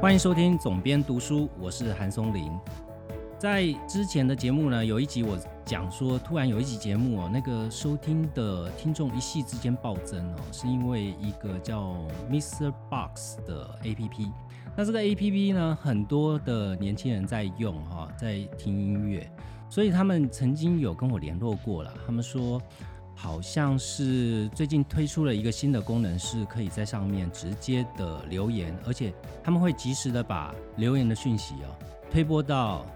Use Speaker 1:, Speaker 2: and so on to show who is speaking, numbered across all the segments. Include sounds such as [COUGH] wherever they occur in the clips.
Speaker 1: 欢迎收听总编读书，我是韩松林。在之前的节目呢，有一集我讲说，突然有一集节目哦，那个收听的听众一夕之间暴增哦，是因为一个叫 Mr. Box 的 APP。那这个 APP 呢，很多的年轻人在用哈、在听音乐，所以他们曾经有跟我联络过了，他们说。好像是最近推出了一个新的功能，是可以在上面直接的留言，而且他们会及时的把留言的讯息哦推播到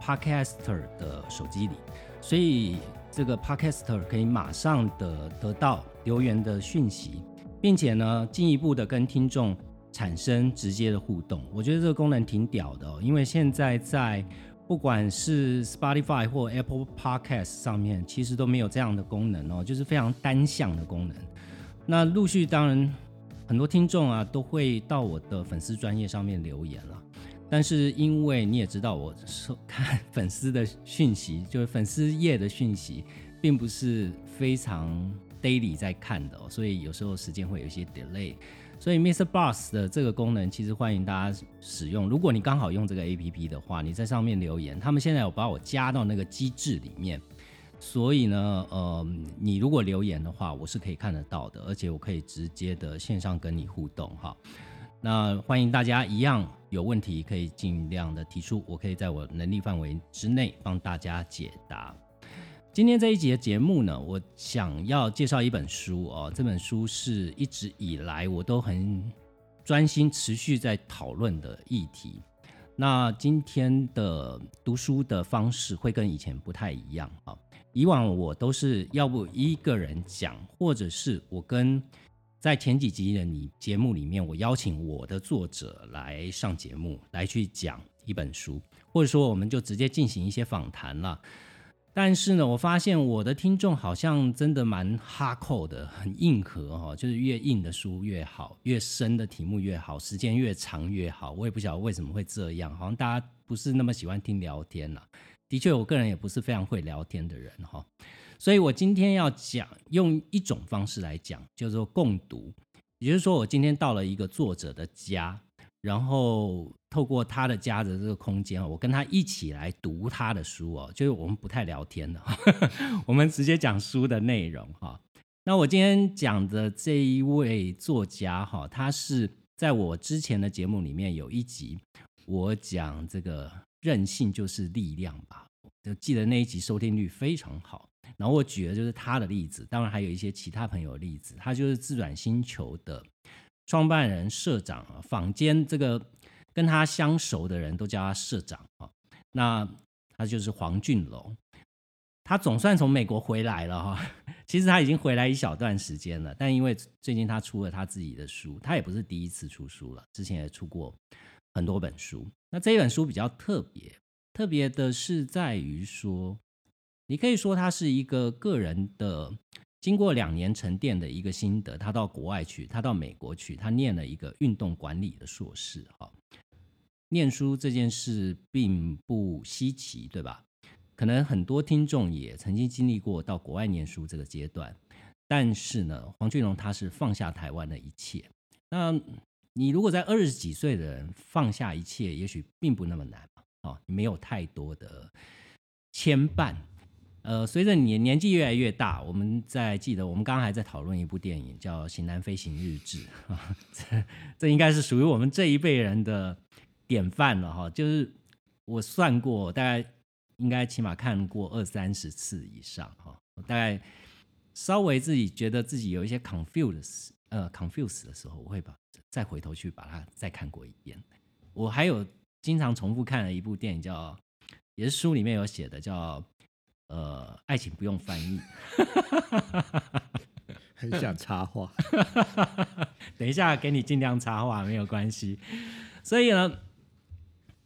Speaker 1: Podcaster 的手机里，所以这个 Podcaster 可以马上的得到留言的讯息，并且呢进一步的跟听众产生直接的互动。我觉得这个功能挺屌的哦，因为现在在不管是 Spotify 或 Apple Podcast 上面，其实都没有这样的功能哦，就是非常单向的功能。那陆续当然很多听众啊都会到我的粉丝专业上面留言了。但是因为你也知道，我收看粉丝的讯息，就是粉丝页的讯息，并不是非常 daily 在看的、哦，所以有时候时间会有一些 delay。所以 Mr. Boss 的这个功能，其实欢迎大家使用。如果你刚好用这个 APP 的话，你在上面留言，他们现在有把我加到那个机制里面，所以呢，呃，你如果留言的话，我是可以看得到的，而且我可以直接的线上跟你互动哈。那欢迎大家一样有问题可以尽量的提出，我可以在我能力范围之内帮大家解答。今天这一集的节目呢，我想要介绍一本书哦，这本书是一直以来我都很专心持续在讨论的议题。那今天的读书的方式会跟以前不太一样啊、以往我都是要不一个人讲，或者是我跟在前几集的你节目里面，我邀请我的作者来上节目，来去讲一本书，或者说我们就直接进行一些访谈了。但是呢，我发现我的听众好像真的蛮哈扣的，很硬核哈、哦，就是越硬的书越好，越深的题目越好，时间越长越好。我也不晓得为什么会这样，好像大家不是那么喜欢听聊天啊啦、的确，我个人也不是非常会聊天的人哈、所以我今天要讲用一种方式来讲，叫做共读，也就是说，我今天到了一个作者的家，然后透过他的家的这个空间，啊我跟他一起来读他的书哦，就是我们不太聊天的， [LAUGHS] 我们直接讲书的内容哈。那我今天讲的这一位作家哈，他是在我之前的节目里面有一集，我讲这个韧性就是力量吧，就记得那一集收听率非常好。然后我举的就是他的例子，当然还有一些其他朋友的例子。他就是自转星球的创办人、社长啊，坊间这个跟他相熟的人都叫他社长啊。那他就是黄俊龙，他总算从美国回来了哈、其实他已经回来一小段时间了，但因为最近他出了他自己的书，他也不是第一次出书了，之前也出过很多本书。那这一本书比较特别，特别的是在于说，你可以说它是一个个人的，经过两年沉淀的一个心得。他到国外去，他到美国去，他念了一个运动管理的硕士。哈，念书这件事并不稀奇，对吧？可能很多听众也曾经经历过到国外念书这个阶段，但是呢，黄俊龙他是放下台湾的一切。那你如果在二十几岁的人放下一切，也许并不那么难嘛，哦，你没有太多的牵绊。呃，随着你的年纪越来越大，我们在记得我们刚刚还在讨论一部电影叫《型男飞行日志》啊，这这应该是属于我们这一辈人的典范了哈。就是我算过，大概应该起码看过二三十次以上哈。我大概稍微自己觉得自己有一些 confuse 呃 confuse 的时候，我会把再回头去把它再看过一遍。我还有经常重复看了一部电影叫，也是书里面有写的叫呃《爱情不用翻译》。
Speaker 2: 很
Speaker 1: [LAUGHS]
Speaker 2: 想插话，
Speaker 1: 等一下给你尽量插话，没有关系。所以呢，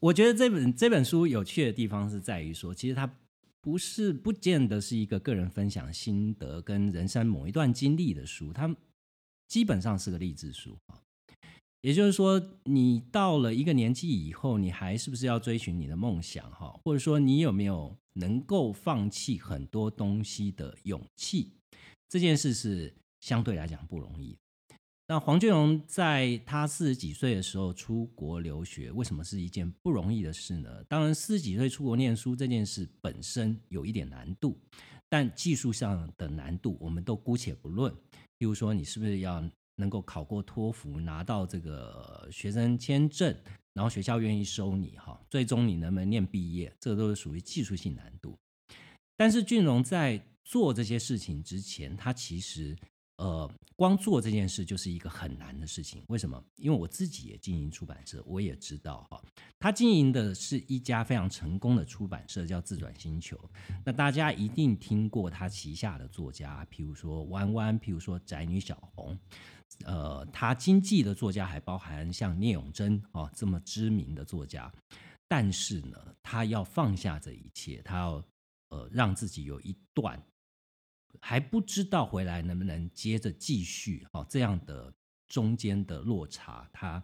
Speaker 1: 我觉得这本这本书有趣的地方是在于说，其实它不是不见得是一个个人分享心得跟人生某一段经历的书，它基本上是个励志书啊。也就是说，你到了一个年纪以后，你还是不是要追寻你的梦想哈？或者说，你有没有能够放弃很多东西的勇气？这件事是相对来讲不容易的。那黄俊荣在他四十几岁的时候出国留学，为什么是一件不容易的事呢？当然，四十几岁出国念书这件事本身有一点难度，但技术上的难度我们都姑且不论。比如说，你是不是要能够考过托福，拿到这个呃学生签证，然后学校愿意收你哈，最终你能不能念毕业，这都是属于技术性难度。但是俊荣在做这些事情之前，他其实呃，光做这件事就是一个很难的事情。为什么？因为我自己也经营出版社，我也知道哈、他经营的是一家非常成功的出版社，叫自转星球。那大家一定听过他旗下的作家，譬如说弯弯，譬如说宅女小红，呃，他经济的作家还包含像聂永贞哦这么知名的作家。但是呢，他要放下这一切，他要呃让自己有一段还不知道回来能不能接着继续哦，这样的中间的落差，他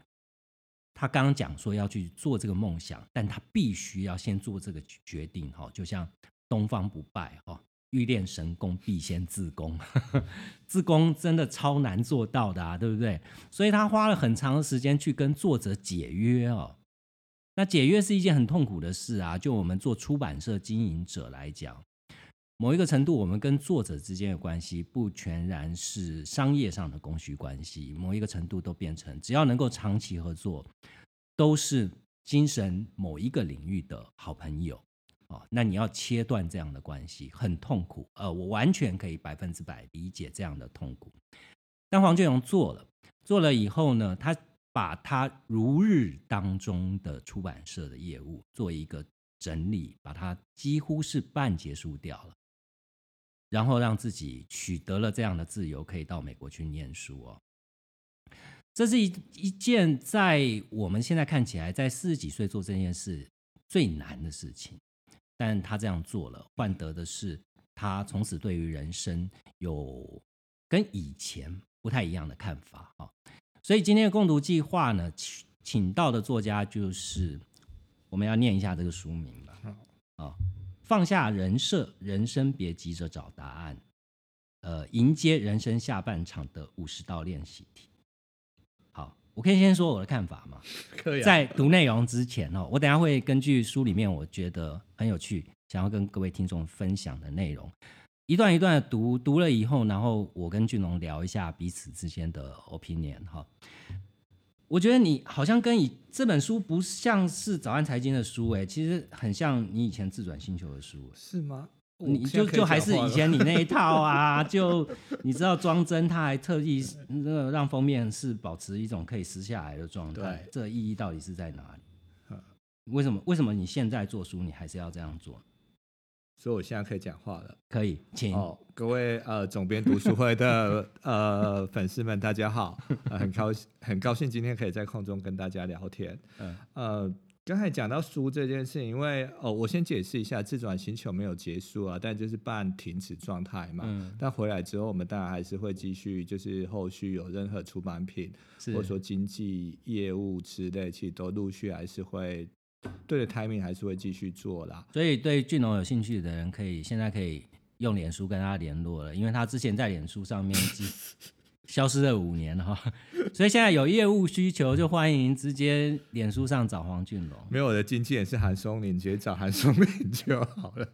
Speaker 1: 他刚刚讲说要去做这个梦想，但他必须要先做这个决定哈、哦，就像东方不败哈、哦，欲练神功必先自宫， [LAUGHS] 自宫真的超难做到的啊，对不对？所以他花了很长的时间去跟作者解约哦。那解约是一件很痛苦的事啊，就我们做出版社经营者来讲，某一个程度，我们跟作者之间的关系不全然是商业上的供需关系，某一个程度都变成只要能够长期合作，都是精神某一个领域的好朋友。哦，那你要切断这样的关系，很痛苦。呃，我完全可以百分之百理解这样的痛苦。但黄俊荣做了，做了以后呢，他把他如日当中的出版社的业务做一个整理，把它几乎是半结束掉了，然后让自己取得了这样的自由，可以到美国去念书哦。这是一一件在我们现在看起来，在四十几岁做这件事最难的事情，但他这样做了，换得的是他从此对于人生有跟以前不太一样的看法啊、哦。所以今天的共读计划呢，请请到的作家就是我们要念一下这个书名吧。啊、放下人设，人生别急着找答案，呃，迎接人生下半场的五十道练习题。好，我可以先说我的看法吗？
Speaker 2: 可以、啊。
Speaker 1: 在读内容之前哦，我等一下会根据书里面我觉得很有趣，想要跟各位听众分享的内容，一段一段的读，读了以后，然后我跟俊龙聊一下彼此之间的 opinion 哈。我觉得你好像跟以这本书不像是早安财经的书诶，其实很像你以前自转星球的书欸诶。
Speaker 2: 是吗？我
Speaker 1: 你
Speaker 2: 现
Speaker 1: 就
Speaker 2: 在可
Speaker 1: 就还
Speaker 2: 讲
Speaker 1: 是
Speaker 2: 话
Speaker 1: 以
Speaker 2: 了
Speaker 1: 前你那一套啊，就你知道装帧，他还特意那个让封面是保持一种可以撕下来的状态
Speaker 2: 对，嗯
Speaker 1: 这意义到底是在哪
Speaker 2: [LAUGHS]
Speaker 1: 里？为什么为什么你现在做书，你还是要这样做？
Speaker 2: 所以我现在可以讲话了。
Speaker 1: 可以，请、
Speaker 2: 哦，各位呃，总编读书会的呃粉丝们，大家好，呃、很高兴很高兴今天可以在空中跟大家聊天。
Speaker 1: 嗯
Speaker 2: 呃，刚才讲到书这件事，因为哦，我先解释一下，自转星球没有结束啊，但就是半停止状态嘛。
Speaker 1: 嗯
Speaker 2: 但回来之后，我们当然还是会继续，就是后续有任何出版品
Speaker 1: 是
Speaker 2: 或者说经济业务之类，其实都陆续还是会对的 timing 还是会继续做啦。
Speaker 1: 所以对俊龙有兴趣的人，可以现在可以用脸书跟他联络了，因为他之前在脸书上面
Speaker 2: [LAUGHS]
Speaker 1: 已经消失了五年了哈，所以现在有业务需求，就欢迎直接脸书上找黄俊龙。
Speaker 2: 没有，我的经纪人是韩松林，直接找韩松林就好了。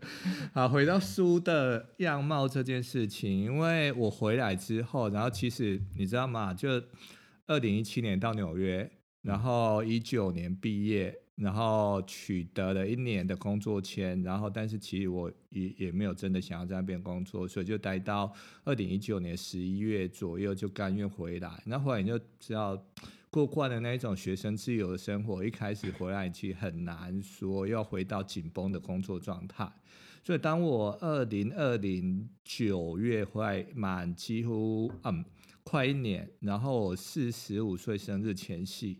Speaker 2: 好，回到书的样貌这件事情，因为我回来之后，然后其实你知道吗？就二零一七年到纽约，然后一九年毕业，然后取得了一年的工作签，然后但是其实我也也没有真的想要在那边工作，所以就待到二零一九年十一月左右就甘愿回来。那后来你就知道。过惯了那一种学生自由的生活，一开始回来其实很难说要回到紧绷的工作状态。所以当我二零二零九月会满几乎嗯快一年，然后我四十五岁生日前夕，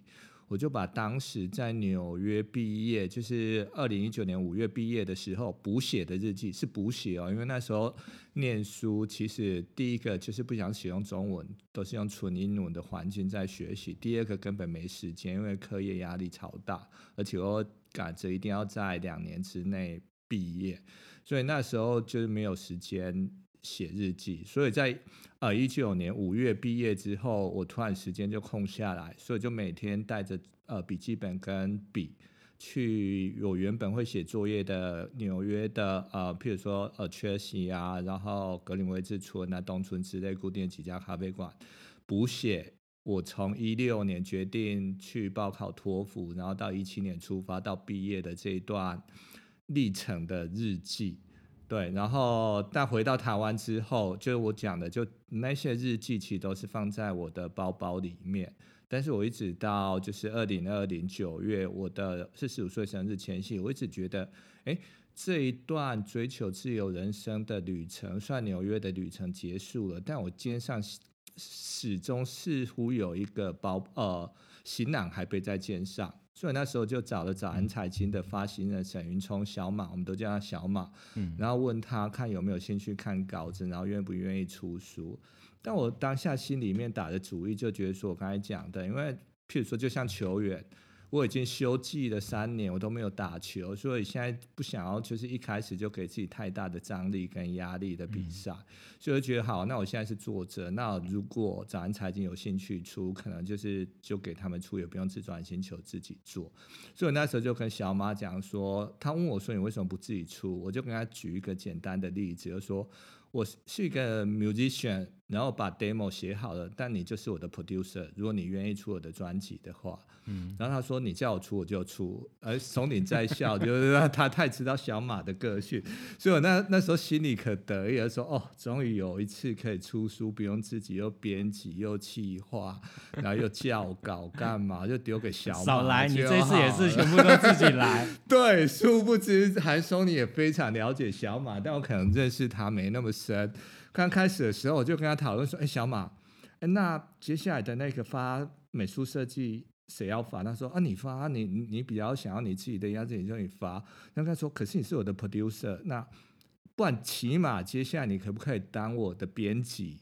Speaker 2: 我就把当时在纽约毕业，就是二零一九年五月毕业的时候补写的日记，是补写哦，因为那时候念书，其实第一个就是不想使用中文，都是用纯英文的环境在学习；第二个根本没时间，因为课业压力超大，而且我赶着一定要在两年之内毕业，所以那时候就是没有时间写日记，所以在呃一九年五月毕业之后，我突然时间就空下来，所以就每天带着呃笔记本跟笔。去我原本会写作业的纽约的呃，譬如说呃 Chelsea 啊，然后格林威治村啊、东村之类固定几家咖啡馆补写。我从一六年决定去报考托福，然后到一七年出发到毕业的这一段历程的日记。对，然后但回到台湾之后，就是我讲的，就那些日记其实都是放在我的包包里面。但是我一直到就是二零二零九月，我的四十五岁生日前夕，我一直觉得，哎，这一段追求自由人生的旅程，算纽约的旅程结束了，但我肩上始终似乎有一个包呃行囊还背在肩上，所以那时候就找了早安财经的发行人沈云聪小马，我们都叫他小马，
Speaker 3: 嗯，
Speaker 2: 然后问他看有没有兴趣看稿子，然后愿不愿意出书。但我当下心里面打的主意就觉得说，我刚才讲的，因为譬如说，就像球员，我已经休季了三年，我都没有打球，所以现在不想要就是一开始就给自己太大的张力跟压力的比赛，所以我就觉得好，那我现在是作者，那如果早安财经有兴趣出，可能就是就给他们出，也不用自转星球自己做。所以我那时候就跟小马讲说，他问我说你为什么不自己出，我就跟他举一个简单的例子，就说。我是一个 musician，然后把 demo 写好了，但你就是我的 producer。如果你愿意出我的专辑的话，
Speaker 3: 嗯，
Speaker 2: 然后他说你叫我出我就出，而从你在笑，就是让他太知道小马的个性，所以我那那时候心里可得意了，说哦，终于有一次可以出书，不用自己又编辑又企划，然后又校稿干嘛，就丢给小马。
Speaker 3: 少来，你
Speaker 2: 就
Speaker 3: 这次也
Speaker 2: 好了
Speaker 3: 是全部都自己
Speaker 2: [LAUGHS]
Speaker 3: 来。
Speaker 2: 对，殊不知韩松你也非常了解小马，但我可能认识他没那么深。刚开始的时候，我就跟他讨论说：“哎，小马，哎，那接下来的那个发美术设计谁要发？”他说：“啊，你发，你你你比较想要你自己的样子，你就你发。”那他说：“可是你是我的 producer，那不然起码接下来你可不可以当我的编辑？”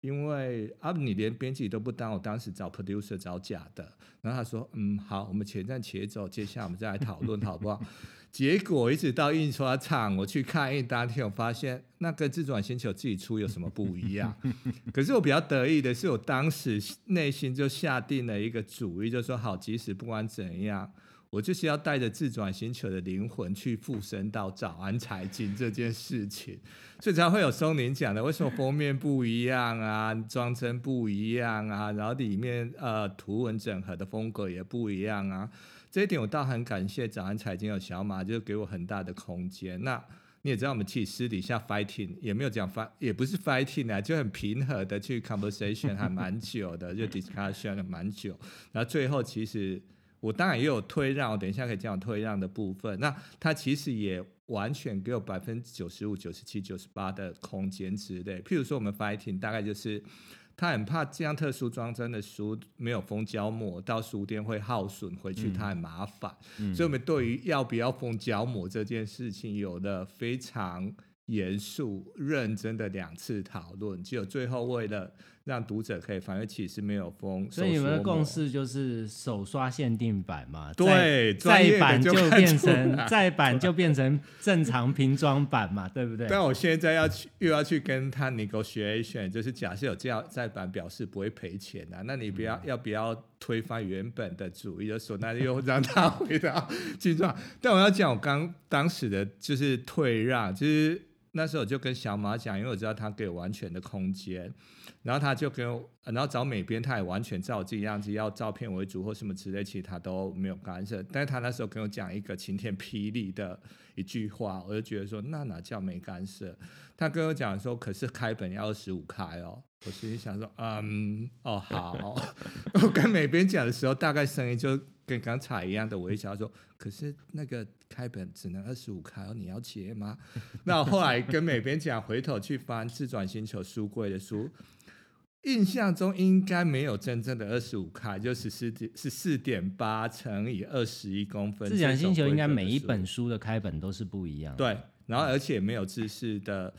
Speaker 2: 因为啊，你连编辑都不当，我当时找 producer 找假的，然后他说，嗯，好，我们且战且走，接下来我们再来讨论好不好？ [LAUGHS] 结果一直到印刷厂，我去看印当天，我发现那跟自转星球自己出有什么不一样？ [LAUGHS] 可是我比较得意的是，我当时内心就下定了一个主意，就说好，即使不管怎样，我就是要带着自转星球的灵魂去附身到早安财经这件事情，所以才会有松林讲的，为什么封面不一样啊，装帧不一样啊，然后里面呃图文整合的风格也不一样啊。这一点我倒很感谢早安财经有小马，就是给我很大的空间。那你也知道，我们其实私底下 fighting 也没有讲 fight，也不是 fighting 啊，就很平和的去 conversation 还蛮久的，就 discussion 还蛮久。然后最后其实我当然也有退让，我等一下可以讲我退让的部分。那他其实也完全给我百分之九十五、九十七、九十八的空间之类。譬如说我们 fighting 大概就是。他很怕这样特殊装帧的书没有封胶膜，到书店会耗损，回
Speaker 3: 嗯
Speaker 2: 去他很麻烦。所以我们对于要不要封胶膜这件事情，有了非常严肃、认真的两次讨论，只有最后为了让读者可以反正其实没有封，
Speaker 3: 所以你们的
Speaker 2: 手缩膜
Speaker 3: 共识就是手刷限定版嘛，
Speaker 2: 对专
Speaker 3: 再
Speaker 2: 业的
Speaker 3: 版
Speaker 2: 就看
Speaker 3: 变
Speaker 2: 出
Speaker 3: 成
Speaker 2: 来
Speaker 3: 再版就变成正常平装版嘛，对不对？
Speaker 2: 但我现在要去又要去跟他 negotiation，就是假设有这样再版表示不会赔钱啊，那你不要、
Speaker 3: 嗯
Speaker 2: 要不要推翻原本的主意？就说那又让他回到进状。但我要讲，我刚当时的就是退让，就是那时候我就跟小马讲，因为我知道他给我完全的空间，然后他就跟我，呃然后找美编，他也完全照我自己样子，要照片为主或什么之类，其实他都没有干涉。但是他那时候跟我讲一个晴天霹雳的一句话，我就觉得说那哪叫没干涉？他跟我讲说，可是开本要二十五开哦。我心里想说，嗯，哦
Speaker 3: [LAUGHS]
Speaker 2: 好。我跟美编讲的时候，大概声音就跟刚才一样的微笑说，可是那个开本只能二十五开哦，你要结吗？ [LAUGHS] 那我后来跟美编讲，回头去翻《自转星球》书柜的书，印象中应该没有真正的二十五开，就十四点十四点八乘以二十一公分。
Speaker 3: 自然星球应该每一
Speaker 2: 这种规格
Speaker 3: 本
Speaker 2: 的书
Speaker 3: 书的开本都是不一样的。
Speaker 2: 对，然后而且没有知识的，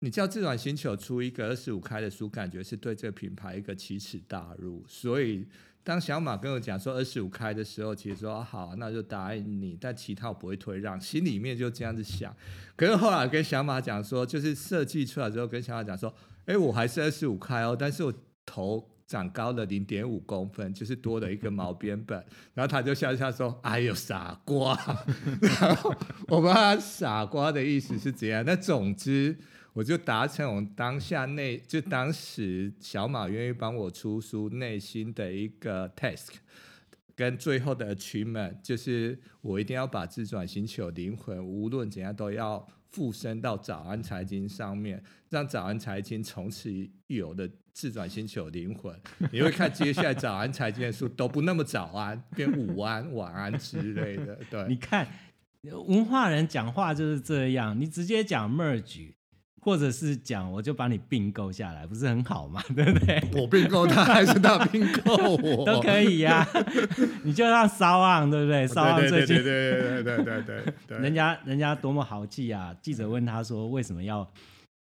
Speaker 2: 你叫自转星球出一个二十五开的书，感觉是对这个品牌一个奇耻大辱。所以当小马跟我讲说二十五开的时候，其实说、啊好，那就答应你，但其他我不会退让，心里面就这样子想。可是后来跟小马讲说，就是设计出来之后，跟小马讲说，哎，我还是二十五开哦，但是我头长高了零点五公分，就是多了一个毛边本。然后他就笑笑说：“哎呦，傻瓜！”然后 [LAUGHS] 我不知道他傻瓜的意思是怎样。那总之，我就达成我当下内就当时小马愿意帮我出书内心的一个 task。跟最后的 achievement 就是我一定要把自转星球灵魂，无论怎样都要附身到早安财经上面，让早安财经从此有的自转星球灵魂。你会看接下来早安财经的书都不那么早安，变午安、晚安之类的。
Speaker 1: 你
Speaker 2: 对，
Speaker 1: 看，文化人讲话就是这样，你直接讲 merge，或者是讲我就把你并购下来，不是很
Speaker 3: [LAUGHS]
Speaker 1: 好吗？对不对？
Speaker 2: 我并购他还是他并购
Speaker 1: [LAUGHS]
Speaker 2: 我？
Speaker 1: 都可以
Speaker 2: [LAUGHS]
Speaker 1: 呀、你就让骚浪，对不对？骚浪
Speaker 2: 哦对
Speaker 1: 最
Speaker 2: 对对
Speaker 1: 近
Speaker 2: 对对对对对对，
Speaker 1: 人家人家多么豪气啊！记者问他说，为什么要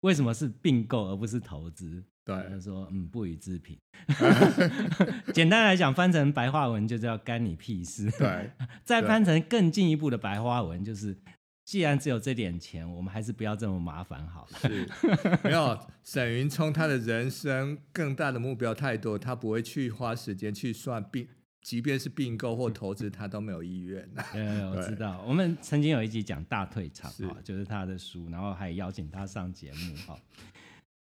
Speaker 1: 为什么是并购而不是投资？他
Speaker 2: 对
Speaker 1: 说：“嗯，不予置
Speaker 2: [LAUGHS]
Speaker 1: 评。 [LAUGHS] 简单来讲，翻成白话文就叫干你屁事。
Speaker 2: 对
Speaker 1: 再
Speaker 2: 对
Speaker 1: 翻成更进一步的白话文，就是既然只有这点钱，我们还是不要这么麻烦好了。
Speaker 2: 是，
Speaker 1: [LAUGHS]
Speaker 2: 没有沈云聪，他的人生更大的目标太多，他不会去花时间去算并，即便是并购或投资，他都没有意愿。 [LAUGHS]
Speaker 1: [LAUGHS] 呃，我
Speaker 2: 对
Speaker 1: 知道，我们曾经有一集讲大退场
Speaker 2: 是
Speaker 1: 哈、就是他的书，然后还邀请他上节目哈、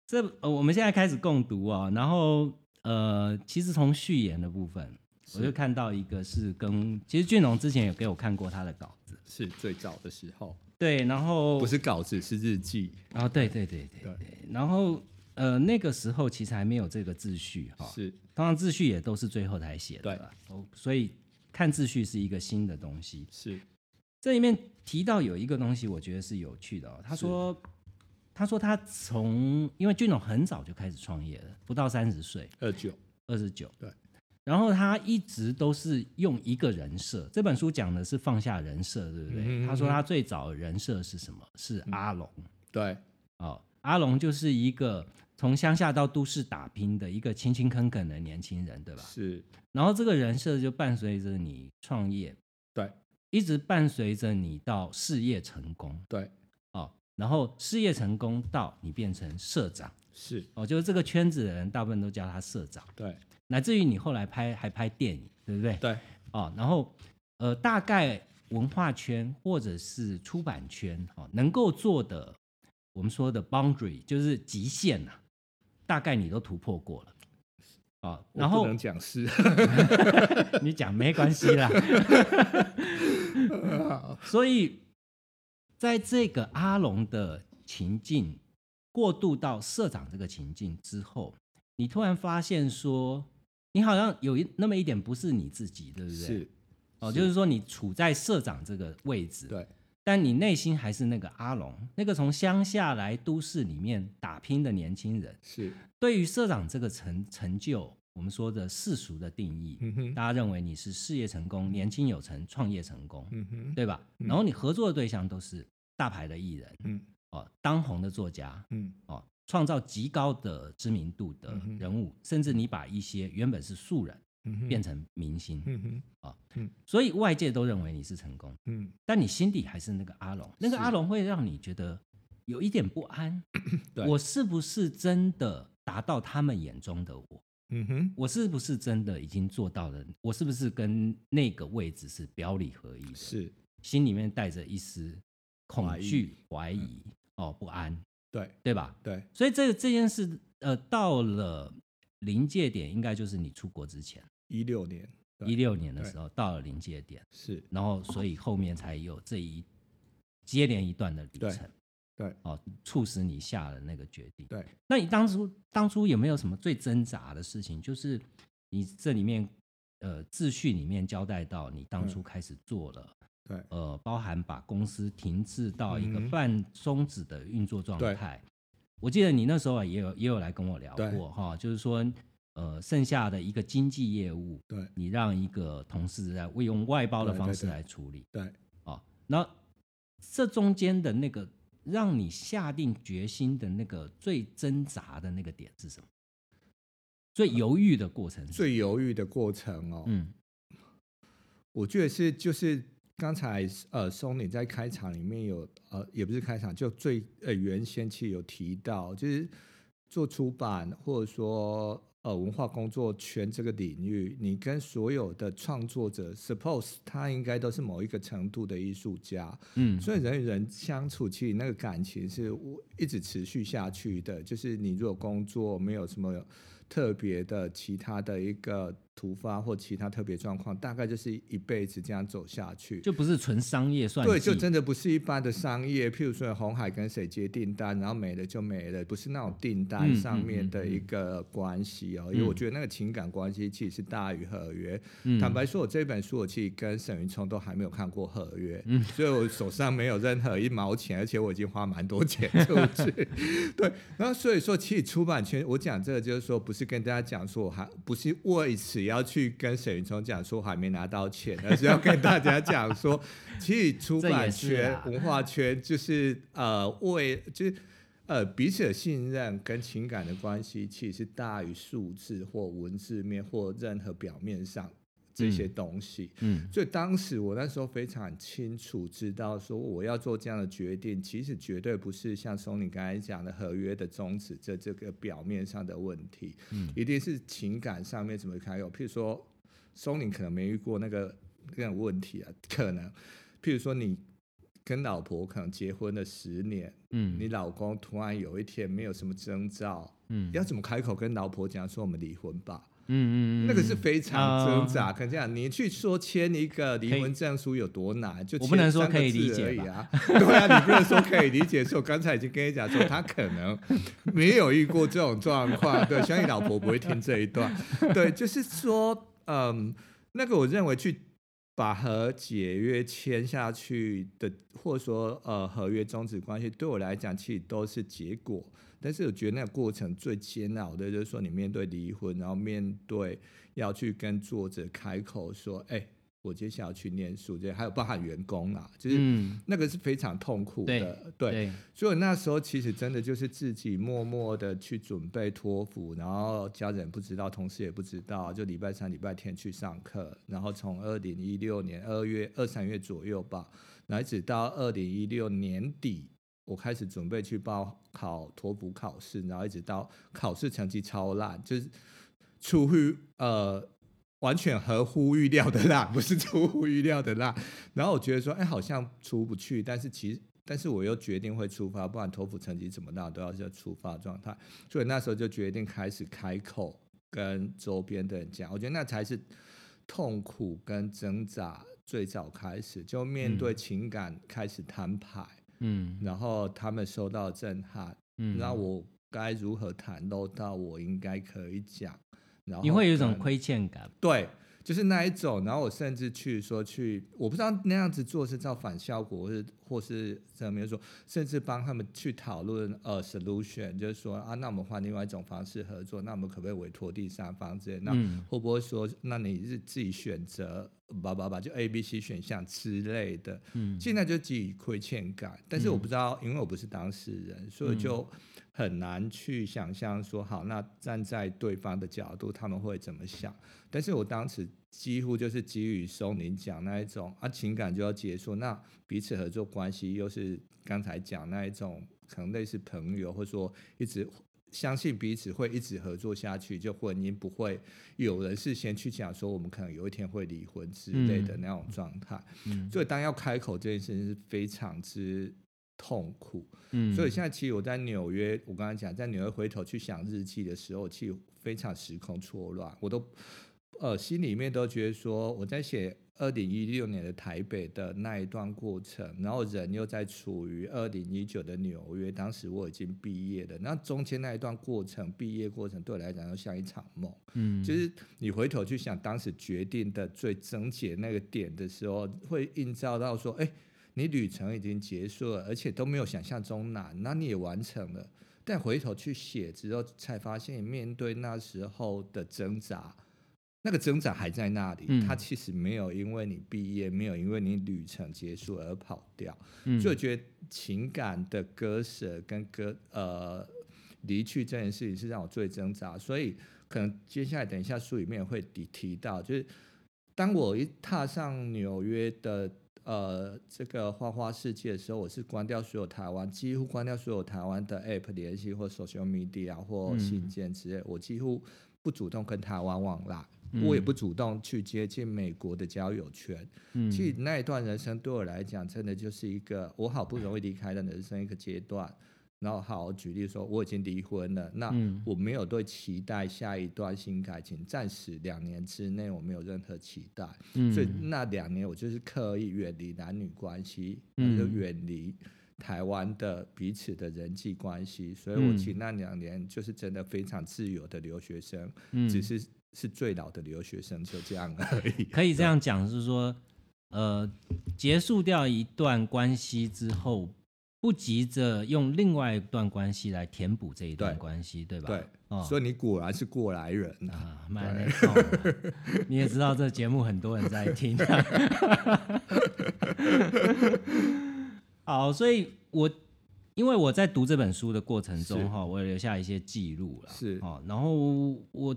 Speaker 1: 这呃，我们现在开始共读哦，然后呃，其实从序言的部分，我就看到一个是跟，其实俊龙之前有给我看过他的稿子，
Speaker 2: 是最早的时候，
Speaker 1: 对，然后
Speaker 2: 不是稿子，是日记。
Speaker 1: 哦，对对对对
Speaker 2: 对
Speaker 1: 对，然后呃那个时候其实还没有这个秩序哈、
Speaker 2: 是
Speaker 1: 通常秩序也都是最后才写的啦，哦，所以看秩序是一个新的东西。
Speaker 2: 是
Speaker 1: 这里面提到有一个东西，我觉得是有趣的哦，他说。他说他从，因为俊龙很早就开始创业了，不到三十岁，
Speaker 2: 二九，
Speaker 1: 二十九。
Speaker 2: 对。
Speaker 1: 然后他一直都是用一个人设，这本书讲的是放下人设，对不对？
Speaker 2: 嗯
Speaker 1: 他说他最早的人设是什么？是阿龙。
Speaker 2: 对
Speaker 1: 哦，阿龙就是一个从乡下到都市打拼的一个勤勤恳恳的年轻人，对吧？
Speaker 2: 是，
Speaker 1: 然后这个人设就伴随着你创业，
Speaker 2: 对
Speaker 1: 一直伴随着你到事业成功
Speaker 2: 对
Speaker 1: 哦，然后事业成功到你变成社长
Speaker 2: 是，
Speaker 1: 哦，就是这个圈子的人大部分都叫他社长，
Speaker 2: 对
Speaker 1: 乃至于你后来拍还拍电影，对不对？
Speaker 2: 对
Speaker 1: 哦，然后呃，大概文化圈或者是出版圈哦，能够做的，我们说的 boundary 就是极限呐、大概你都突破过了。哦，
Speaker 2: 我
Speaker 1: 然
Speaker 2: 不
Speaker 1: 后
Speaker 2: 能讲是，
Speaker 1: 你讲没关系
Speaker 2: [LAUGHS]
Speaker 1: 啦。所以，在这个阿龙的情境过渡到社长这个情境之后，你突然发现说，你好像有一那么一点不是你自己，对不对？
Speaker 2: 是，
Speaker 1: 哦，
Speaker 2: 是
Speaker 1: 就是说你处在社长这个位置，
Speaker 2: 对
Speaker 1: 但你内心还是那个阿龙，那个从乡下来都市里面打拼的年轻人。
Speaker 2: 是，
Speaker 1: 对于社长这个成成就，我们说的世俗的定义，
Speaker 2: 嗯哼
Speaker 1: 大家认为你是事业成功、年轻有成、创业成功，
Speaker 2: 嗯哼，
Speaker 1: 对吧？然后你合作的对象都是大牌的艺人，
Speaker 2: 嗯
Speaker 1: 哦，当红的作家，
Speaker 2: 嗯
Speaker 1: 哦，创造极高的知名度的
Speaker 2: 嗯哼
Speaker 1: 人物，甚至你把一些原本是素人
Speaker 2: 嗯哼，
Speaker 1: 变成明星，
Speaker 2: 嗯哼
Speaker 1: 所以外界都认为你是成功。
Speaker 2: 嗯，
Speaker 1: 但你心底还是那个阿龙，那个
Speaker 2: 是
Speaker 1: 阿龙会让你觉得有一点不安
Speaker 2: [CLEARS THROAT] 对。
Speaker 1: 我是不是真的达到他们眼中的我？
Speaker 2: 嗯哼，
Speaker 1: 我是不是真的已经做到了？我是不是跟那个位置是表里合一的？
Speaker 2: 是
Speaker 1: 心里面带着一丝恐
Speaker 2: 怀疑嗯
Speaker 1: 惧、怀疑、哦不安，
Speaker 2: 对
Speaker 1: 对吧？
Speaker 2: 对
Speaker 1: 所以这这件事，呃，到了临界点，应该就是你出国之前，
Speaker 2: 一六年对
Speaker 1: 一六年的
Speaker 2: 对
Speaker 1: 时候到了临界点。
Speaker 2: 是
Speaker 1: 然后所以后面才有这一接连一段的旅
Speaker 2: 对
Speaker 1: 程，
Speaker 2: 对
Speaker 1: 哦，促使你下了那个决定。
Speaker 2: 对。
Speaker 1: 那你当初当初有没有什么最挣扎的事情？就是你这里面呃秩序里面交代到你当初开始做了，
Speaker 2: 嗯对
Speaker 1: 呃，包含把公司停滞到一个
Speaker 2: 嗯哼
Speaker 1: 半终止的运作状
Speaker 2: 对
Speaker 1: 态。我记得你那时候啊也有也有来跟我聊
Speaker 2: 对
Speaker 1: 过哈、就是说呃剩下的一个经济业务，
Speaker 2: 对
Speaker 1: 你让一个同事在为用外包的
Speaker 2: 对
Speaker 1: 方
Speaker 2: 对
Speaker 1: 式
Speaker 2: 对
Speaker 1: 来处理
Speaker 2: 对
Speaker 1: 哦，那这中间的那个让你下定决心的那个最挣扎的那个点是什么？最犹豫的过程是，
Speaker 2: 最犹豫的过程哦，
Speaker 1: 嗯
Speaker 2: 我觉得是就是刚才呃松你在开场里面有呃也不是开场，就最呃原先期有提到，就是做出版或者说呃文化工作圈这个领域，你跟所有的创作者，suppose 他应该都是某一个程度的艺术家，
Speaker 1: 嗯，
Speaker 2: 所以人与人相处，其实那个感情是我一直持续下去的。就是你如果工作没有什么特别的其他的一个突发或其他特别状况，大概就是一辈子这样走下去。
Speaker 1: 就不是纯商业算计，
Speaker 2: 对，就真的不是一般的商业，譬如说红海跟谁接订单，然后没了就没了，不是那种订单
Speaker 1: 嗯
Speaker 2: 上
Speaker 1: 嗯
Speaker 2: 面
Speaker 1: 嗯
Speaker 2: 的一个关系哦。
Speaker 1: 嗯
Speaker 2: 因为我觉得那个情感关系其实是大于合约。
Speaker 1: 嗯
Speaker 2: 坦白说，我这本书我其实跟沈云聪都还没有看过合约，
Speaker 1: 嗯
Speaker 2: 所以我手上没有任何一毛钱，而且我已经花蛮多钱出去。对，然后所以说，其实出版圈，我讲这个就是说，不是跟大家讲说我还不是为此要去跟沈云聪讲说我还没拿到钱， [LAUGHS] 而是要跟大家讲说， [LAUGHS] 其实出版
Speaker 1: 这也是
Speaker 2: 圈、
Speaker 1: 啊
Speaker 2: 文化圈就是呃为就是。呃，彼此的信任跟情感的关系，其实是大于数字或文字面或任何表面上这些东西。
Speaker 1: 嗯
Speaker 2: 所以当时我那时候非常清楚知道，说我要做这样的决定，其实绝对不是像松你刚才讲的合约的终止这这个表面上的问题，
Speaker 1: 嗯
Speaker 2: 一定是情感上面怎么开有，譬如说松林可能没遇过那个那种问题啊，可能譬如说你跟老婆可能结婚了十年，
Speaker 1: 嗯
Speaker 2: 你老公突然有一天没有什么征兆，
Speaker 1: 嗯
Speaker 2: 要怎么开口跟老婆讲说我们离婚吧？
Speaker 1: 嗯嗯，
Speaker 2: 那个是非常挣
Speaker 1: 啊
Speaker 2: 扎。可以这样，你去说签一个离婚证书有多难，就
Speaker 1: 我不能
Speaker 2: 签
Speaker 1: 说
Speaker 2: 三个
Speaker 1: 可以理
Speaker 2: 字
Speaker 1: 解
Speaker 2: 而已啊。 [LAUGHS] 对啊，你不能说可以理解。所以我刚才已经跟你讲说，他可能没有遇过这种状况。对，相信老婆不会听这一段。对，就是说，嗯，那个我认为去。把和解约签下去的，或者说呃合约终止关系，对我来讲其实都是结果。但是我觉得那个过程最煎熬的，就是说你面对离婚，然后面对要去跟作者开口说，哎、我接下来要去念书，这还有包含员工啦，就是
Speaker 1: 嗯
Speaker 2: 那个是非常痛苦的，对。
Speaker 1: 对
Speaker 2: 所以我那时候其实真的就是自己默默的去准备托福，然后家人不知道，同事也不知道，就礼拜三、礼拜天去上课，然后从二零一六年二月二三月左右吧，然后一直到二零一六年底，我开始准备去报考托福考试，然后一直到考试成绩超烂，就是出乎呃。完全合乎预料的烂，不是出乎预料的烂。然后我觉得说，哎，好像出不去，但是其实，但是我又决定会出发，不然托福成绩怎么烂都要是要出发的状态。所以那时候就决定开始开口跟周边的人讲，我觉得那才是痛苦跟挣扎最早开始，就面对情感开始摊牌，
Speaker 1: 嗯
Speaker 2: 然后他们受到震撼，
Speaker 1: 嗯，
Speaker 2: 那我该如何袒露到我应该可以讲？然后
Speaker 1: 你会有一种
Speaker 2: 跟
Speaker 1: 亏欠感，
Speaker 2: 对，就是那一种。然后我甚至去说去，我不知道那样子做是造反效果，或是或是怎么样说，甚至帮他们去讨论呃 solution，就是说啊，那我们换另外一种方式合作，那我们可不可以委托第三方之类？那
Speaker 1: 嗯
Speaker 2: 会不会说，那你是自己选择，叭叭叭，就 A、B、C 选项之类的？
Speaker 1: 嗯
Speaker 2: 现在就给予亏欠感，但是我不知道，因为我不是当事人，所以
Speaker 1: 嗯
Speaker 2: 就很难去想象说，好，那站在对方的角度，他们会怎么想？但是我当时几乎就是基于松林讲那一种啊，情感就要结束，那彼此合作关系又是刚才讲那一种，可能类似朋友，或者说一直。相信彼此会一直合作下去，就婚姻不会有人是先去讲说我们可能有一天会离婚之类的
Speaker 1: 嗯
Speaker 2: 那种状态。
Speaker 1: 嗯
Speaker 2: 所以当要开口这件事情是非常之痛苦。
Speaker 1: 嗯，
Speaker 2: 所以现在其实我在纽约，我刚才讲在纽约回头去想日记的时候，其实非常时空错乱，我都呃心里面都觉得说我在写。二零一六年的台北的那一段过程，然后人又在处于二零一九的纽约，当时我已经毕业了。那中间那一段过程，毕业过程对我来讲，就像一场梦。
Speaker 1: 嗯
Speaker 2: 就是你回头去想当时决定的最症结那个点的时候，会映照到说，哎、你旅程已经结束了，而且都没有想象中难，那你也完成了。但回头去写之后，才发现面对那时候的挣扎，那个挣扎还在那里，
Speaker 1: 嗯
Speaker 2: 它其实没有因为你毕业，没有因为你旅程结束而跑掉。
Speaker 1: 嗯
Speaker 2: 所以我觉得情感的割舍跟割呃离去这件事情是让我最挣扎，所以可能接下来等一下书里面会提提到，就是当我一踏上纽约的呃这个花花世界的时候，我是关掉所有台湾，几乎关掉所有台湾的 app 联系或 social media 或
Speaker 1: 嗯
Speaker 2: 信件之类，我几乎不主动跟台湾往来，
Speaker 1: 嗯
Speaker 2: 我也不主动去接近美国的交友圈。
Speaker 1: 嗯
Speaker 2: 其实那一段人生对我来讲，真的就是一个我好不容易离开的人生一个阶段。然后好，举例说，我已经离婚了，那
Speaker 1: 嗯
Speaker 2: 我没有对期待下一段新感情，暂时两年之内我没有任何期待，
Speaker 1: 嗯
Speaker 2: 所以那两年我就是刻意远离男女关系，
Speaker 1: 嗯
Speaker 2: 就远离台湾的彼此的人际关系，所以我
Speaker 1: 嗯
Speaker 2: 其实那两年就是真的非常自由的留学生，
Speaker 1: 嗯
Speaker 2: 只是是最老的留学生，就这样而已。
Speaker 1: 可以这样讲，是说，呃，结束掉一段关系之后，不急着用另外一段关系来填补这一段
Speaker 2: 对
Speaker 1: 关系，对吧？
Speaker 2: 对，
Speaker 1: 哦
Speaker 2: 所以你果然是过来人啊！
Speaker 1: 啊，蛮那种
Speaker 2: [LAUGHS]
Speaker 1: 啊你也知道，这节目很多人在听、啊好，所以我因为我在读这本书的过程
Speaker 2: 是
Speaker 1: 中哈，我有留下一些记录了，
Speaker 2: 是
Speaker 1: 哦，然后我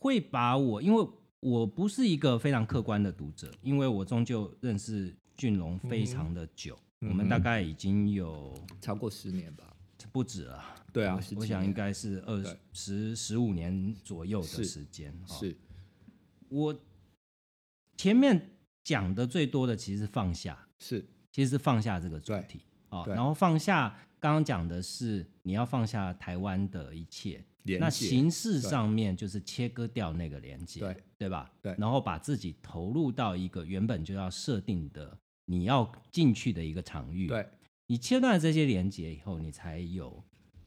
Speaker 1: 会把我，因为我不是一个非常客观的读者，因为我终究认识俊
Speaker 2: 嗯
Speaker 1: 龙非常的久，我们大概已经有
Speaker 2: 超过十年吧？
Speaker 1: 不止了。
Speaker 2: 对啊
Speaker 1: 我，
Speaker 2: 十
Speaker 1: 我
Speaker 2: 几
Speaker 1: 想应
Speaker 2: 年
Speaker 1: 该是二
Speaker 2: 对
Speaker 1: 十十五年左右的
Speaker 2: 是
Speaker 1: 时间。哦
Speaker 2: 是
Speaker 1: 我前面讲的最多的其实是放下，
Speaker 2: 是
Speaker 1: 其实是放下这个主题哦。
Speaker 2: 对
Speaker 1: 然后放下，刚刚讲的是你要放下台湾的一切，
Speaker 2: 连
Speaker 1: 那
Speaker 2: 结
Speaker 1: 形式上面就是切割掉那个连接，
Speaker 2: 对
Speaker 1: 对吧？
Speaker 2: 对
Speaker 1: 然后把自己投入到一个原本就要设定的你要进去的一个场域，
Speaker 2: 对
Speaker 1: 你切断了这些连接以后，你才有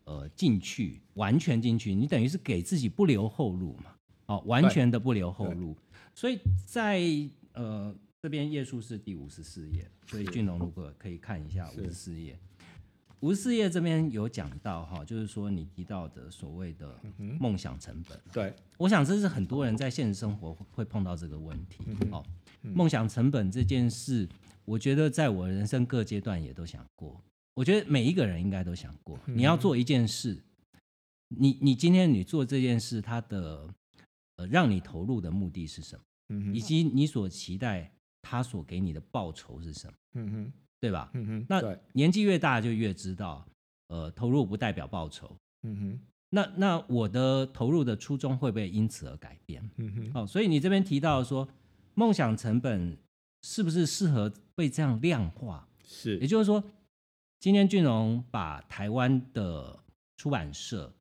Speaker 1: 呃进去，完全进去，你等于是给自己不留后路嘛，哦，完全的不留后路。所以在呃这边页数是第五十四页，所以俊龙如果可以看一下
Speaker 2: 是
Speaker 1: 五十四页。五十四页这边有讲到哈，就是说你提到的所谓的梦想成本，
Speaker 2: 对
Speaker 1: 我想这是很多人在现实生活会碰到这个问题。
Speaker 2: 嗯
Speaker 1: 哦，梦想成本这件事，我觉得在我人生各阶段也都想过。我觉得每一个人应该都想过，
Speaker 2: 嗯
Speaker 1: 你要做一件事，你你今天你做这件事，它的呃让你投入的目的是什么，
Speaker 2: 嗯
Speaker 1: 以
Speaker 2: 哼
Speaker 1: 及你所期待他所给你的报酬是什么，
Speaker 2: 嗯哼
Speaker 1: 对吧？
Speaker 2: 嗯哼，
Speaker 1: 那
Speaker 2: 对
Speaker 1: 年纪越大就越知道，呃，投入不代表报酬。
Speaker 2: 嗯哼
Speaker 1: 那那我的投入的初衷会不会因此而改变？
Speaker 2: 嗯哼
Speaker 1: 哦，所以你这边提到说，梦想成本是不是适合被这样量化？
Speaker 2: 是
Speaker 1: 也就是说，今天俊荣把台湾的出版社，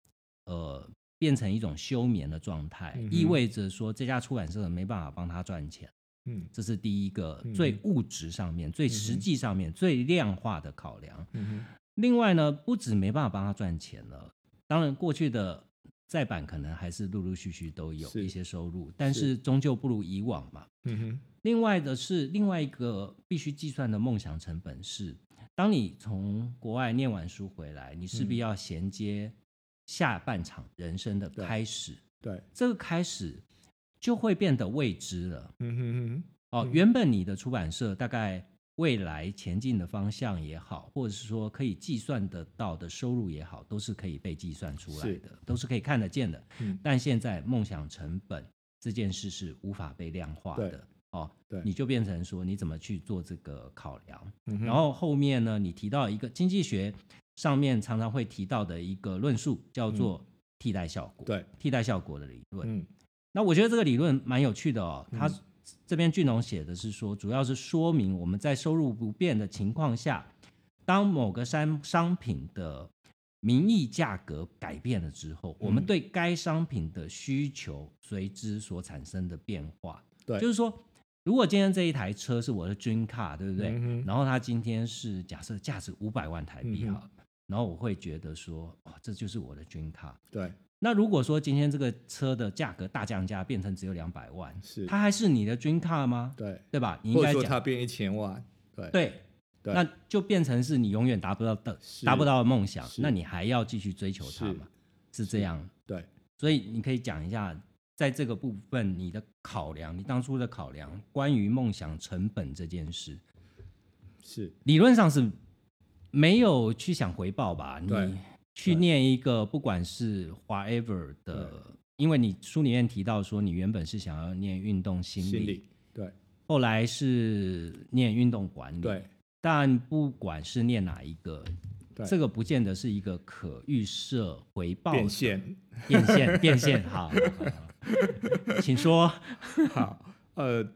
Speaker 1: 呃，变成一种休眠的状态，
Speaker 2: 嗯哼
Speaker 1: 意味着说这家出版社没办法帮他赚钱，
Speaker 2: 嗯
Speaker 1: 这是第一个
Speaker 2: 嗯
Speaker 1: 最物质上面、最实际上面、最量化的考量。
Speaker 2: 嗯哼
Speaker 1: 另外呢，不止没办法帮他赚钱了，当然过去的再版可能还是陆陆续续都有
Speaker 2: 是
Speaker 1: 一些收入，但是终究不如以往嘛。
Speaker 2: 嗯哼
Speaker 1: 另外的是，另外一个必须计算的梦想成本是，当你从国外念完书回来，你
Speaker 2: 嗯
Speaker 1: 势必要衔接下半场人生的
Speaker 2: 对
Speaker 1: 开始，
Speaker 2: 对
Speaker 1: 这个开始就会变得未知了。
Speaker 2: 嗯哼嗯哼
Speaker 1: 哦，原本你的出版社大概未来前进的方向也好，或者是说可以计算得到的收入也好，都是可以被计算出来
Speaker 2: 是
Speaker 1: 的，都是可以看得见的。
Speaker 2: 嗯
Speaker 1: 但现在梦想成本这件事是无法被量化
Speaker 2: 对
Speaker 1: 的。哦，
Speaker 2: 对
Speaker 1: 你就变成说你怎么去做这个考量？
Speaker 2: 嗯哼
Speaker 1: 然后后面呢，你提到一个经济学上面常常会提到的一个论述，叫做替代效果。
Speaker 2: 嗯对
Speaker 1: 替代效果的理论。
Speaker 2: 嗯
Speaker 1: 那我觉得这个理论蛮有趣的哦。他这边俊龙写的是说，主要是说明我们在收入不变的情况下，当某个商商品的名义价格改变了之后，我
Speaker 2: 嗯
Speaker 1: 们对该商品的需求随之所产生的变化。
Speaker 2: 对
Speaker 1: 就是说，如果今天这一台车是我的 dream car，对不对？
Speaker 2: 嗯哼
Speaker 1: 然后它今天是假设价值五百万台币
Speaker 2: 嗯
Speaker 1: 哈
Speaker 2: 哼，
Speaker 1: 然后我会觉得说，哇，这就是我的 dream car。
Speaker 2: 对
Speaker 1: 那如果说今天这个车的价格大降价，变成只有两百万，
Speaker 2: 是
Speaker 1: 它还是你的 dream car 吗？
Speaker 2: 对，
Speaker 1: 对吧？你应
Speaker 2: 或者
Speaker 1: 该
Speaker 2: 说
Speaker 1: 讲
Speaker 2: 他变一千万，对
Speaker 1: 对，
Speaker 2: 对
Speaker 1: 那就变成是你永远达不到的
Speaker 2: 是
Speaker 1: 达不到的梦想，
Speaker 2: 是
Speaker 1: 那你还要继续追求它
Speaker 2: 是
Speaker 1: 嘛？是这样，
Speaker 2: 对
Speaker 1: 所以你可以讲一下，在这个部分你的考量，你当初的考量关于梦想成本这件事，
Speaker 2: 是
Speaker 1: 理论上是没有去想回报吧？
Speaker 2: 对
Speaker 1: 你去念一个不管是 whatever 的因为你书里面提到说你原本是想要念运动心理，
Speaker 2: 心理对
Speaker 1: 后来是念运动管理，
Speaker 2: 对
Speaker 1: 但不管是念哪一个，
Speaker 2: 对
Speaker 1: 这个不见得是一个可预设回报的
Speaker 2: 变现
Speaker 1: 变
Speaker 2: [LAUGHS]
Speaker 1: 现变现，好，好好好请说。
Speaker 2: 好，呃，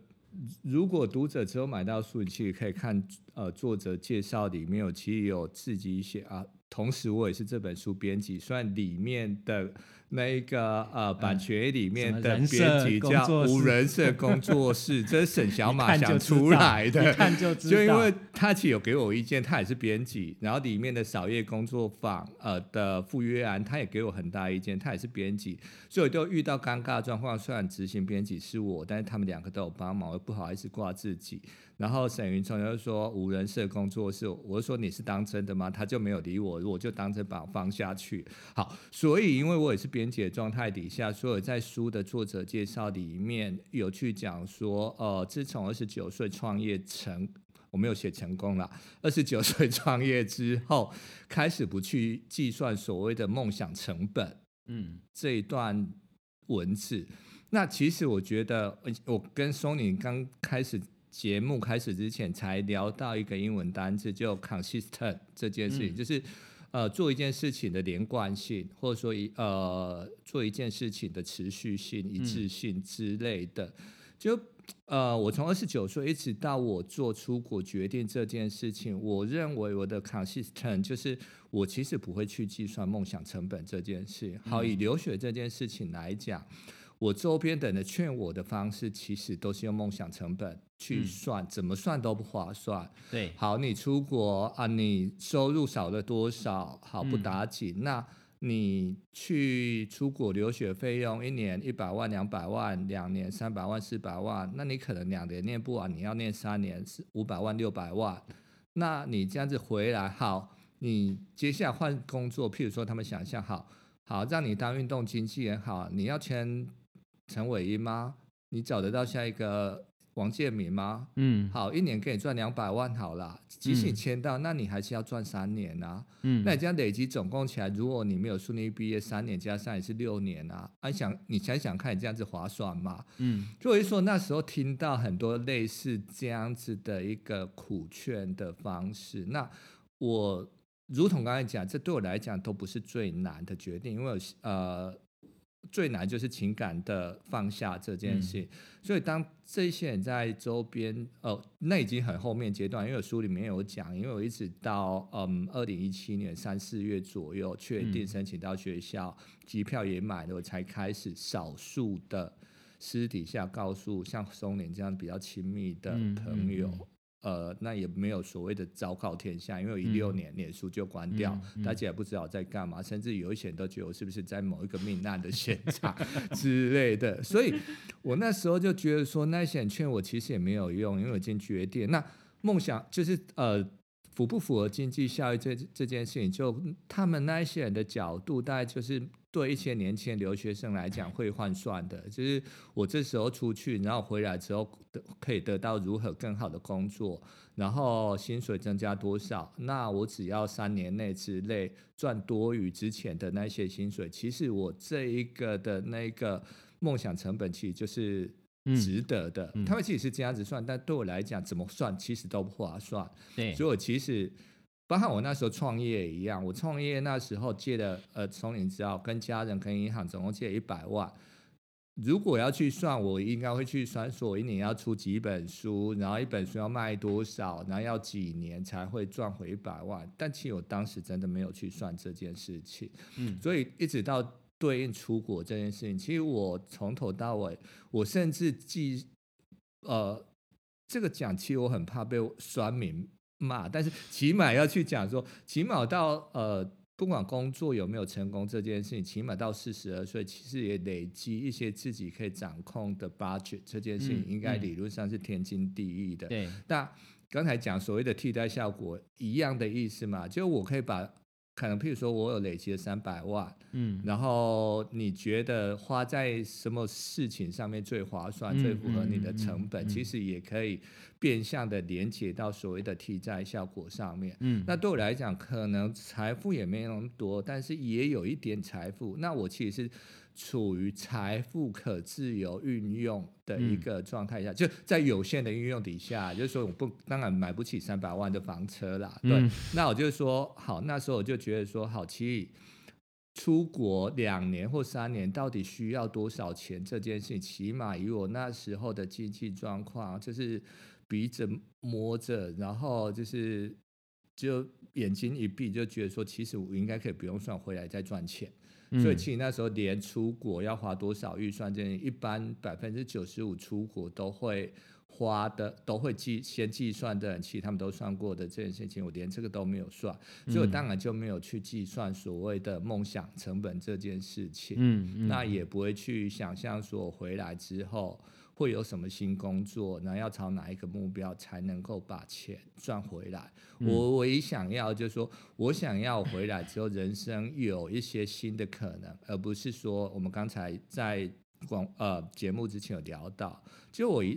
Speaker 2: 如果读者只有买到书，其实可以看呃作者介绍里面有其实有自己写啊，同时我也是这本书编辑，虽然里面的那一个呃版权里面的
Speaker 1: 嗯什么人设
Speaker 2: 编辑
Speaker 1: 工
Speaker 2: 叫
Speaker 1: 作室
Speaker 2: 无人社工作室，这是沈小
Speaker 1: [LAUGHS]
Speaker 2: 马
Speaker 1: 一看就
Speaker 2: 想
Speaker 1: 知道
Speaker 2: 出
Speaker 1: [LAUGHS]
Speaker 2: 来的，
Speaker 1: 一看就知道
Speaker 2: 因为他其实有给我意见，他也是编辑，然后里面的扫夜工作坊呃的傅约安，他也给我很大意见，他也是编辑，所以我都遇到尴尬的状况。虽然执行编辑是我，但是他们两个都有帮忙，我又不好意思挂自己。然后沈云聪就说无人社工作室，我就说你是当真的吗？他就没有理我，我就当真把我放下去。好，所以因为我也是编辑的状态底下，所以在书的作者介绍里面有去讲说，呃，自从二十九岁创业成。我没有写成功啦。二十九岁创业之后，开始不去计算所谓的梦想成本，
Speaker 1: 嗯，
Speaker 2: 这一段文字。那其实我觉得，呃我跟 Sony 刚开始节目开始之前才聊到一个英文单字，就 consistent 这件事情，就是呃做一件事情的连贯性，或者说一呃做一件事情的持续性、一致性之类的。就呃，我从二十九岁一直到我做出国决定这件事情，我认为我的 consistent 就是我其实不会去计算梦想成本这件事。好，以留学这件事情来讲，我周边的人劝我的方式，其实都是用梦想成本去算，怎么算都不划算。
Speaker 1: 对，
Speaker 2: 好，你出国啊，你收入少了多少？好，不
Speaker 1: 嗯
Speaker 2: 打紧。那你去出国留学费用一年一百万、两百万，两年三百万、四百万，那你可能两年念不完，你要念三年是五百万、六百万。那你这样子回来，好，你接下来换工作，譬如说他们想象好，好让你当运动经纪人，好，你要签陈伟英吗？你找得到下一个王建民吗？
Speaker 1: 嗯
Speaker 2: 好，一年给你赚两百万好啦，即使你
Speaker 1: 嗯
Speaker 2: 签到，那你还是要赚三年啊。
Speaker 1: 嗯，
Speaker 2: 那你这样累积总共起来，如果你没有顺利毕业，三年加上也是六年啊。啊，你想你想想看，你这样子划算吗？
Speaker 1: 嗯
Speaker 2: 所以说那时候听到很多类似这样子的一个苦劝的方式，那我如同刚才讲，这对我来讲都不是最难的决定，因为我是呃最难就是情感的放下这
Speaker 1: 嗯
Speaker 2: 件事。所以当这些人在周边，呃，那已经很后面阶段，因为我书里面有讲，因为我一直到嗯二零一七年三四月左右确定
Speaker 1: 嗯
Speaker 2: 申请到学校，机票也买了，我才开始少数的私底下告诉像松林这样比较亲密的
Speaker 1: 嗯
Speaker 2: 朋友。
Speaker 1: 嗯
Speaker 2: 呃，那也没有所谓的昭告天下，因为一六年脸书就关掉，
Speaker 1: 嗯嗯嗯
Speaker 2: 大家也不知道我在干嘛，甚至有一些人都觉得我是不是在某一个命案的现场 [LAUGHS] 之类的，所以我那时候就觉得说，那些人劝我其实也没有用，因为我已经决定。那梦想就是呃，符不符合经济效益这这件事情，就他们那一些人的角度，大概就是对一些年轻的留学生来讲会换算的，就是我这时候出去，然后回来之后得可以得到如何更好的工作，然后薪水增加多少？那我只要三年内之内赚多于之前的那些薪水，其实我这一个的那个梦想成本其实就是
Speaker 1: 嗯
Speaker 2: 值得的。
Speaker 1: 嗯
Speaker 2: 他们其实是这样子算，但对我来讲，怎么算其实都不划算。
Speaker 1: 对，
Speaker 2: 所以我其实，包含我那时候创业也一样，我创业那时候借了呃，从你知道跟家人跟银行总共借一百万。如果要去算，我应该会去算，说我一年要出几本书，然后一本书要卖多少，然后要几年才会赚回一百万。但其实我当时真的没有去算这件事情，
Speaker 1: 嗯
Speaker 2: 所以一直到对应出国这件事情，其实我从头到尾，我甚至记呃，这个讲其实我很怕被酸民骂，但是起码要去讲说，起码到呃，不管工作有没有成功这件事情，起码到四十二岁，其实也累积一些自己可以掌控的 budget 这件事情，
Speaker 1: 嗯
Speaker 2: 应该
Speaker 1: 嗯
Speaker 2: 理论上是天经地义的。
Speaker 1: 对，
Speaker 2: 那刚才讲所谓的替代效果一样的意思嘛，就我可以把。可能譬如说，我有累积了三百万，
Speaker 1: 嗯
Speaker 2: 然后你觉得花在什么事情上面最划算、
Speaker 1: 嗯
Speaker 2: 最符合你的
Speaker 1: 嗯嗯
Speaker 2: 成本，
Speaker 1: 嗯
Speaker 2: 其实也可以变相的连接到所谓的替代效果上面。
Speaker 1: 嗯，
Speaker 2: 那对我来讲，可能财富也没有那么多，但是也有一点财富。那我其实是处于财富可自由运用的
Speaker 1: 嗯
Speaker 2: 一个状态下，就在有限的运用底下，就是说我不当然买不起三百万的房车啦，对，
Speaker 1: 嗯
Speaker 2: 那我就说好，那时候我就觉得说好，其实出国两年或三年到底需要多少钱这件事情，起码以我那时候的经济状况，就是鼻子摸着，然后就是就眼睛一闭，就觉得说，其实我应该可以不用算回来再赚钱。所以其实那时候连出国要花多少预算，这件事一般百分之九十五出国都会花的，都会计先计算的人，其实他们都算过的这件事情，我连这个都没有算，
Speaker 1: 嗯
Speaker 2: 所以我当然就没有去计算所谓的梦想成本这件事情，
Speaker 1: 嗯嗯，
Speaker 2: 那也不会去想象说我回来之后。会有什么新工作？然后要朝哪一个目标才能够把钱赚回来？
Speaker 1: 嗯
Speaker 2: 我唯一想要就是说，我想要回来之后，人生有一些新的可能，而不是说我们刚才在广呃节目之前有聊到，就我一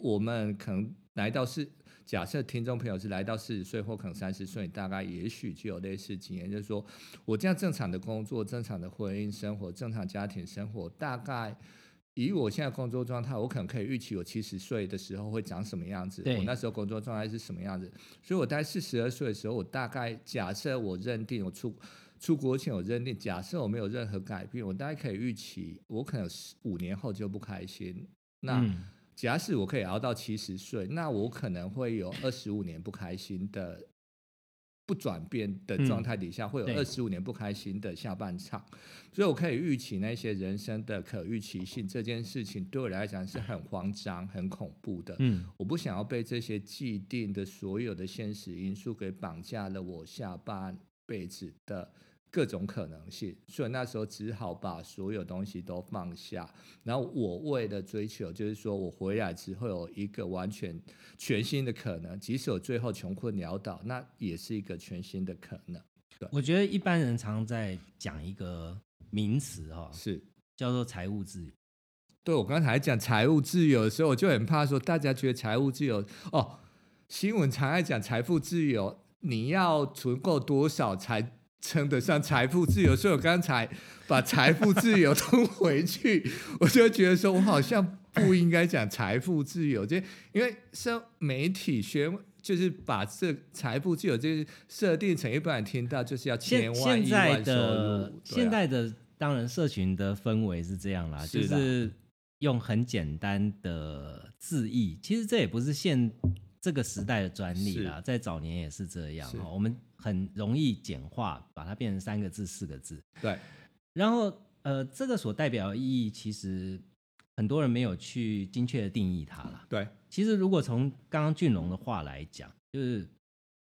Speaker 2: 我们可能来到四，假设听众朋友是来到四十岁或可能三十岁，大概也许就有类似经验，就是说我这样正常的工作、正常的婚姻生活、正常家庭生活，大概。以我现在工作状态，我可能可以预期我七十岁的时候会长什么样子，
Speaker 1: 对
Speaker 2: 我那时候工作状态是什么样子，所以我大概四十二岁的时候，我大概假设我认定我出出国前，我认定假设我没有任何改变，我大概可以预期我可能十五年后就不开心。那、
Speaker 1: 嗯
Speaker 2: 假使我可以熬到七十岁，那我可能会有二十五年不开心的不转变的状态底下，会有
Speaker 1: 对
Speaker 2: 二十五年不开心的下半场。所以我可以预期那些人生的可预期性这件事情，对我来讲是很慌张、很恐怖的。
Speaker 1: 嗯
Speaker 2: 我不想要被这些既定的所有的现实因素给绑架了我下半辈子的各种可能性，所以那时候只好把所有东西都放下。然后我为了追求，就是说我回来之后有一个完全全新的可能，即使我最后穷困潦倒，那也是一个全新的可能。
Speaker 1: 我觉得一般人常在讲一个名词哦，
Speaker 2: 是。
Speaker 1: 叫做财务自由。
Speaker 2: 对我刚才讲财务自由的时候，我就很怕说大家觉得财务自由哦，新闻常爱讲财富自由，你要存够多少才称得上财富自由？所以我刚才把财富
Speaker 1: [LAUGHS]
Speaker 2: 自由吞回去，我就觉得说我好像不应该讲财富自由，就因为像媒体宣。就是把这财富自由就是设定成一般人听到就是要
Speaker 1: 现
Speaker 2: 千万
Speaker 1: 现
Speaker 2: 亿
Speaker 1: 在
Speaker 2: 万收入，
Speaker 1: 的、
Speaker 2: 对啊
Speaker 1: 现在的当然社群的氛围是这样啦，
Speaker 2: 是
Speaker 1: 就
Speaker 2: 啦
Speaker 1: 是用很简单的字义，其实这也不是现这个时代的专利啦，在早年也是这样
Speaker 2: 是
Speaker 1: 哦，我们很容易简化，把它变成三个字、四个字，
Speaker 2: 对
Speaker 1: 然后呃，这个所代表的意义其实很多人没有去精确的定义它啦。
Speaker 2: 对
Speaker 1: 其实如果从刚刚俊龙的话来讲，就是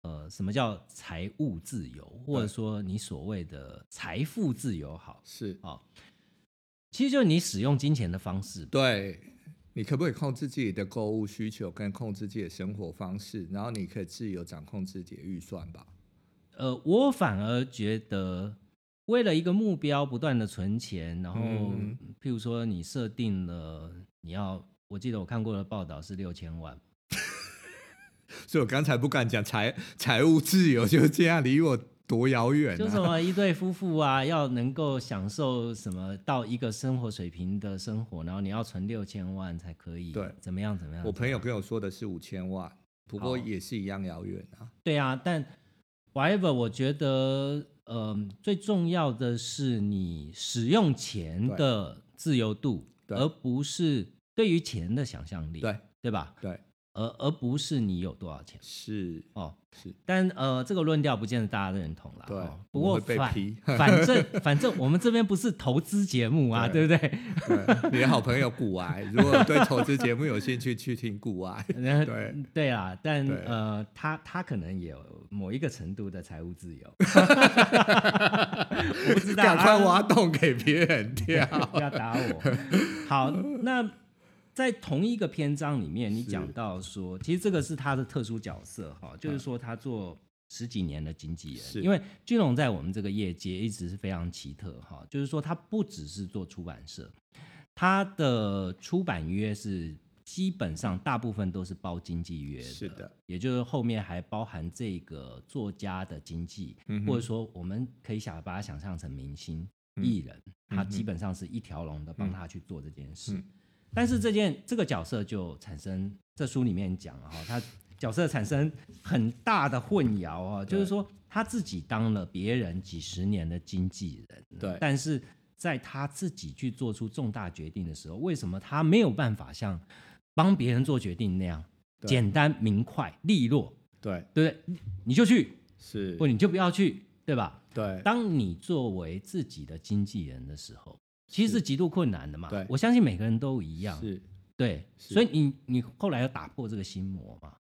Speaker 1: 呃，什么叫财务自由，或者说你所谓的财富自由好，哦
Speaker 2: 是，
Speaker 1: 其实就是你使用金钱的方式。
Speaker 2: 对，你可不可以控制自己的购物需求，跟控制自己的生活方式，然后你可以自由掌控自己的预算吧？
Speaker 1: 呃，我反而觉得。为了一个目标不断的存钱，然后
Speaker 2: 嗯
Speaker 1: 譬如说你设定了你要，我记得我看过的报道是六千万，
Speaker 2: 所以我刚才不敢讲财财务自由，就是这样离我多遥远
Speaker 1: 就什
Speaker 2: 啊！
Speaker 1: 么一对夫妇啊，要能够享受什么到一个生活水平的生活，然后你要存六千万才可以，
Speaker 2: 对
Speaker 1: 怎么样怎么样？
Speaker 2: 我朋友
Speaker 1: 怎么样
Speaker 2: 跟我说的是五千万，不过
Speaker 1: 好
Speaker 2: 也是一样遥远啊。
Speaker 1: 对啊，但 whatever，我觉得，嗯、最重要的是你使用钱的自由度，
Speaker 2: 对
Speaker 1: 而不是对于钱的想象力，
Speaker 2: 对
Speaker 1: 对吧？
Speaker 2: 对，
Speaker 1: 而而不是你有多少钱
Speaker 2: 是
Speaker 1: 哦。
Speaker 2: 是，
Speaker 1: 但呃，这个论调不见得大家认同啦。
Speaker 2: 对
Speaker 1: 哦不
Speaker 2: 我们
Speaker 1: 过
Speaker 2: 会被
Speaker 1: 反
Speaker 2: 批 [LAUGHS]
Speaker 1: 反正反正我们这边不是投资节目啊，
Speaker 2: 对
Speaker 1: 对不对？
Speaker 2: 对你的好朋友古癌，如果对投资节目有兴趣，去听古癌。
Speaker 1: 然后
Speaker 2: 对
Speaker 1: 对啦，但
Speaker 2: 对
Speaker 1: 呃，他他可能也有某一个程度的财务自
Speaker 2: [LAUGHS]
Speaker 1: 由，我不知道，
Speaker 2: 赶快
Speaker 1: 啊
Speaker 2: 挖洞给别人跳。
Speaker 1: 不要打我。好，那在同一个篇章里面，你讲到说，其实这个是他的特殊角色哈，就是说他做十几年的经纪
Speaker 2: 嗯是
Speaker 1: 人，因为俊龙在我们这个业界一直是非常奇特哈，就是说他不只是做出版社，他的出版约是。基本上大部分都是包经纪约的，
Speaker 2: 是的，
Speaker 1: 也就是后面还包含这个作家的经济，
Speaker 2: 嗯哼
Speaker 1: 或者说我们可以想把它想象成明星，艺人，他
Speaker 2: 嗯哼
Speaker 1: 基本上是一条龙的帮他去做这件事。
Speaker 2: 嗯
Speaker 1: 但是这件这个角色就产生，这书里面讲了哈、他角色产生很大的混淆哦，就是说他自己当了别人几十年的经纪人，
Speaker 2: 对
Speaker 1: 但是在他自己去做出重大决定的时候，为什么他没有办法像帮别人做决定那样
Speaker 2: 对
Speaker 1: 简单明快利落，
Speaker 2: 对，
Speaker 1: 对不对？你你就去，
Speaker 2: 是
Speaker 1: 或，你就不要去，对吧？
Speaker 2: 对，
Speaker 1: 当你作为自己的经纪人的时候，其实是极度困难的嘛
Speaker 2: 对。
Speaker 1: 我相信每个人都一样，
Speaker 2: 是，
Speaker 1: 对，
Speaker 2: 是
Speaker 1: 所以你你后来要打破这个心魔
Speaker 2: [LAUGHS]
Speaker 1: 嘛？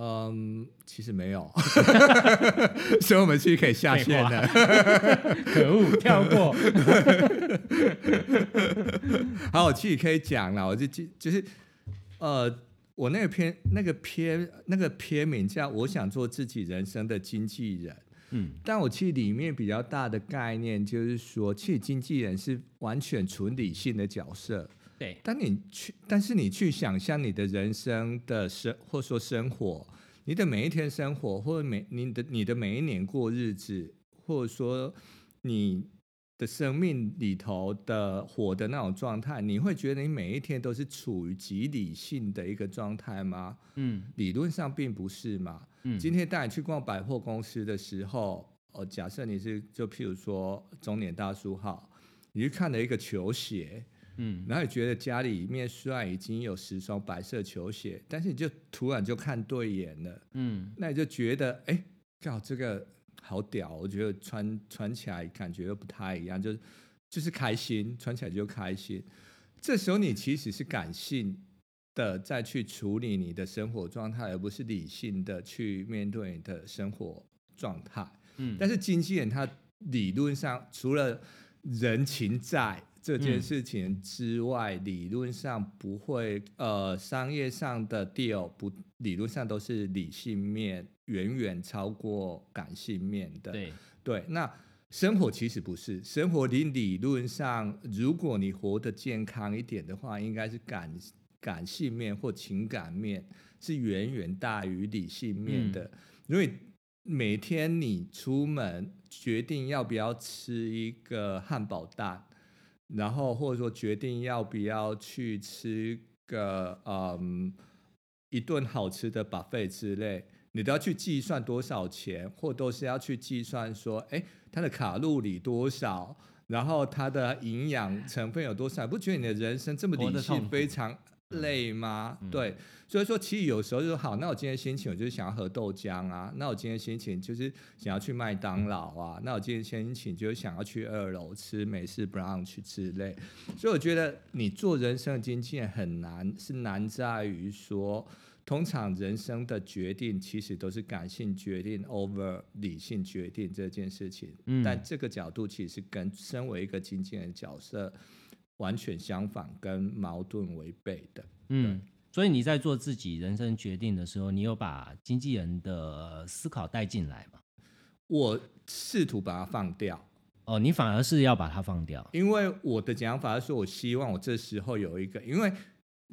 Speaker 2: 嗯，其实没有， [LAUGHS] 所以我们其实可以下线的。
Speaker 1: 可恶，跳过。
Speaker 2: [LAUGHS] 好，我自己可以讲了，我就就就是，呃，我那个片那个片那个片名叫《我想做自己人生的经纪人》，
Speaker 1: [LAUGHS]
Speaker 2: [LAUGHS]
Speaker 1: 嗯，
Speaker 2: 但我其实里面比较大的概念就是说，其实经纪人是完全纯理性的角色，
Speaker 1: 对，
Speaker 2: 当你去，但是你去想象你的人生的生，或说生活，你的每一天生活，或者每你的你的每一年过日子，或者说你的生命里头的活的那种状态，你会觉得你每一天都是处于极理性的一个状态吗？
Speaker 1: 嗯
Speaker 2: 理论上并不是嘛。
Speaker 1: 嗯，
Speaker 2: 今天带你去逛百货公司的时候，呃，假设你是就譬如说中年大叔好，你去看了一个球鞋。
Speaker 1: 嗯
Speaker 2: 然后你觉得家里面虽然已经有十双白色球鞋，但是你就突然就看对眼了，
Speaker 1: 嗯
Speaker 2: 那你就觉得哎，靠这个好屌，我觉得穿穿起来感觉又不太一样，就就是开心，穿起来就开心。这时候你其实是感性的再去处理你的生活状态，而不是理性的去面对你的生活状态。
Speaker 1: 嗯，
Speaker 2: 但是经纪人他理论上除了人情债这件
Speaker 1: 嗯
Speaker 2: 事情之外，理论上不会呃商业上的 deal 不理论上都是理性面远远超过感性面的。
Speaker 1: 对，
Speaker 2: 对，那生活其实不是，生活你理论上，如果你活得健康一点的话，应该是感感性面或情感面是远远大于理性面的，因为每天你出门决定要不要吃一个汉堡蛋，然后或者说决定要不要去吃个嗯一顿好吃的 buffet 之类，你都要去计算多少钱，或都是要去计算说，哎，它的卡路里多少，然后它的营养成分有多少，你不觉得你的人生这么
Speaker 1: 活
Speaker 2: 理
Speaker 1: 得痛
Speaker 2: 性
Speaker 1: 苦嗯
Speaker 2: 非常累吗？对，所以说其实有时候就说好，那我今天心情我就是想要喝豆浆啊，那我今天心情就是想要去麦当劳啊，那我今天心情就是想要去二楼吃美式 brunch 之类。所以我觉得你做人生的经纪人很难，是难在于说，通常人生的决定其实都是感性决定 over 理性决定这件事情。
Speaker 1: 嗯
Speaker 2: 但这个角度其实跟身为一个经纪人的角色完全相反，跟矛盾违背的。
Speaker 1: 嗯，所以你在做自己人生决定的时候，你有把经纪人的思考带进来吗？
Speaker 2: 我试图把它放掉。
Speaker 1: 哦，你反而是要把它放掉。
Speaker 2: 因为我的讲法是说，我希望我这时候有一个，因为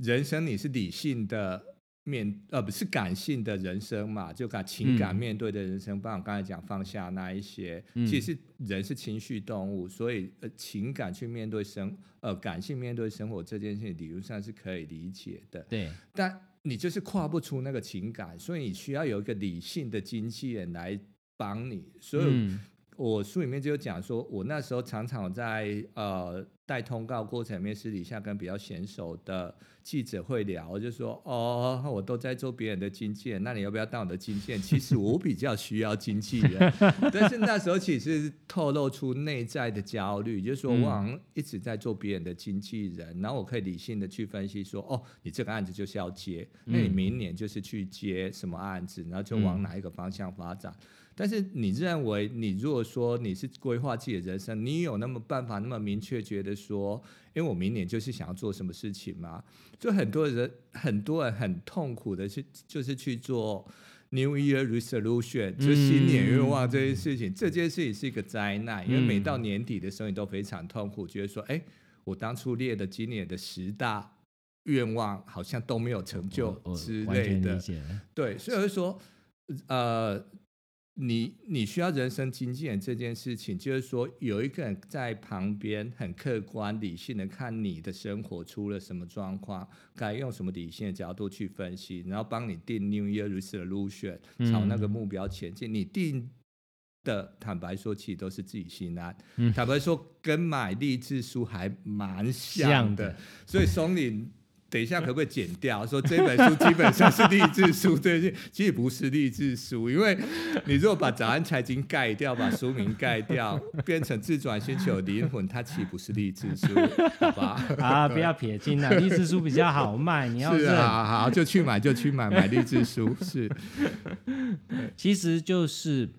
Speaker 2: 人生你是理性的面，呃，不是感性的人生嘛，就感情
Speaker 1: 嗯
Speaker 2: 感面对的人生。包括我刚才讲放下那一些，
Speaker 1: 嗯
Speaker 2: 其实人是情绪动物，所以呃，情感去面对生，呃，感性面对生活这件事情，理论上是可以理解的。
Speaker 1: 对，
Speaker 2: 但你就是跨不出那个情感，所以你需要有一个理性的经纪人来帮你。所以
Speaker 1: 嗯
Speaker 2: 我书里面就有讲说，我那时候常常在呃带通告过程里面，私底下跟比较娴熟的记者会聊，就说哦，我都在做别人的经纪人，那你要不要当我的经纪人？其实我比较需要经纪人， [LAUGHS] 但是那时候其实是透露出内在的焦虑，就是说
Speaker 1: 嗯
Speaker 2: 我好像一直在做别人的经纪人，然后我可以理性的去分析说，哦，你这个案子就是要接，那你
Speaker 1: 嗯
Speaker 2: 明年就是去接什么案子，然后就
Speaker 1: 嗯
Speaker 2: 往哪一个方向发展。但是你认为，你如果说你是规划自己的人生，你有那么办法那么明确觉得说，因为我明年就是想要做什么事情吗？就很多人，很多人很痛苦的去，就是去做 New Year Resolution，就
Speaker 1: 嗯
Speaker 2: 新年愿望这件事情。这件事情是一个灾难，因为
Speaker 1: 嗯
Speaker 2: 每到年底的时候，你都非常痛苦，觉得说，哎，我当初列的今年的十大愿望好像都没有成就
Speaker 1: 我我
Speaker 2: 之
Speaker 1: 哦完
Speaker 2: 类 [LAUGHS]
Speaker 1: 全
Speaker 2: 的
Speaker 1: 理。解了。
Speaker 2: 对，所以我就说，呃，你你需要人生经验这件事情，就是说有一个人在旁边很客观理性的看你的生活出了什么状况，该用什么理性的角度去分析，然后帮你定 New Year Resolution，朝那个目标前进。你定的，坦白说，其实都是自己心安。
Speaker 1: 嗯
Speaker 2: 坦白说，跟买励志书还蛮
Speaker 1: 像
Speaker 2: 像的，
Speaker 1: 的
Speaker 2: 所以松林。等一下，可不可以剪掉？说这本书基本上是励志书，对，是其实不是励志书，因为你如果把早安财经盖掉，把书名盖掉，变成自转星球灵魂，它岂不是励志书？好吧，
Speaker 1: 啊，不要撇清了，励志书比较好卖。 [LAUGHS] 你要
Speaker 2: 是
Speaker 1: 认，
Speaker 2: 啊，好，就去买，就去买，买励志书是，
Speaker 1: 其实就是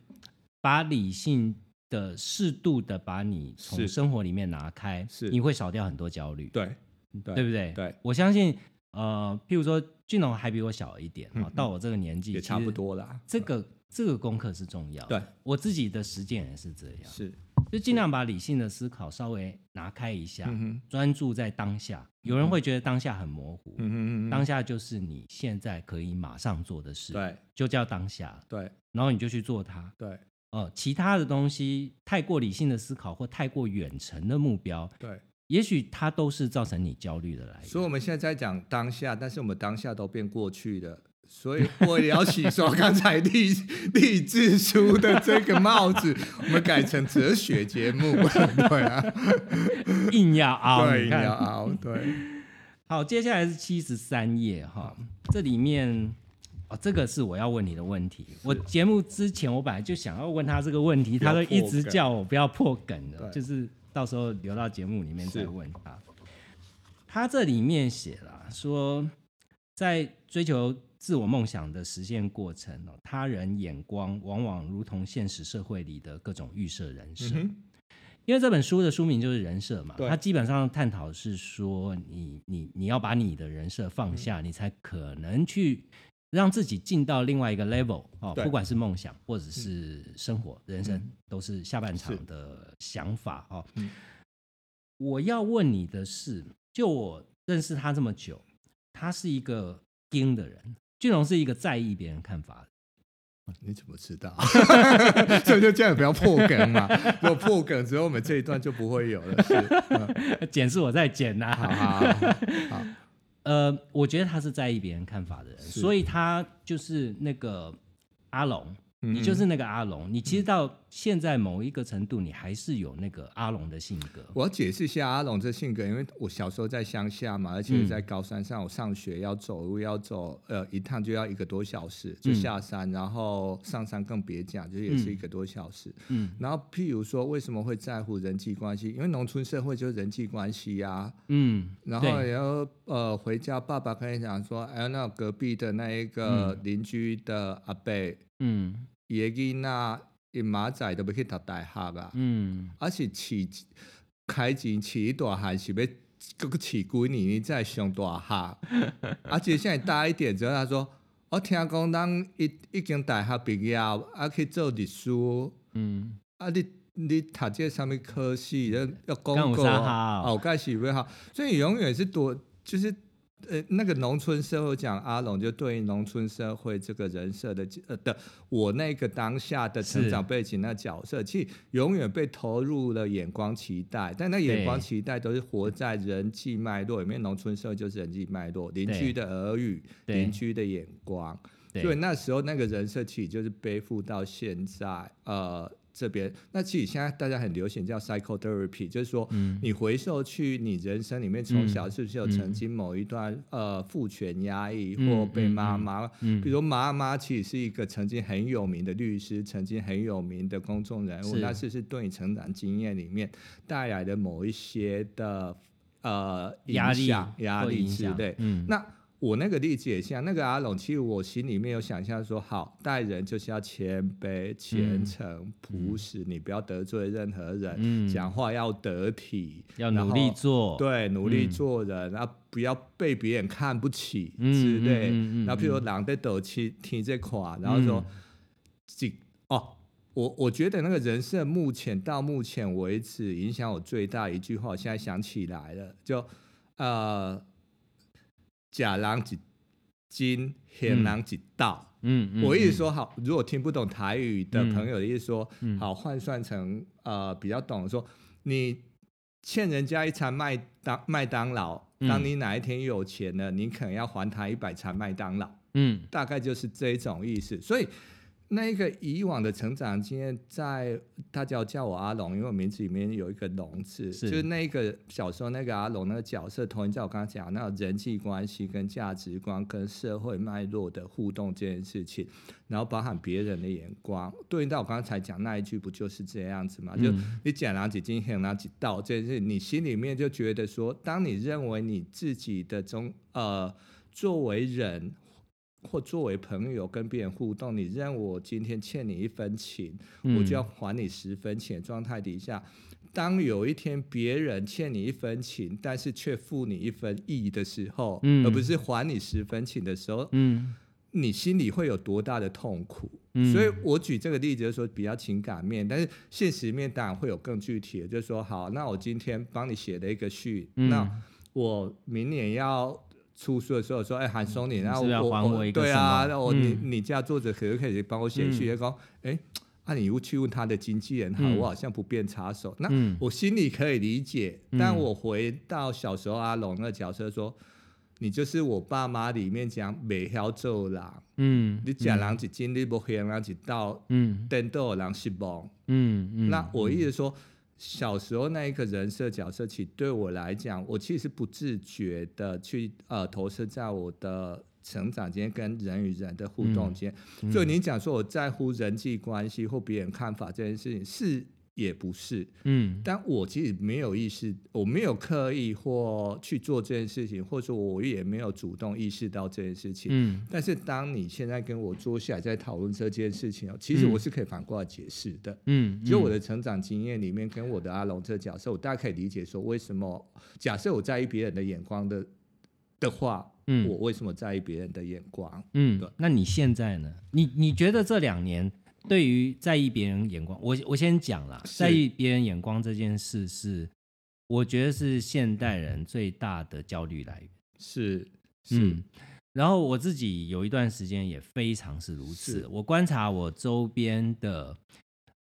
Speaker 1: 把理性的、适度的把你从
Speaker 2: 是
Speaker 1: 生活里面拿开，
Speaker 2: 是
Speaker 1: 你会少掉很多焦虑，
Speaker 2: 对，对
Speaker 1: 嗯对不对？
Speaker 2: 对，
Speaker 1: 我相信，呃，譬如说俊龙还比我小一点啊
Speaker 2: 嗯，
Speaker 1: 到我这个年纪
Speaker 2: 也差不。多啦。
Speaker 1: 其实这个这个功课是重要，
Speaker 2: 对，
Speaker 1: 我自己的实践也是这样，
Speaker 2: 是，
Speaker 1: 就尽量把理性的思考稍微拿开一下，
Speaker 2: 嗯哼，
Speaker 1: 专注在当下。有人会觉得当下很模糊，
Speaker 2: 嗯哼嗯哼，
Speaker 1: 当下就是你现在可以马上做的事，
Speaker 2: 对
Speaker 1: 就叫当下，
Speaker 2: 对
Speaker 1: 然后你就去做它。
Speaker 2: 对
Speaker 1: 呃，其他的东西太过理性的思考或太过远程的目标，
Speaker 2: 对，
Speaker 1: 也许它都是造成你焦虑的来
Speaker 2: 所以
Speaker 1: 源。
Speaker 2: 我们现在在讲当下，但是我们当下都变过去
Speaker 1: [LAUGHS]
Speaker 2: 了。所以我也要洗刷刚才励励志书的这个帽子， [LAUGHS] 我们改成哲学节
Speaker 1: [LAUGHS]
Speaker 2: 目，对啊，
Speaker 1: 硬要凹，
Speaker 2: 对，
Speaker 1: 你
Speaker 2: 你
Speaker 1: 看嗯
Speaker 2: 要熬，对。
Speaker 1: 好，接下来是七十三页哈，这里面哦，这个是我要问你的问题。我节目之前我本来就想要问他这个问题，
Speaker 2: 不
Speaker 1: 他
Speaker 2: 要
Speaker 1: 都一
Speaker 2: 破
Speaker 1: 直
Speaker 2: 梗
Speaker 1: 叫我不要破梗的，
Speaker 2: 对
Speaker 1: 就是到时候留到节目里面再
Speaker 2: 是
Speaker 1: 问他。他这里面写了说，在追求自我梦想的实现过程哦，他人眼光往往如同现实社会里的各种预设人设。
Speaker 2: 嗯
Speaker 1: 因为这本书的书名就是人设嘛，
Speaker 2: 对
Speaker 1: 它基本上探讨是说你你你要把你的人设放下，你才可能去让自己进到另外一个 level 哦，
Speaker 2: 对
Speaker 1: 不管是梦想或者是生活、人生，
Speaker 2: 嗯
Speaker 1: 都是下半场
Speaker 2: 是
Speaker 1: 的想法哦。
Speaker 2: 嗯
Speaker 1: 我要问你的是，就我认识他这么久，他是一个硬的人，俊荣是一个在意别人看法的人。
Speaker 2: 你怎么
Speaker 1: [LAUGHS]
Speaker 2: 知道？所以就这样不要破梗嘛。如果破梗之后，我们这一段就不会有了。是，嗯
Speaker 1: [LAUGHS] 剪是我在剪啊呐、
Speaker 2: 好好好，
Speaker 1: 呃，我觉得他是在意别人看法的人，
Speaker 2: 是
Speaker 1: 所以他就是那个阿龙，
Speaker 2: 嗯
Speaker 1: 你就是那个阿龙。你其实到现在某一个程度，你还是有那个阿龙的性格。
Speaker 2: 我要解释一下阿龙这性格，因为我小时候在乡下嘛，而
Speaker 1: 嗯
Speaker 2: 且在高山上，我上学要走路，要走呃一趟就要一个多小时，就
Speaker 1: 嗯
Speaker 2: 下山，然后上山更别讲，就是也是一个多小时。
Speaker 1: 嗯
Speaker 2: 然后譬如说，为什么会在乎人际关系？因为农村社会就是人际关系呀、
Speaker 1: 嗯，
Speaker 2: 然后
Speaker 1: 对
Speaker 2: 然后呃，回家爸爸跟你讲说，哎，那隔壁的那一个邻居的阿伯，
Speaker 1: 嗯
Speaker 2: 伊个囡仔伊马仔都要去读大学啊，
Speaker 1: 嗯
Speaker 2: 啊是饲开钱饲一大汉是要搁搁饲几年，你再上大学，啊，即现在大一点之后，他说，我听讲咱已已经大学毕业，啊去做律师，
Speaker 1: 嗯，
Speaker 2: 啊你。你读这啥物科系？要要
Speaker 1: 干
Speaker 2: 广
Speaker 1: 嗯有
Speaker 2: 告
Speaker 1: 啥好
Speaker 2: 哦，盖洗不好，所以永远是多就是。呃，那个农村社会讲阿龙就对于农村社会这个人设的呃的我那个当下的成
Speaker 1: 是
Speaker 2: 长背景那角色，其实永远被投入了眼光期待，但那眼光
Speaker 1: 对
Speaker 2: 期待都是活在人际脉络里面。农村社会就是人际脉络，邻居的耳语，
Speaker 1: 对
Speaker 2: 邻居的眼光，所以
Speaker 1: 对，
Speaker 2: 那时候那个人设其实就是背负到现在，呃，这边那其实现在大家很流行叫 psychotherapy，就是说
Speaker 1: 嗯
Speaker 2: 你回溯去你人生里面从小是不是有曾经某一段、呃父权压抑
Speaker 1: 嗯
Speaker 2: 或被妈妈，
Speaker 1: 嗯
Speaker 2: 比如妈妈其实是一个曾经很有名的律师，曾经很有名的公众人物，
Speaker 1: 是
Speaker 2: 那是不是对你成长经验里面带来的某一些的呃影
Speaker 1: 压力
Speaker 2: 响压
Speaker 1: 或
Speaker 2: 力
Speaker 1: 影
Speaker 2: 之
Speaker 1: 响
Speaker 2: 类，
Speaker 1: 嗯
Speaker 2: 那我那个例子也像那个阿龙，其实我心里面有想象说，好待人就是要谦卑、虔诚、朴实，你不要得罪任何人，
Speaker 1: 嗯哦
Speaker 2: 讲话要得体，
Speaker 1: 要
Speaker 2: 然
Speaker 1: 努
Speaker 2: 后
Speaker 1: 力做。
Speaker 2: 对，努力
Speaker 1: 嗯
Speaker 2: 做人，然后不要被别人看不起之类。
Speaker 1: 嗯嗯嗯嗯嗯嗯
Speaker 2: 然后譬如人在抖气听这垮，然后说，几哦，我我觉得那个人设目前到目前为止影响我最大一句话，我现在想起来了，就呃，假狼几斤，黑狼几道。
Speaker 1: 嗯嗯，
Speaker 2: 我一直
Speaker 1: 嗯
Speaker 2: 说好，如果听不懂台语的
Speaker 1: 嗯
Speaker 2: 朋友，意思说、
Speaker 1: 嗯
Speaker 2: 好换算成呃比较懂的说，你欠人家一餐麦当麦当劳，
Speaker 1: 嗯
Speaker 2: 当你哪一天有钱了，你可能要还他一百餐麦当劳，
Speaker 1: 嗯
Speaker 2: 大概就是这种意思。所以那个以往的成长经验在，大家有叫我阿龙，因为我名字里面有一个龙字，
Speaker 1: 是
Speaker 2: 就是那个小时候那个阿龙那个角色，同一在我刚刚讲那个人际关系、跟价值观、跟社会脉络的互动这件事情，然后包含别人的眼光，对应到我刚才讲那一句，不就是这样子吗？就
Speaker 1: 嗯
Speaker 2: 你讲哪几斤，很哪几道这件事，你心里面就觉得说，当你认为你自己的中呃作为人或作为朋友跟别人互动，你认为我今天欠你一分情，
Speaker 1: 嗯
Speaker 2: 我就要还你十分钱的状态底下，当有一天别人欠你一分情，但是却付你一分义的时候，
Speaker 1: 嗯
Speaker 2: 而不是还你十分情的时候，
Speaker 1: 嗯
Speaker 2: 你心里会有多大的痛苦？
Speaker 1: 嗯
Speaker 2: 所以我举这个例子就是说比较情感面，但是现实面当然会有更具体的，就是说好，那我今天帮你写了一个序，
Speaker 1: 嗯
Speaker 2: 那我明年要。出书的时候说，哎、韩松你，那
Speaker 1: 是不是要
Speaker 2: 我
Speaker 1: 还我一个
Speaker 2: 对啊
Speaker 1: 什么，
Speaker 2: 那我、
Speaker 1: 嗯
Speaker 2: 你你家作者可不可以帮我写序？他说，哎、那、你去问他的经纪人好，
Speaker 1: 嗯
Speaker 2: 我好像不便插手。那
Speaker 1: 嗯
Speaker 2: 我心里可以理解，
Speaker 1: 嗯
Speaker 2: 但我回到小时候阿龙的角色说，你就是我爸妈里面讲每条做人，
Speaker 1: 嗯，
Speaker 2: 你讲人一斤，你不黑人一道，
Speaker 1: 嗯
Speaker 2: 等到人失望。
Speaker 1: 嗯嗯，
Speaker 2: 那我一直说，小时候那一个人设角色，其实对我来讲，我其实不自觉的去呃投射在我的成长间跟人与人的互动间。
Speaker 1: 嗯
Speaker 2: 所以你讲说我在乎人际关系或别人看法这件事情，是也不是。
Speaker 1: 嗯
Speaker 2: 但我其实没有意识，我没有刻意或去做这件事情，或者说我也没有主动意识到这件事情。
Speaker 1: 嗯
Speaker 2: 但是当你现在跟我坐下来在讨论这件事情哦，其实
Speaker 1: 嗯
Speaker 2: 我是可以反过来解释的。
Speaker 1: 嗯，
Speaker 2: 就我的成长经验里面，跟我的阿龙这个角色，我大概可以理解说，为什么假设我在意别人的眼光的的话，
Speaker 1: 嗯
Speaker 2: 我为什么在意别人的眼光？
Speaker 1: 嗯
Speaker 2: 对，
Speaker 1: 那你现在呢？你你觉得这两年对于在意别人眼光，我我先讲啦，
Speaker 2: 是
Speaker 1: 在意别人眼光这件事是，我觉得是现代人最大的焦虑来源。
Speaker 2: 是是
Speaker 1: 嗯，然后我自己有一段时间也非常是如此
Speaker 2: 是。
Speaker 1: 我观察我周边的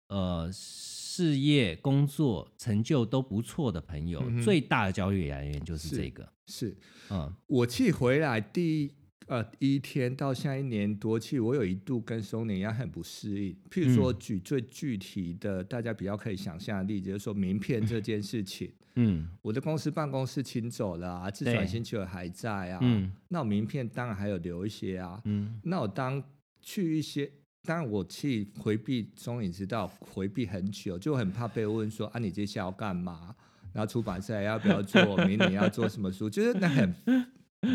Speaker 1: 呃事业、工作成就都不错的朋友，
Speaker 2: 嗯哼
Speaker 1: 最大的焦虑来源就是
Speaker 2: 是
Speaker 1: 这个。
Speaker 2: 是，
Speaker 1: 嗯
Speaker 2: 我去回来第一呃第一天到现在一年多，去我有一度跟松林一样很不适应。譬如
Speaker 1: 嗯
Speaker 2: 说，举最具体的、大家比较可以想象的例子，就是说名片这件事情，
Speaker 1: 嗯
Speaker 2: 我的公司办公室清走了啊，自
Speaker 1: 对
Speaker 2: 转星球还在啊，
Speaker 1: 嗯
Speaker 2: 那我名片当然还有留一些啊。
Speaker 1: 嗯
Speaker 2: 那我当去一些，当然我去回避松林之道，回避很久，就很怕被问说啊，你接下来要干嘛？然后出版社还要不要做？明年要做什么书？就是那很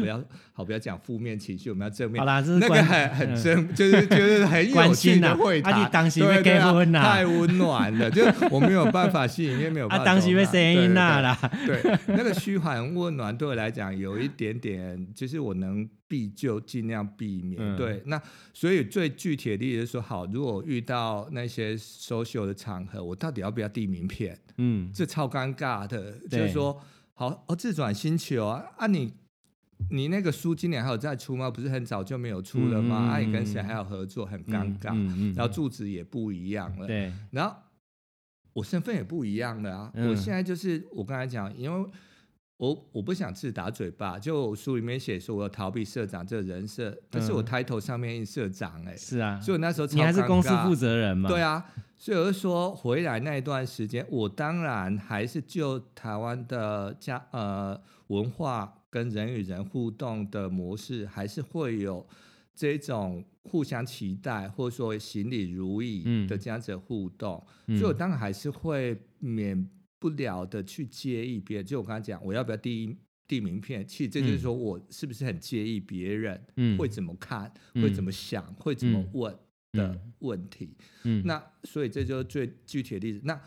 Speaker 2: 不要好，不要讲负面情绪，我们要正面
Speaker 1: 好。啦，这是
Speaker 2: 那个
Speaker 1: 关
Speaker 2: 很很
Speaker 1: 嗯
Speaker 2: 真，就是就
Speaker 1: [LAUGHS]
Speaker 2: 是很
Speaker 1: 关
Speaker 2: 有趣
Speaker 1: 心
Speaker 2: 的
Speaker 1: 啊
Speaker 2: 会
Speaker 1: 啊
Speaker 2: 谈，
Speaker 1: 你当时
Speaker 2: 对
Speaker 1: 要
Speaker 2: 对啊
Speaker 1: 结婚啊
Speaker 2: 太温暖了，就是我没有办法，心里面没有
Speaker 1: 啊，
Speaker 2: 办法容纳。
Speaker 1: 当时被声音
Speaker 2: 啦
Speaker 1: 呐。啦，
Speaker 2: 对，那个嘘寒问暖对我来讲有一点点，就是我能避就尽量避免。
Speaker 1: 嗯
Speaker 2: 对，那所以最具体的例子就是说，好，如果遇到那些 social 的场合，我到底要不要递名片？
Speaker 1: 嗯
Speaker 2: 这超尴尬的，就
Speaker 1: 对
Speaker 2: 是说，好哦，自转星球啊，啊你。你那个书今年还有再出吗？不是很早就没有出了
Speaker 1: 嗯
Speaker 2: 吗？
Speaker 1: 嗯
Speaker 2: 啊，你跟谁
Speaker 1: 嗯
Speaker 2: 还有合作？很尴尬，
Speaker 1: 嗯
Speaker 2: 然后住址也不一样了。
Speaker 1: 对，
Speaker 2: 然后我身份也不一样了啊，
Speaker 1: 嗯
Speaker 2: 我现在就是我刚才讲，因为我我不想自打嘴巴，就我书里面写说我有逃避社长这个人设，但是我抬头上面印社长哎、
Speaker 1: 嗯是啊，
Speaker 2: 所以我那时候超
Speaker 1: 你还是公司
Speaker 2: 尴尬
Speaker 1: 负责人嘛？
Speaker 2: 对啊，所以我就说回来那一段时间，我当然还是就台湾的家呃文化跟人与人互动的模式，还是会有这种互相期待或者说行礼如
Speaker 1: 嗯
Speaker 2: 仪的这样子的互动，
Speaker 1: 嗯
Speaker 2: 所以我当然还是会免不了的去介意别人。就我刚才讲，我要不要第一。递名片，其实这就是说我是不是很介意别人、
Speaker 1: 嗯
Speaker 2: 会怎么看、会
Speaker 1: 嗯
Speaker 2: 怎么想、会怎么
Speaker 1: 嗯
Speaker 2: 问的
Speaker 1: 嗯
Speaker 2: 问题。
Speaker 1: 嗯
Speaker 2: 那所以这就是最具体的例子。那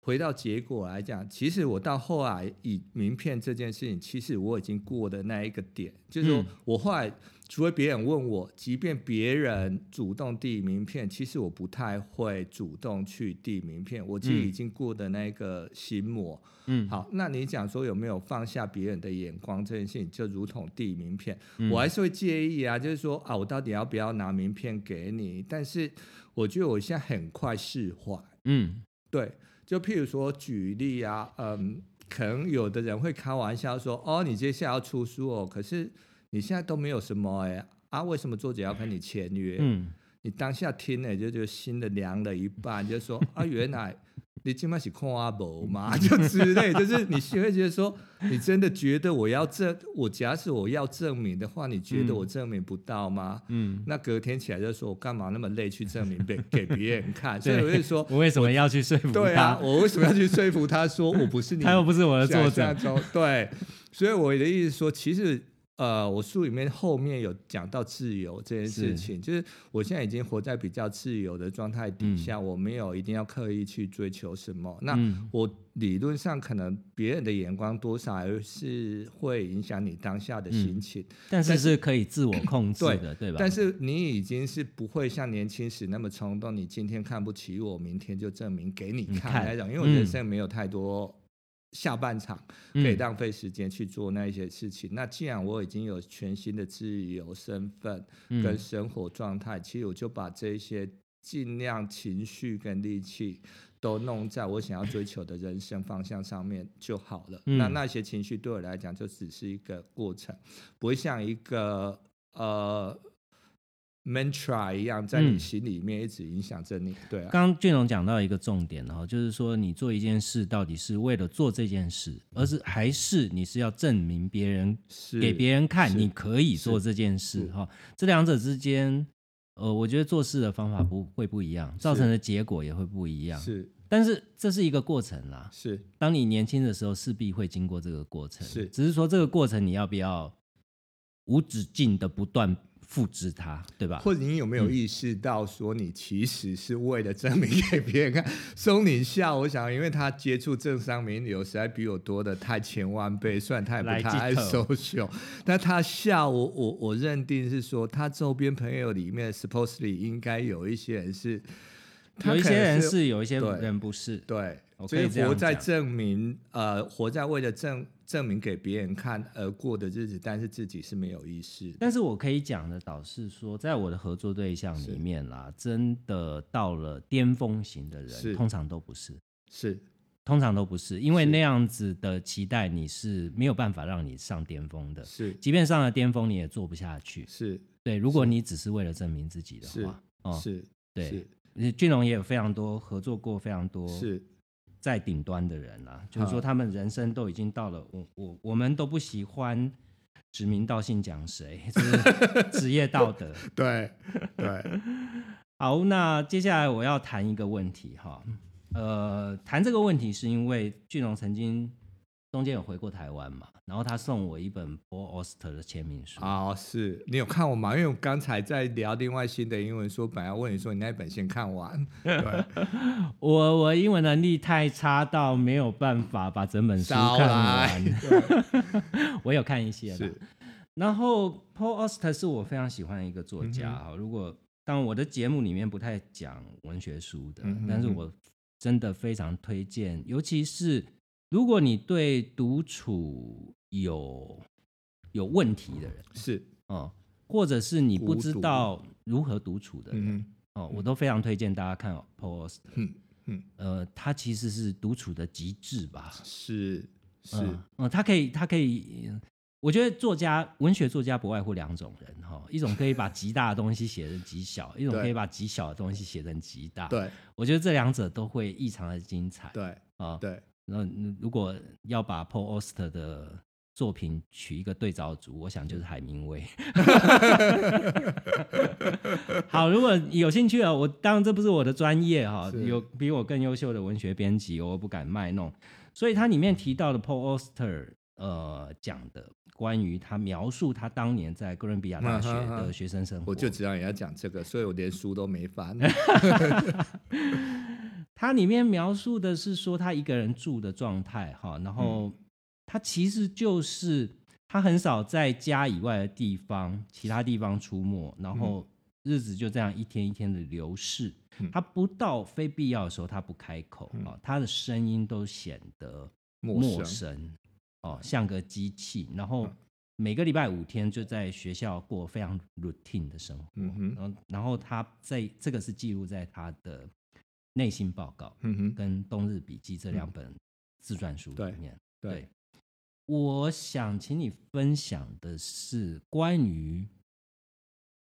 Speaker 2: 回到结果来讲，其实我到后来以名片这件事情，其实我已经过的那一个点，就是说
Speaker 1: 嗯
Speaker 2: 我后来除了别人问我，即便别人主动递名片，其实我不太会主动去递名片，我其实
Speaker 1: 嗯
Speaker 2: 已经过的那个心魔。
Speaker 1: 嗯，
Speaker 2: 好，那你讲说有没有放下别人的眼光这件事情，就如同递名片，
Speaker 1: 嗯
Speaker 2: 我还是会介意啊，就是说啊，我到底要不要拿名片给你？但是我觉得我现在很快释怀。
Speaker 1: 嗯
Speaker 2: 对，就譬如说举例啊，嗯，可能有的人会开玩笑说，哦，你接下来要出书哦，可是你现在都没有什么哎、啊，为什么作者要跟你签约？
Speaker 1: 嗯
Speaker 2: 你当下听了就觉得心的凉了一半，就说啊，原来你今麦是看阿伯嘛， [LAUGHS] 就之类，就是你是会觉得说，你真的觉得我要证，我假使我要证明的话，你觉得我证明不到吗？
Speaker 1: 嗯，
Speaker 2: 那隔天起来就说我干嘛那么累去证明给给别
Speaker 1: [LAUGHS]
Speaker 2: 人看？所以我就说，
Speaker 1: 我为什么要去说服
Speaker 2: 对
Speaker 1: 他
Speaker 2: 啊，？我为什么要去说服他说我不是你
Speaker 1: [LAUGHS] 他又不是我的作
Speaker 2: 想象
Speaker 1: 者。
Speaker 2: 中？对，所以我的意思说，其实呃，我书里面后面有讲到自由这件事
Speaker 1: 是
Speaker 2: 情，就是我现在已经活在比较自由的状态底下，我没有一定要刻意去追求什么。那、
Speaker 1: 嗯
Speaker 2: 我理论上可能别人的眼光多少还是会影响你当下的心情，
Speaker 1: 但是
Speaker 2: 但
Speaker 1: 是可以自我控制的，对吧？
Speaker 2: 但是你已经是不会像年轻时那么冲动，你今天看不起我，明天就证明给你看
Speaker 1: 看
Speaker 2: 那种。因为我
Speaker 1: 嗯
Speaker 2: 人生没有太多下半场可
Speaker 1: 嗯
Speaker 2: 以浪费时间去做那一些事情。那既然我已经有全新的自由身份跟
Speaker 1: 嗯
Speaker 2: 生活状态，其实我就把这一些尽量情绪跟力气。都弄在我想要追求的人生方向上面就好了。
Speaker 1: 嗯
Speaker 2: 那那些情绪对我来讲，就只是一个过程，不会像一个呃 mantra 一样，在你
Speaker 1: 嗯
Speaker 2: 心里面一直影响着你。对啊，
Speaker 1: 刚刚俊龙讲到一个重点哦，就是说你做一件事到底是为了做这件事，而是还是你是要证明别人
Speaker 2: 是
Speaker 1: 给别人看
Speaker 2: 是
Speaker 1: 你可以做这件
Speaker 2: 是
Speaker 1: 事哈、这两者之间，呃，我觉得做事的方法不会不一样，造成的结果也会不一样。
Speaker 2: 嗯是
Speaker 1: 但是这是一个过程啦，
Speaker 2: 是
Speaker 1: 当你年轻的时候，势必会经过这个过程。
Speaker 2: 是
Speaker 1: 只是说这个过程你要不要无止境的不断复制它，对吧？
Speaker 2: 或者你有
Speaker 1: 嗯
Speaker 2: 没有意识到说，你其实是为了证明给别人看？松林笑，我想，因为他接触政商名流实在比我多的太千万倍，虽然他也不
Speaker 1: 来
Speaker 2: 太爱
Speaker 1: 记头
Speaker 2: social，但他笑我，我我认定是说，他周边朋友里面，supposedly 应该有一些人是，他
Speaker 1: 有一
Speaker 2: 可
Speaker 1: 些
Speaker 2: 能
Speaker 1: 人
Speaker 2: 是
Speaker 1: 是，有一些
Speaker 2: 对
Speaker 1: 人不是。
Speaker 2: 对，
Speaker 1: 我
Speaker 2: 就
Speaker 1: 可以
Speaker 2: 是
Speaker 1: 这
Speaker 2: 活
Speaker 1: 样
Speaker 2: 在
Speaker 1: 讲
Speaker 2: 证明，呃，活在为了证证明给别人看而过的日子，但是自己是没有意识的。
Speaker 1: 但是我可以讲的倒是说，在我的合作对象
Speaker 2: 是
Speaker 1: 里面啦，真的到了巅峰型的
Speaker 2: 是
Speaker 1: 人，通常都不是，
Speaker 2: 是
Speaker 1: 通常都不是，因为
Speaker 2: 是
Speaker 1: 那样子的期待你是没有办法让你上巅峰的，
Speaker 2: 是
Speaker 1: 即便上了巅峰，你也做不下去。
Speaker 2: 是
Speaker 1: 对，如果
Speaker 2: 是
Speaker 1: 你只是为了证明自己
Speaker 2: 是
Speaker 1: 的话，哦，
Speaker 2: 是，
Speaker 1: 对
Speaker 2: 是，
Speaker 1: 呃俊龙也有非常多合作过非常多
Speaker 2: 是
Speaker 1: 在顶端的人啦、就是说
Speaker 2: 好
Speaker 1: 他们人生都已经到了我我我们都不喜欢指名道姓讲谁， [LAUGHS] 就是职业道德。
Speaker 2: 对
Speaker 1: [LAUGHS]
Speaker 2: 对，
Speaker 1: 好，那接下来我要谈一个问题哈，呃，谈这个问题是因为俊龙曾经中间有回过台湾嘛，然后他送我一本博奥斯特的签名书，
Speaker 2: 好、是你有看我吗？因为我刚才在聊另外新的英文书，本来问你说你那本先看完，对，
Speaker 1: 我我英文能力太差到没有办法把整本书
Speaker 2: 少
Speaker 1: 看
Speaker 2: 来 [LAUGHS]
Speaker 1: 完，，我有看一些啦
Speaker 2: 是。
Speaker 1: 然后 Paul Auster 是我非常喜欢的一个作
Speaker 2: 嗯
Speaker 1: 家哈、如果当然我的节目里面不太讲文学书的，
Speaker 2: 嗯哼
Speaker 1: 但是
Speaker 2: 哼
Speaker 1: 我真的非常推荐，尤其是如果你对独处有有问题的人
Speaker 2: 是，
Speaker 1: 哦、或者是你不知
Speaker 2: 孤独
Speaker 1: 道如何独处的人，
Speaker 2: 嗯
Speaker 1: 哦，我都非常推荐大家看哦 Paul Auster。
Speaker 2: 嗯嗯，
Speaker 1: 呃，他其实是独处的极致吧。
Speaker 2: 是是、
Speaker 1: 嗯，嗯他可以，他可以，我觉得作家、文学作家不外乎两种人哈、一种可以把极大的东西写成极小，一种
Speaker 2: 对
Speaker 1: 可以把极小的东西写成极大。，
Speaker 2: 对
Speaker 1: 我觉得这两者都会异常的精彩
Speaker 2: 对
Speaker 1: 啊。
Speaker 2: 对，
Speaker 1: 那、如果要把 Paul Auster 的作品取一个对照组，我想
Speaker 2: 嗯
Speaker 1: 就是海明
Speaker 2: [LAUGHS]
Speaker 1: 威。好，如果有兴趣啊，我当然这不是我的专业哈、
Speaker 2: 是
Speaker 1: 有比我更优秀的文学编辑，我不敢卖弄。所以它里面提到的 Paul Auster，呃，讲的关于他描述他当年在哥伦比亚大学
Speaker 2: 嗯哼哼
Speaker 1: 的学生生活， [LAUGHS]
Speaker 2: 我就知道你要讲这个，所以我连书都没翻。
Speaker 1: 它里面描述的是说他一个人住的状态
Speaker 2: 嗯
Speaker 1: 哈，然后他其实就是他很少在家以外的地方、其他地方出没，然后日子就这样一天一天的流逝。
Speaker 2: 嗯
Speaker 1: 他不到非必要的时候，他不开口
Speaker 2: 嗯
Speaker 1: 啊、哦他的声音都显得
Speaker 2: 陌
Speaker 1: 陌
Speaker 2: 生，嗯
Speaker 1: 生哦，像个机器。然后每个礼拜五天就在学校过非常 routine 的生活。
Speaker 2: 嗯哼，
Speaker 1: 然后，然后他在这个是记录在他的内心报告
Speaker 2: 嗯哼，
Speaker 1: 跟《冬日笔记》这两本自传书
Speaker 2: 嗯对
Speaker 1: 里面。
Speaker 2: 对，
Speaker 1: 我想请你分享的是关于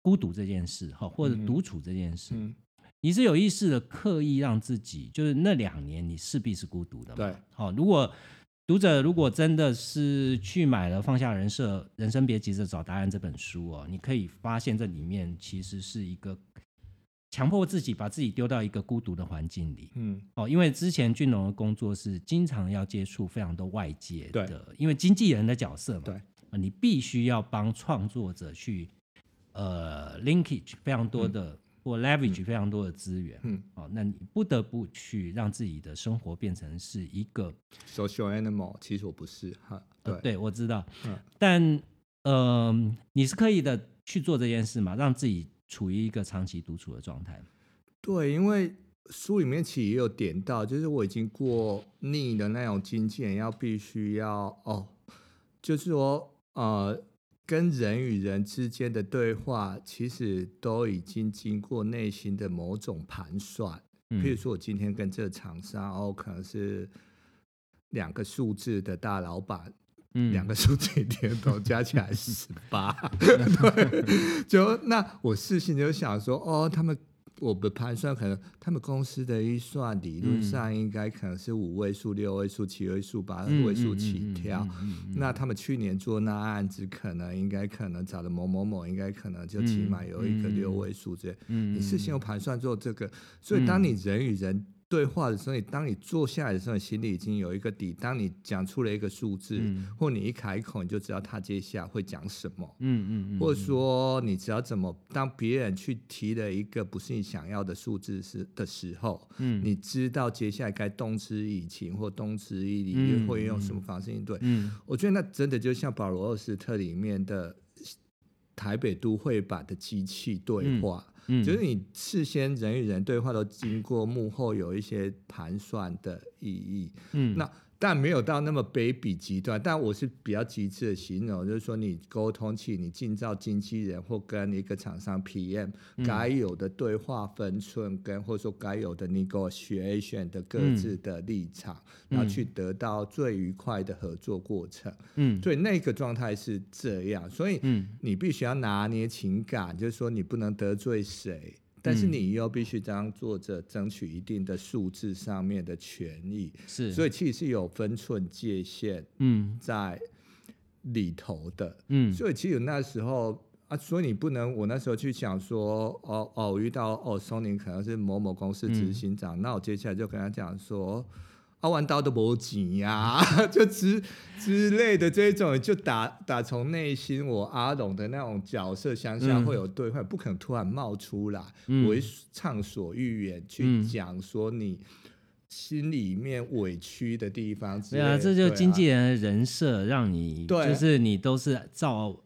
Speaker 1: 孤独这件事，哈，或者
Speaker 2: 嗯
Speaker 1: 独处这件事。
Speaker 2: 嗯，
Speaker 1: 你是有意识的刻意让自己，就是那两年你势必是孤独的嘛？
Speaker 2: 对，
Speaker 1: 好、如果读者如果真的是去买了《放下人设，人生别急着找答案》这本书哦，你可以发现这里面其实是一个强迫自己把自己丢到一个孤独的环境里
Speaker 2: 嗯，
Speaker 1: 哦，因为之前俊龙的工作是经常要接触非常多外界
Speaker 2: 对
Speaker 1: 的，因为经纪人的角色嘛，
Speaker 2: 对
Speaker 1: 呃你必须要帮创作者去呃 linkage 非常多的、或 leverage 非常多的资源，
Speaker 2: 嗯
Speaker 1: 哦，那你不得不去让自己的生活变成是一个，
Speaker 2: ，social animal，其实我不是哈，
Speaker 1: 呃对我知道，
Speaker 2: 嗯
Speaker 1: 但呃，你是刻意的去做这件事嘛，让自己处于一个长期独处的状态。
Speaker 2: 对，因为书里面其实也有点到，就是我已经过腻的那种经纪人，要必须要哦，就是说呃，跟人与人之间的对话，其实都已经经过内心的某种盘算。譬如
Speaker 1: 嗯
Speaker 2: 说，我今天跟这个厂商，哦，可能是两个数字的大老板，
Speaker 1: 嗯
Speaker 2: 两个数字一天都加起来十
Speaker 1: [LAUGHS]
Speaker 2: 八，对，就那我事情就想说，哦，他们我们盘算可能他们公司的预算理论
Speaker 1: 嗯
Speaker 2: 上应该可能是五位数、六位数、七位数、八
Speaker 1: 嗯
Speaker 2: 位数
Speaker 1: 嗯
Speaker 2: 起
Speaker 1: 嗯嗯
Speaker 2: 跳。
Speaker 1: 嗯嗯嗯
Speaker 2: 那他们去年做那案子，可能应该可能找的某某某，应该可能就起
Speaker 1: 嗯
Speaker 2: 码有一个
Speaker 1: 嗯
Speaker 2: 六位数之类。
Speaker 1: 嗯
Speaker 2: 你事先有盘算做这个，所以当你人与人对话的时候，你当你坐下来的时候，你心里已经有一个底。当你讲出了一个数字，
Speaker 1: 嗯
Speaker 2: 或你一开口，你就知道他接下来会讲什么，
Speaker 1: 嗯嗯嗯，
Speaker 2: 或者说你只要怎么，当别人去提了一个不是你想要的数字时的时候，
Speaker 1: 嗯
Speaker 2: 你知道接下来该动之以情或动之以理，又
Speaker 1: 嗯
Speaker 2: 会用
Speaker 1: 嗯
Speaker 2: 什么方式应对。
Speaker 1: 嗯
Speaker 2: 我觉得那真的就像保罗·奥斯特里面的台北都会版的机器对
Speaker 1: 嗯
Speaker 2: 话。
Speaker 1: 嗯，
Speaker 2: 就是你事先人与人对话都经过幕后有一些盘算的意义，
Speaker 1: 嗯
Speaker 2: 那但没有到那么卑鄙极端，但我是比较极致的形容，就是说你沟通器，你尽照经纪人或跟一个厂商 PM
Speaker 1: 嗯
Speaker 2: 该有的对话分寸跟或者说该有的 negotiation 的各
Speaker 1: 嗯
Speaker 2: 自的立场，然后去得到最愉快的合作过程。
Speaker 1: 嗯
Speaker 2: 所以那个状态是这样，所以
Speaker 1: 嗯
Speaker 2: 你必须要拿捏情感，就是说你不能得罪谁，但是
Speaker 1: 嗯
Speaker 2: 你又必须当作者争取一定的数字上面的权益，
Speaker 1: 是，
Speaker 2: 所
Speaker 1: 以
Speaker 2: 以其实是有分寸界限
Speaker 1: 嗯
Speaker 2: 在里头的。
Speaker 1: 嗯
Speaker 2: 所以其实那时候啊，所以你不能，我那时候去想说，哦哦，我遇到哦，松林可能是某某公司执行长，那我接下来就跟他讲说。啊，玩刀都没钱呀、啊就之之类的这种，就打打从内心，我阿龙的那种角色相下
Speaker 1: 嗯
Speaker 2: 会有对话，不可能突然冒出来，
Speaker 1: 嗯
Speaker 2: 我会畅所欲言去
Speaker 1: 嗯
Speaker 2: 讲说你心里面委屈的地方之
Speaker 1: 对
Speaker 2: 类的。
Speaker 1: 啊，这就是
Speaker 2: 对
Speaker 1: 经纪人的人设，让你
Speaker 2: 对
Speaker 1: 就是你都是照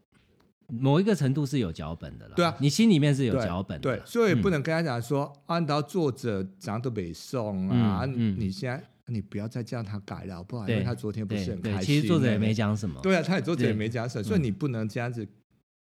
Speaker 1: 某一个程度是有脚本的啦。
Speaker 2: 对啊
Speaker 1: 你心里面是有
Speaker 2: 对
Speaker 1: 脚本的
Speaker 2: 对
Speaker 1: 啦，，
Speaker 2: 所以不能跟他讲说，按照作者长得北宋啊，
Speaker 1: 嗯嗯
Speaker 2: 你现在你不要再叫他改了，好不好？因
Speaker 1: 对
Speaker 2: 为他昨天不是很
Speaker 1: 对
Speaker 2: 开
Speaker 1: 对，
Speaker 2: 心。
Speaker 1: 其实作者也没。讲什么。
Speaker 2: 对啊，他也作者也
Speaker 1: 对嗯
Speaker 2: 没讲什么，所以你不能这样子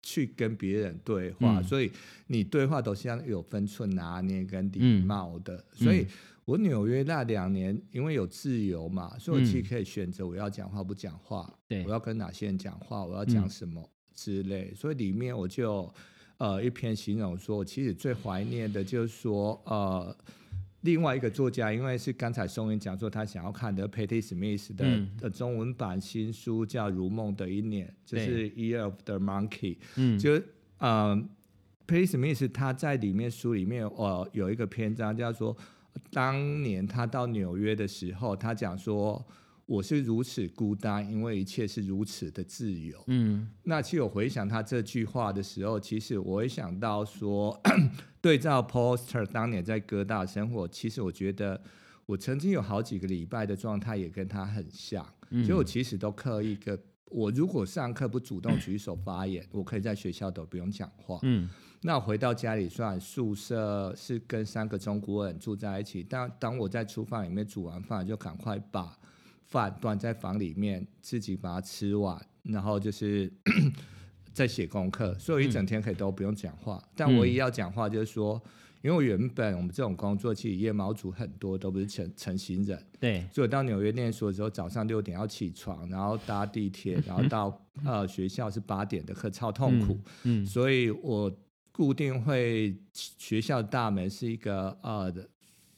Speaker 2: 去跟别人对话，
Speaker 1: 嗯
Speaker 2: 所以你对话都是要有分寸拿捏跟礼
Speaker 1: 嗯
Speaker 2: 貌的。所以我纽约那两年，因为有自由嘛，所以我其
Speaker 1: 嗯
Speaker 2: 实可以选择我要讲话不讲话，
Speaker 1: 对
Speaker 2: 我要跟哪些人讲话，我要讲
Speaker 1: 嗯
Speaker 2: 什么之类。所以里面我就呃一篇形容说，我其实最怀念的就是说呃。另外一个作家，因为是刚才松云讲说他想要看的 Patty Smith 的、
Speaker 1: 嗯
Speaker 2: 的中文版新书叫《如梦的一年》，就
Speaker 1: 对
Speaker 2: 是《Year of the Monkey》
Speaker 1: 嗯
Speaker 2: 就呃，Patty Smith 他在里面书里面呃有一个篇章叫做当年他到纽约的时候，他讲说我是如此孤单，因为一切是如此的自由。
Speaker 1: 嗯
Speaker 2: 那其实我回想他这句话的时候，其实我也想 [CLEARS THROAT] 到说，对照 Poster 当年在哥大的生活，其实我觉得我曾经有好几个礼拜的状态也跟他很像，
Speaker 1: 嗯
Speaker 2: 所以我其实都刻意跟我如果上课不主动举手发言，我可以在学校都不用讲话。
Speaker 1: 嗯
Speaker 2: 那我回到家里，虽然宿舍是跟三个中国人住在一起，但当我在厨房里面煮完饭，就赶快把饭端在房里面，自己把它吃完，然后就是 [COUGHS] 在写功课，所以我一整天可以都不用讲话。但唯一要讲话就是说，因为我原本我们这种工作，其实夜猫族很多都不是成成型人，
Speaker 1: 对，
Speaker 2: 所以我到纽约念书的时候，早上六点要起床，然后搭地铁，然后到呃学校是八点的课，超痛苦。
Speaker 1: 嗯
Speaker 2: 所以我固定会学校大门是一个呃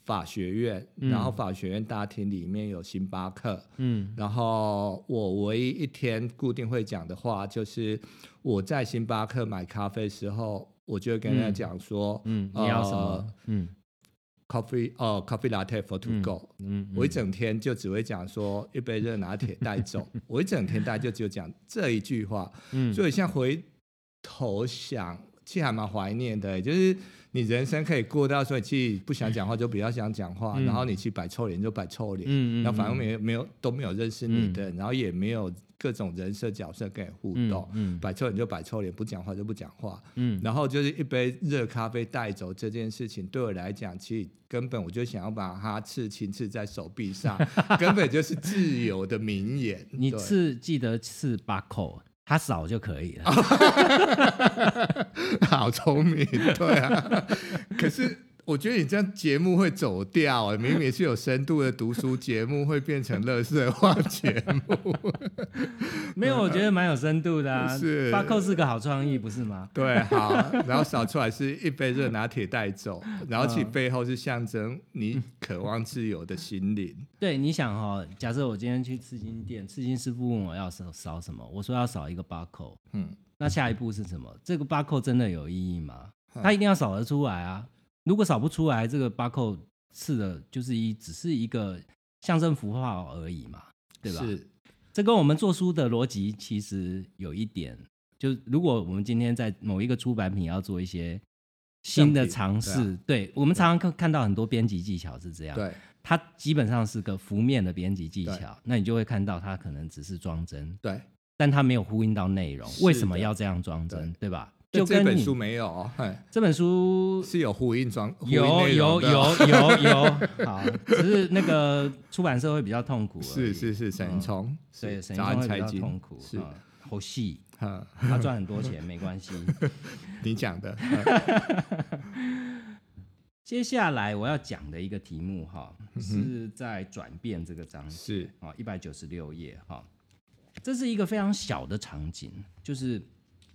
Speaker 2: 法学院，
Speaker 1: 嗯
Speaker 2: 然后法学院大厅里面有星巴克，
Speaker 1: 嗯
Speaker 2: 然后我唯一一天固定会讲的话就是我在星巴克买咖啡的时候，我就会跟他讲说、
Speaker 1: 嗯，你要什
Speaker 2: 呃
Speaker 1: 么？嗯
Speaker 2: coffee 呃 coffee latte for to
Speaker 1: 嗯
Speaker 2: go，、
Speaker 1: 嗯，
Speaker 2: 我一整天就只会讲说一杯热拿铁带走，
Speaker 1: [LAUGHS]
Speaker 2: 我一整天大概就只有讲这一句话，
Speaker 1: 嗯
Speaker 2: 所以现在回头想，其实还蛮怀念的欸，就是你人生可以过到说，你其实不想讲话就不要想讲话，
Speaker 1: 嗯
Speaker 2: 然后你去摆臭脸就摆臭脸，
Speaker 1: 嗯嗯，嗯
Speaker 2: 然后反正没有没有都没有认识你的，然后也没有各种人设角色跟你互动，
Speaker 1: 嗯
Speaker 2: 摆臭脸就摆臭脸，不讲话就不讲话，
Speaker 1: 嗯
Speaker 2: 然后就是一杯热咖啡带走这件事情，对我来讲，其实根本我就想要把它刺青刺在手
Speaker 1: [LAUGHS]
Speaker 2: 臂上，根本就是自由的名言。
Speaker 1: 你
Speaker 2: 对
Speaker 1: 刺记得刺八口，它少就可以了。
Speaker 2: [LAUGHS] 好聪明，对啊。 [LAUGHS] 可是我觉得你这样节目会走掉、欸，明明是有深度的读书节目，会变成乐色化节
Speaker 1: [LAUGHS]
Speaker 2: 目。
Speaker 1: 没有，我觉得蛮有深度的啊。
Speaker 2: 是
Speaker 1: 八扣是个好创意，不是吗？
Speaker 2: 对，好，然后扫出来是一杯热拿铁带走，然后其实背后是象征你渴望自由的心灵。
Speaker 1: 对，你想哈、哦，假设我今天去刺青店，刺青师傅问我要扫扫什么，我说要扫一个八扣，
Speaker 2: 嗯，
Speaker 1: 那下一步是什么？这个八扣真的有意义吗？
Speaker 2: 嗯
Speaker 1: 他一定要扫得出来啊！如果扫不出来，这个八扣刺的就是一只是一个象征符号而已嘛，对吧？
Speaker 2: 是，
Speaker 1: 这跟我们做书的逻辑其实有一点，就如果我们今天在某一个出版品要做一些新的尝
Speaker 2: 样品
Speaker 1: 试，对,、我们常常看看到很多编辑技巧是这样，
Speaker 2: 啊对
Speaker 1: 它基本上是个浮面的编辑技
Speaker 2: 对
Speaker 1: 巧，那你就会看到它可能只是装帧，
Speaker 2: 对。
Speaker 1: 但它没有呼应到内容
Speaker 2: 是，的
Speaker 1: 为什么要这样装帧，对吧？就
Speaker 2: 但这
Speaker 1: 跟
Speaker 2: 本
Speaker 1: 你
Speaker 2: 书没有哦，嘿
Speaker 1: 这本书
Speaker 2: 是有呼应装，呼应
Speaker 1: 有
Speaker 2: 内容
Speaker 1: 有有
Speaker 2: [LAUGHS] 的哦，
Speaker 1: 有有，好，只是那个出版社会比较痛苦而已，
Speaker 2: 是是是，沈
Speaker 1: 嗯
Speaker 2: 从，
Speaker 1: 所以
Speaker 2: 是
Speaker 1: 沈
Speaker 2: 早
Speaker 1: 阳
Speaker 2: 安
Speaker 1: 会比
Speaker 2: 财
Speaker 1: 较
Speaker 2: 经
Speaker 1: 痛苦，
Speaker 2: 是，
Speaker 1: 啊好
Speaker 2: [LAUGHS]
Speaker 1: 细，
Speaker 2: 嗯
Speaker 1: 他赚很多钱没关系。 [LAUGHS]
Speaker 2: 你讲的，嗯
Speaker 1: 接下来我要讲的一个题目哈，
Speaker 2: 嗯
Speaker 1: 是在转变这个章节
Speaker 2: 是
Speaker 1: 啊，一百九十六页哈，这是一个非常小的场景，就是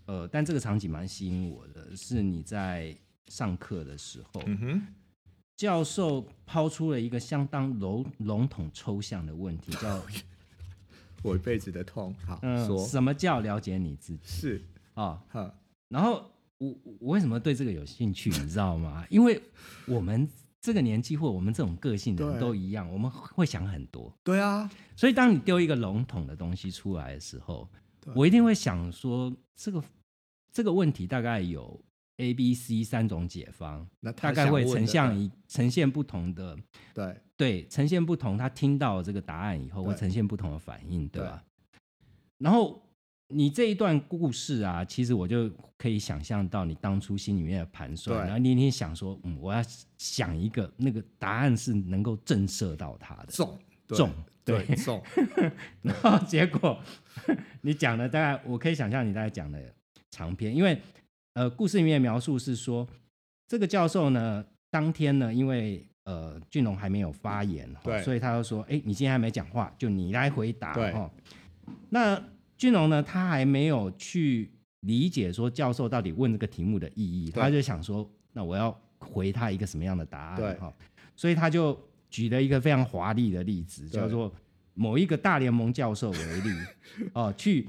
Speaker 1: 呃，但这个场景蛮吸引我的，是你在上课的时候，
Speaker 2: 嗯哼，
Speaker 1: 教授抛出了一个相当笼笼统抽象的问题，
Speaker 2: [LAUGHS]
Speaker 1: 叫
Speaker 2: 我一辈子的痛，好
Speaker 1: 嗯，
Speaker 2: 说，
Speaker 1: 什么叫了解你自己
Speaker 2: 是，
Speaker 1: 啊？
Speaker 2: 哈，
Speaker 1: 然后我我为什么对这个有兴趣，你知道吗？因为我们这个年纪或我们这种个性的
Speaker 2: 对
Speaker 1: 人都一样，我们会想很多。
Speaker 2: 对啊，
Speaker 1: 所以当你丢一个笼统的东西出来的时候
Speaker 2: 对，
Speaker 1: 我一定会想说，这个这个问题大概有 A、B、C 三种解方，
Speaker 2: 那他
Speaker 1: 大概
Speaker 2: 想
Speaker 1: 会
Speaker 2: 问
Speaker 1: 呈
Speaker 2: 的
Speaker 1: 现一呈现不同的
Speaker 2: 对
Speaker 1: 对，呈现不同，他听到这个答案以后
Speaker 2: 对
Speaker 1: 会呈现不同的反应，对吧？然后你这一段故事啊，其实我就可以想象到你当初心里面的盘算，
Speaker 2: 对
Speaker 1: 然后你一定想说，嗯，我要想一个那个答案是能够震慑到他的，
Speaker 2: 重对
Speaker 1: 重
Speaker 2: 对
Speaker 1: 对 [LAUGHS]
Speaker 2: 重，
Speaker 1: 然后结果你讲了大概，我可以想象你大概讲了长篇，因为呃，故事里面的描述是说，这个教授呢，当天呢，因为呃，俊龙还没有发言
Speaker 2: 对
Speaker 1: 哈，所以他就说，哎，你今天还没讲话，就你来回答
Speaker 2: 对
Speaker 1: 哦。那俊龙呢，他还没有去理解说教授到底问这个题目的意义，
Speaker 2: 对
Speaker 1: 他就想说，那我要回他一个什么样的答案？
Speaker 2: 对
Speaker 1: 哈、所以他就举了一个非常华丽的例子，
Speaker 2: 对 [LAUGHS]
Speaker 1: 叫做某一个大联盟教授为例，哦，去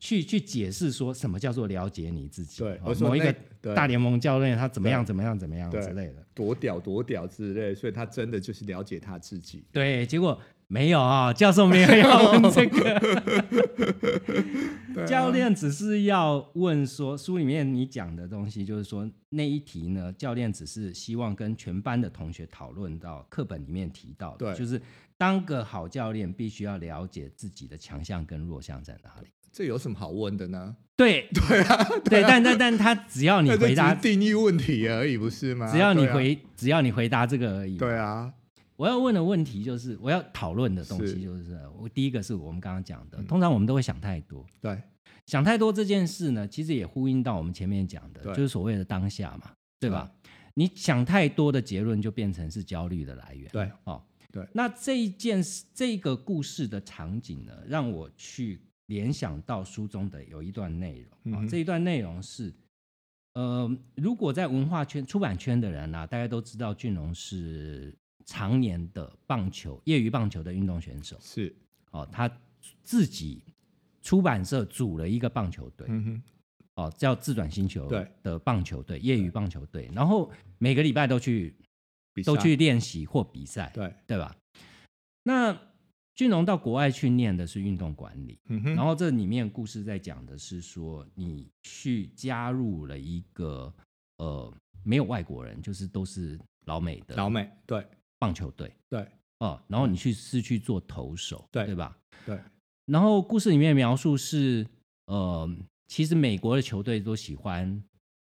Speaker 1: 去去解释说什么叫做了解你自己，
Speaker 2: 对
Speaker 1: 哦
Speaker 2: 我说
Speaker 1: 某一
Speaker 2: 那
Speaker 1: 个
Speaker 2: 对
Speaker 1: 大联盟教练他怎么样
Speaker 2: 对
Speaker 1: 怎么样怎么样
Speaker 2: 对
Speaker 1: 之类的。
Speaker 2: 多屌多屌之类，所以他真的就是了解他自己。
Speaker 1: 对，结果没有啊、教授没有啊要问这 [LAUGHS] 个，教练只是要问说，书里面你讲的东西，就是说那一题呢，教练只是希望跟全班的同学讨论到课本里面提到的，
Speaker 2: 对
Speaker 1: 就是当个好教练必须要了解自己的强项跟弱项在哪里。
Speaker 2: 这有什么好问的呢？
Speaker 1: 对对啊，对，但但但他只要你
Speaker 2: 那这
Speaker 1: 回答
Speaker 2: 只，是定义问题而已，不是吗？
Speaker 1: 只要你
Speaker 2: 对啊，
Speaker 1: 回，只要你回答这个而已。
Speaker 2: 对啊，
Speaker 1: 我要问的问题就是，我要讨论的东
Speaker 2: 是嗯
Speaker 1: 西就是，我第一个是我们刚刚讲的，通常我们都会想太多，
Speaker 2: 对
Speaker 1: 想太多这件事呢，其实也呼应到我们前面讲的，
Speaker 2: 对啊
Speaker 1: 就是所谓的当下嘛，对吧？你想太多的结论就变成是焦虑的来源。
Speaker 2: 对，
Speaker 1: 哦，
Speaker 2: 对
Speaker 1: 那这一件事，这个故事的场景呢，让我去联想到书中的有一段内容啊、
Speaker 2: 嗯哼
Speaker 1: 这一段内容是，呃，如果在文化圈、出版圈的人啊，大家都知道俊荣是常年的棒球、业余棒球的运动选手
Speaker 2: 是，
Speaker 1: 哦，他自己出版社组了一个棒球队。
Speaker 2: 嗯哼，
Speaker 1: 哦，叫自转星球
Speaker 2: 对
Speaker 1: 的棒球队，业余棒球队，然后每个礼拜都去
Speaker 2: 比
Speaker 1: 都
Speaker 2: 赛
Speaker 1: 去练习或比赛，
Speaker 2: 对，
Speaker 1: 对吧？那俊荣到国外去念的是运动管理，
Speaker 2: 嗯哼，
Speaker 1: 然后这里面故事在讲的是说，你去加入了一个呃没有外国人，就是都是老美的
Speaker 2: 老美，对
Speaker 1: 棒球队
Speaker 2: 对
Speaker 1: 哦，然后你去是去做投手，
Speaker 2: 对
Speaker 1: 对吧？
Speaker 2: 对，
Speaker 1: 然后故事里面描述是，呃，其实美国的球队都喜欢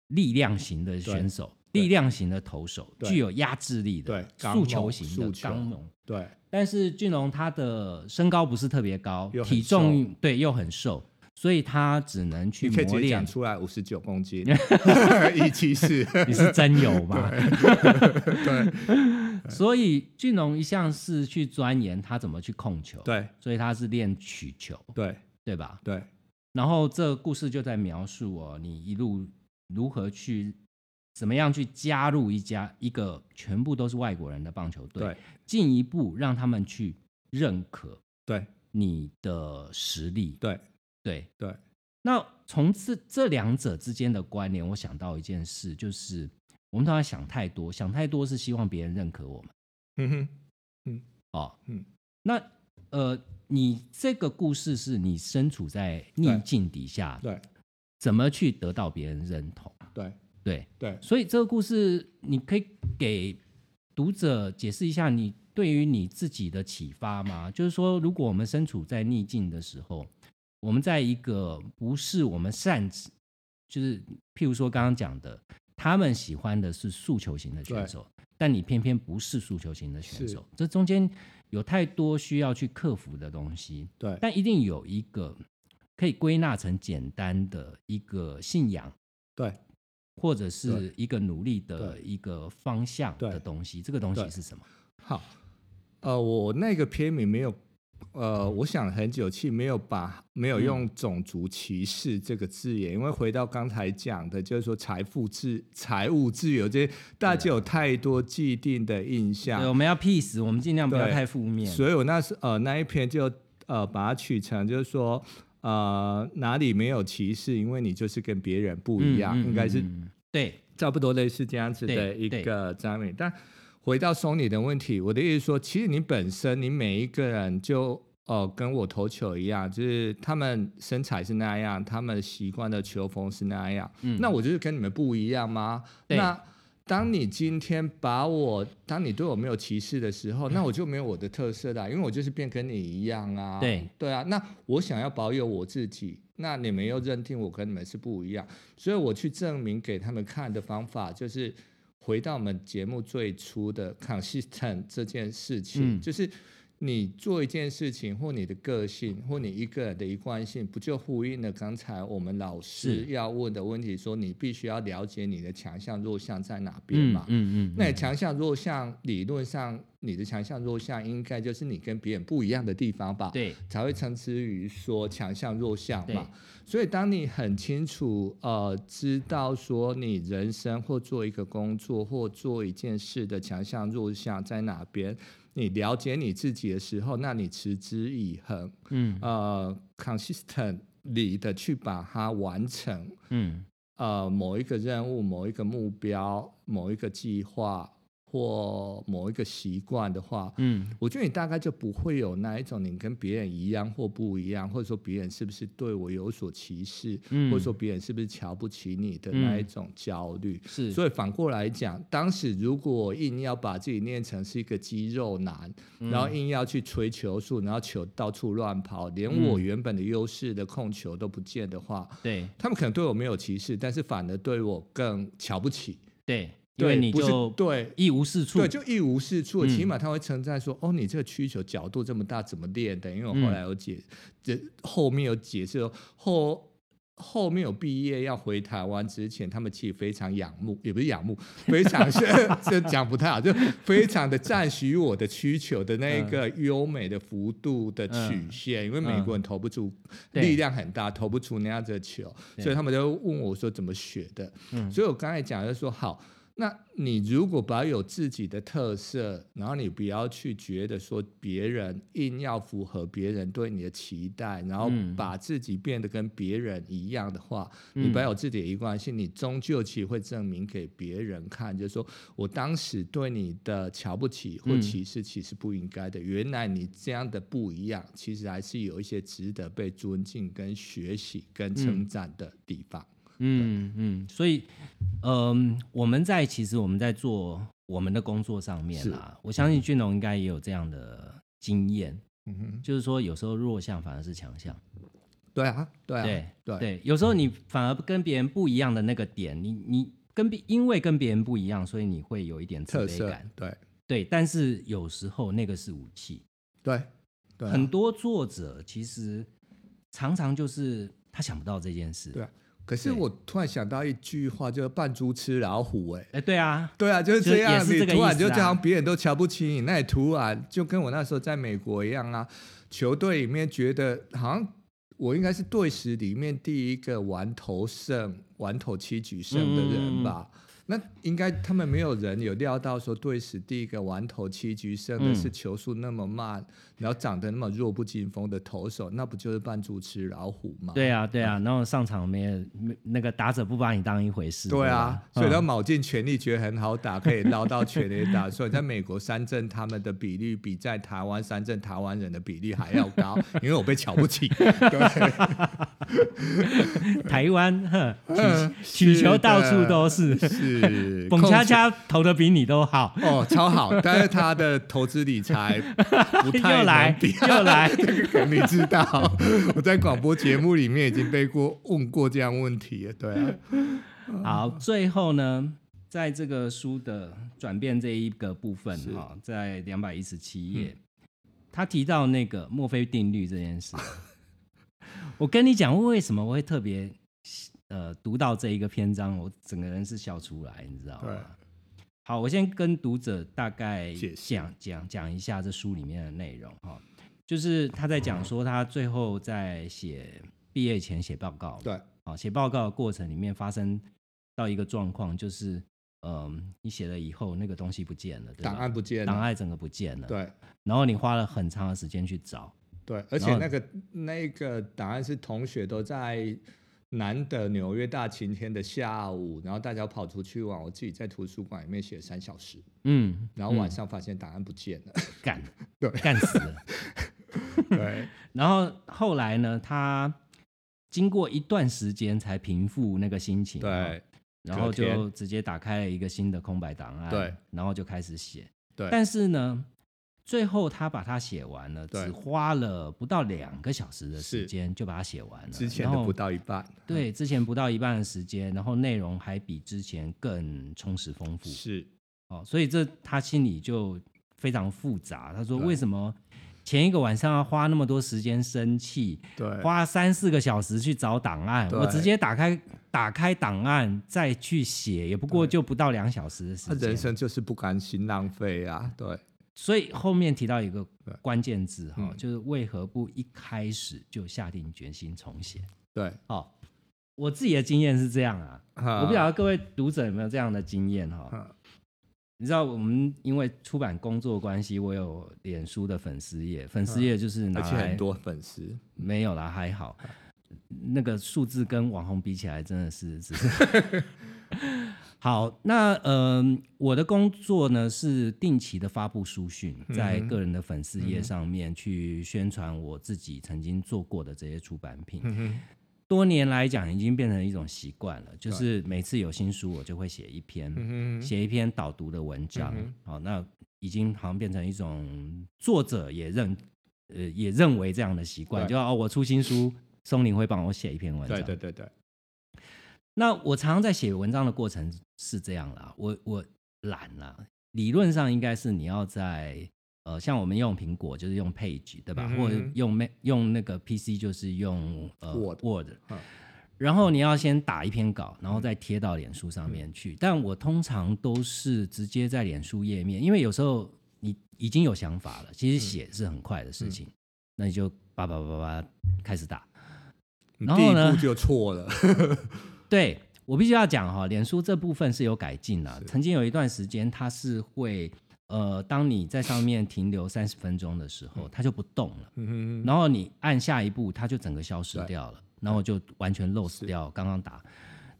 Speaker 1: 力量型的选手，
Speaker 2: 对对
Speaker 1: 力量型的投手，
Speaker 2: 对
Speaker 1: 具有压制力的
Speaker 2: 对刚
Speaker 1: 速
Speaker 2: 猛
Speaker 1: 球型的
Speaker 2: 速球
Speaker 1: 刚猛。
Speaker 2: 对
Speaker 1: 但是俊龙他的身高不是特别高
Speaker 2: 又，很
Speaker 1: 体重对又很瘦，所以他只能去
Speaker 2: 你可以
Speaker 1: 磨
Speaker 2: 直接
Speaker 1: 练
Speaker 2: 讲。出来五十九公斤，一七四，
Speaker 1: [LAUGHS] 你是真有吗？ [LAUGHS]
Speaker 2: 对
Speaker 1: 所以俊龙一向是去钻研他怎么去控球，，
Speaker 2: 对
Speaker 1: 所以他是练曲球，
Speaker 2: 对
Speaker 1: 对吧？
Speaker 2: 对
Speaker 1: 然后这个故事就在描述哦，你一路如何去，怎么样去加入一家一个全部都是外国人的棒球队，
Speaker 2: 对
Speaker 1: 进一步让他们去认可
Speaker 2: 对
Speaker 1: 你的实力。
Speaker 2: 对
Speaker 1: 对，
Speaker 2: 对，
Speaker 1: 那从这这两者之间的关联，我想到一件事，就是我们通常想太多，想太多是希望别人认可我们
Speaker 2: 嗯哼，
Speaker 1: 哦。
Speaker 2: 嗯，
Speaker 1: 那呃，你这个故事是你身处在逆
Speaker 2: 对
Speaker 1: 境底下，
Speaker 2: 对
Speaker 1: 怎么去得到别人认同？
Speaker 2: 对
Speaker 1: 对，
Speaker 2: 对，
Speaker 1: 所以这个故事你可以给读者解释一下你对于你自己的启发吗？就是说，如果我们身处在逆境的时候，我们在一个不是我们擅，就是譬如说刚刚讲的，他们喜欢的是诉求型的选手，但你偏偏不是诉求型的选手，这中间有太多需要去克服的东西。
Speaker 2: 对
Speaker 1: 但一定有一个可以归纳成简单的一个信仰，
Speaker 2: 对，
Speaker 1: 或者是一个努力的
Speaker 2: 对
Speaker 1: 一个方向的
Speaker 2: 对
Speaker 1: 东西。这个东西
Speaker 2: 对
Speaker 1: 是什么？
Speaker 2: 好，呃，我那个片名没有，呃，我想了很久，其实没有把没有
Speaker 1: 嗯
Speaker 2: 用种族歧视这个字眼，因为回到刚才讲的，就是说财富自财务自由这些，大家有太多既定的印象
Speaker 1: 对，，我们要 peace，我们尽量不要
Speaker 2: 对
Speaker 1: 太负面。
Speaker 2: 所以我那时呃那一篇就呃把它取成就是说呃哪里没有歧视，因为你就是跟别人不一样，
Speaker 1: 嗯嗯
Speaker 2: 啊应该是
Speaker 1: 嗯嗯对
Speaker 2: 差不多类似这样子的
Speaker 1: 对
Speaker 2: 一
Speaker 1: 对
Speaker 2: 个章面。但回到 Sony 的问题，我的意思是说，其实你本身你每一个人就呃跟我投球一样，就是他们身材是那样，他们习惯的球风是那样，
Speaker 1: 嗯
Speaker 2: 那我就是跟你们不一样吗？
Speaker 1: 对
Speaker 2: 那当你今天把我，当你对我没有歧视的时候，那我就没有我的特色啦，因为我就是变跟你一样啊。
Speaker 1: 对
Speaker 2: 对啊，那我想要保有我自己，那你们又认定我跟你们是不一样，所以我去证明给他们看的方法就是回到我们节目最初的 consistent 这件事情，
Speaker 1: 嗯
Speaker 2: 就是你做一件事情或你的个性或你一个人的一贯性，不就呼应了刚才我们老师
Speaker 1: 是
Speaker 2: 要问的问题，说你必须要了解你的强项弱项在哪边
Speaker 1: 嗯
Speaker 2: 嘛？
Speaker 1: 嗯嗯，
Speaker 2: 那你
Speaker 1: 嗯
Speaker 2: 强项弱项理论上，你的强项弱项应该就是你跟别人不一样的地方吧？
Speaker 1: 对
Speaker 2: 才会称之于说强项弱项
Speaker 1: 对
Speaker 2: 嘛。所以，当你很清楚呃知道说你人生或做一个工作或做一件事的强项弱项在哪边，你了解你自己的时候，那你持之以恒，
Speaker 1: 嗯
Speaker 2: 呃，consistent 力的去把它完成。
Speaker 1: 嗯
Speaker 2: 呃，某一个任务、某一个目标、某一个计划或某一个习惯的话，
Speaker 1: 嗯
Speaker 2: 我觉得你大概就不会有那一种你跟别人一样或不一样，或者说别人是不是对我有所歧视，
Speaker 1: 嗯，
Speaker 2: 或者说别人是不是瞧不起你的那一种焦虑。
Speaker 1: 是，
Speaker 2: 所以反过来讲，当时如果硬要把自己念成是一个肌肉男，
Speaker 1: 嗯
Speaker 2: 然后硬要去吹球速，然后球到处乱跑，连我原本的优势的控球都不见的话，
Speaker 1: 对
Speaker 2: 他们可能对我没有歧视，但是反而对我更瞧不起。
Speaker 1: 对，因
Speaker 2: 对，
Speaker 1: 为你
Speaker 2: 不是
Speaker 1: 就
Speaker 2: 对
Speaker 1: 一无是处
Speaker 2: 对，，就一无是处。
Speaker 1: 嗯
Speaker 2: 起码他会称赞说：“哦，你这个曲球角度这么大，怎么练的？”因为我后来有解，这后面有解释说后。后面有毕业要回台湾之前，他们其实非常仰慕，也不是仰慕， [LAUGHS] 非常是这讲不太好，就非常的赞许我的曲球的那
Speaker 1: 嗯
Speaker 2: 个优美的幅度的曲线，因为美国人投不出、
Speaker 1: 嗯对
Speaker 2: 力量很大，投不出那样子的球，
Speaker 1: 对
Speaker 2: 所以他们就问我说怎么学的。
Speaker 1: 嗯
Speaker 2: 所以我刚才讲就说好，那你如果把有自己的特色，然后你不要去觉得说别人硬要符合别人对你的期待，然后
Speaker 1: 嗯
Speaker 2: 把自己变得跟别人一样的话，你把有自己的一贯性，你终究其实会证明给别人看，就是说我当时对你的瞧不起或
Speaker 1: 嗯
Speaker 2: 歧视其实不应该的，原来你这样的不一样，其实还是有一些值得被尊敬、跟学习、跟称赞的地方。
Speaker 1: 嗯嗯，所以嗯、我们在其实我们在做我们的工作上面
Speaker 2: 是
Speaker 1: 啦，我相信俊龙应该也有这样的经验，
Speaker 2: 嗯哼，
Speaker 1: 就是说有时候弱项反而是强项。
Speaker 2: 对啊，对啊，
Speaker 1: 对
Speaker 2: 对
Speaker 1: 对，有时候你反而跟别人不一样的那个点，你你跟别因为跟别人不一样，所以你会有一点自
Speaker 2: 特
Speaker 1: 卑
Speaker 2: 色
Speaker 1: 感。，
Speaker 2: 对
Speaker 1: 对，但是有时候那个是武器。
Speaker 2: 对对啊，
Speaker 1: 很多作者其实常常就是他想不到这件事。
Speaker 2: 对啊。可是
Speaker 1: 对
Speaker 2: 我突然想到一句话，就是扮猪吃老虎、欸，哎。
Speaker 1: 哎，对啊，
Speaker 2: 对啊，就是
Speaker 1: 就
Speaker 2: 这
Speaker 1: 也
Speaker 2: 样。
Speaker 1: 是
Speaker 2: 你
Speaker 1: 这个
Speaker 2: 突
Speaker 1: 意
Speaker 2: 然
Speaker 1: 思
Speaker 2: 就这
Speaker 1: 啊
Speaker 2: 样，别人都瞧不起你，那你突然就跟我那时候在美国一样啊，球队里面觉得好像我应该是队史里面第一个玩头胜、玩头七局胜的人
Speaker 1: 嗯
Speaker 2: 吧。那应该他们没有人有料到说队史第一个玩头七局胜的
Speaker 1: 嗯
Speaker 2: 是球速那么慢，然后长得那么弱不禁风的投手，那不就是扮猪吃老虎吗？
Speaker 1: 对啊，对
Speaker 2: 嗯
Speaker 1: 啊，然后上场没有没那个打者不把你当一回事。
Speaker 2: 对啊，所以他
Speaker 1: 嗯
Speaker 2: 卯尽全力觉得很好打，可以捞到全垒打。所以在美国三振他们的比率比在台湾三振台湾人的比例还要高，因为我被瞧不
Speaker 1: [LAUGHS]
Speaker 2: 起。对，
Speaker 1: 台湾呵
Speaker 2: 嗯
Speaker 1: 取
Speaker 2: 是
Speaker 1: 球到
Speaker 2: 的
Speaker 1: 处都是，
Speaker 2: 是
Speaker 1: 冯恰恰投的比你都好
Speaker 2: 控。球哦，超好，但是他的投资理财不
Speaker 1: [LAUGHS]
Speaker 2: 太
Speaker 1: 又来
Speaker 2: 能比
Speaker 1: 又
Speaker 2: [LAUGHS]
Speaker 1: 来
Speaker 2: 这个梗你知道，我在广播节目里面已经被过问过这样问题了。对啊，
Speaker 1: 好，
Speaker 2: 嗯
Speaker 1: 最后呢，在这个书的转变这一个部分
Speaker 2: 是嗯
Speaker 1: 哈、在两百一十七页，他提到那个墨菲定律这件事。 [LAUGHS] 我跟你讲，为什么我会特别呃读到这一个篇章，我整个人是笑出来，你知道
Speaker 2: 对啊
Speaker 1: 吗？好，我先跟读者大概
Speaker 2: 解释
Speaker 1: 讲讲讲一下这书里面的内容哈、就是他在讲说他最后在写毕业前写报告嘛，
Speaker 2: 对，
Speaker 1: 啊，写报告的过程里面发生到一个状况，就是嗯、你写了以后那个东西不见了，对吧
Speaker 2: 档案不见
Speaker 1: 档
Speaker 2: 了。
Speaker 1: 案整个不见了，，
Speaker 2: 对。
Speaker 1: 然后你花了很长的时间去找，
Speaker 2: 对，而
Speaker 1: 然
Speaker 2: 且
Speaker 1: 后
Speaker 2: 那个那个答案是同学都在难得纽约大晴天的下午，然后大家跑出去玩，我自己在图书馆里面写三小时，
Speaker 1: 嗯，
Speaker 2: 然后晚
Speaker 1: 嗯
Speaker 2: 上发现答案不见了。
Speaker 1: [LAUGHS] 干
Speaker 2: 对
Speaker 1: 干死了，
Speaker 2: 对， [LAUGHS]
Speaker 1: 然后后来呢，他经过一段时间才平复那个心情，啊
Speaker 2: 对，
Speaker 1: 然后
Speaker 2: 隔天
Speaker 1: 就直接打开了一个新的空白档案，
Speaker 2: 对，
Speaker 1: 然后就开始写。
Speaker 2: 对
Speaker 1: 但是呢，最后他把它写完了，
Speaker 2: 对
Speaker 1: 只花了不到两个小时的时
Speaker 2: 是
Speaker 1: 间就把它写完了。
Speaker 2: 之前
Speaker 1: 然
Speaker 2: 的
Speaker 1: 后
Speaker 2: 不嗯到一半。
Speaker 1: 对，之前不到一半的时间，然后内容还比之前更充实丰富
Speaker 2: 是，
Speaker 1: 哦，所以这他心里就非常复杂。他说
Speaker 2: 对
Speaker 1: 为什么？前一个晚上要花那么多时间生气，
Speaker 2: 对，
Speaker 1: 花三四个小时去找档案，
Speaker 2: 哎对
Speaker 1: 我直接打开打开档案再去写，也不过就不到两小时的
Speaker 2: 他
Speaker 1: 时
Speaker 2: 人
Speaker 1: 间。
Speaker 2: 生就是不甘心浪费啊。对，
Speaker 1: 所以后面提到一个
Speaker 2: 对
Speaker 1: 关键字哈、
Speaker 2: 嗯
Speaker 1: 就是为何不一开始就下定决心重写？
Speaker 2: 对，
Speaker 1: 哦，我自己的经验是这样啊，我
Speaker 2: 我
Speaker 1: 不晓得各位读者有没有这样的经验哈、
Speaker 2: 嗯
Speaker 1: 你知道我们因为出版工作关系，我有脸书的粉丝页，粉丝页就是拿
Speaker 2: 嗯而且
Speaker 1: 来
Speaker 2: 很多粉丝，
Speaker 1: 没有啦，还好。那个数字跟网红比起来，真的是 [LAUGHS] 只是好。那嗯、我的工作呢是定期的发布书讯，在个人的粉丝页上面去宣传我自己曾经做过的这些出版品。
Speaker 2: 嗯哼，
Speaker 1: 多年来讲，已经变成一种习惯了，就是每次有新书，我就会写一篇，
Speaker 2: 嗯哼，
Speaker 1: 写一篇导读的文章。
Speaker 2: 嗯
Speaker 1: 好，那已经好像变成一种作者也认呃也认为这样的习惯，
Speaker 2: 对
Speaker 1: 就哦，我出新书，松林会帮我写一篇文章。
Speaker 2: 对对对对，
Speaker 1: 那我常常在写文章的过程是这样啦，我我懒啦，理论上应该是你要在呃，像我们用苹果就是用 Page 对吧，
Speaker 2: 嗯哼
Speaker 1: 或者用 Mac 用那个 PC 就是用呃
Speaker 2: Word
Speaker 1: Word
Speaker 2: 嗯
Speaker 1: 然后你要先打一篇稿，然后再贴到脸书
Speaker 2: 嗯
Speaker 1: 上面去。但我通常都是直接在脸书页面，因为有时候你已经有想法了，其实
Speaker 2: 嗯
Speaker 1: 写是很快的事情，那你就叭叭叭叭开始打。
Speaker 2: 你
Speaker 1: 然
Speaker 2: 第
Speaker 1: 后
Speaker 2: 一
Speaker 1: 呢
Speaker 2: 步就错了，
Speaker 1: 对我必须要讲哈、脸书这部分是有改进的。曾经有一段时间，它是会呃，当你在上面停留三十分钟的时候，它就不动了，
Speaker 2: 嗯哼，
Speaker 1: 然后你按下一步，它就整个消失
Speaker 2: 对
Speaker 1: 掉了，然后就完全 lost 掉刚刚打。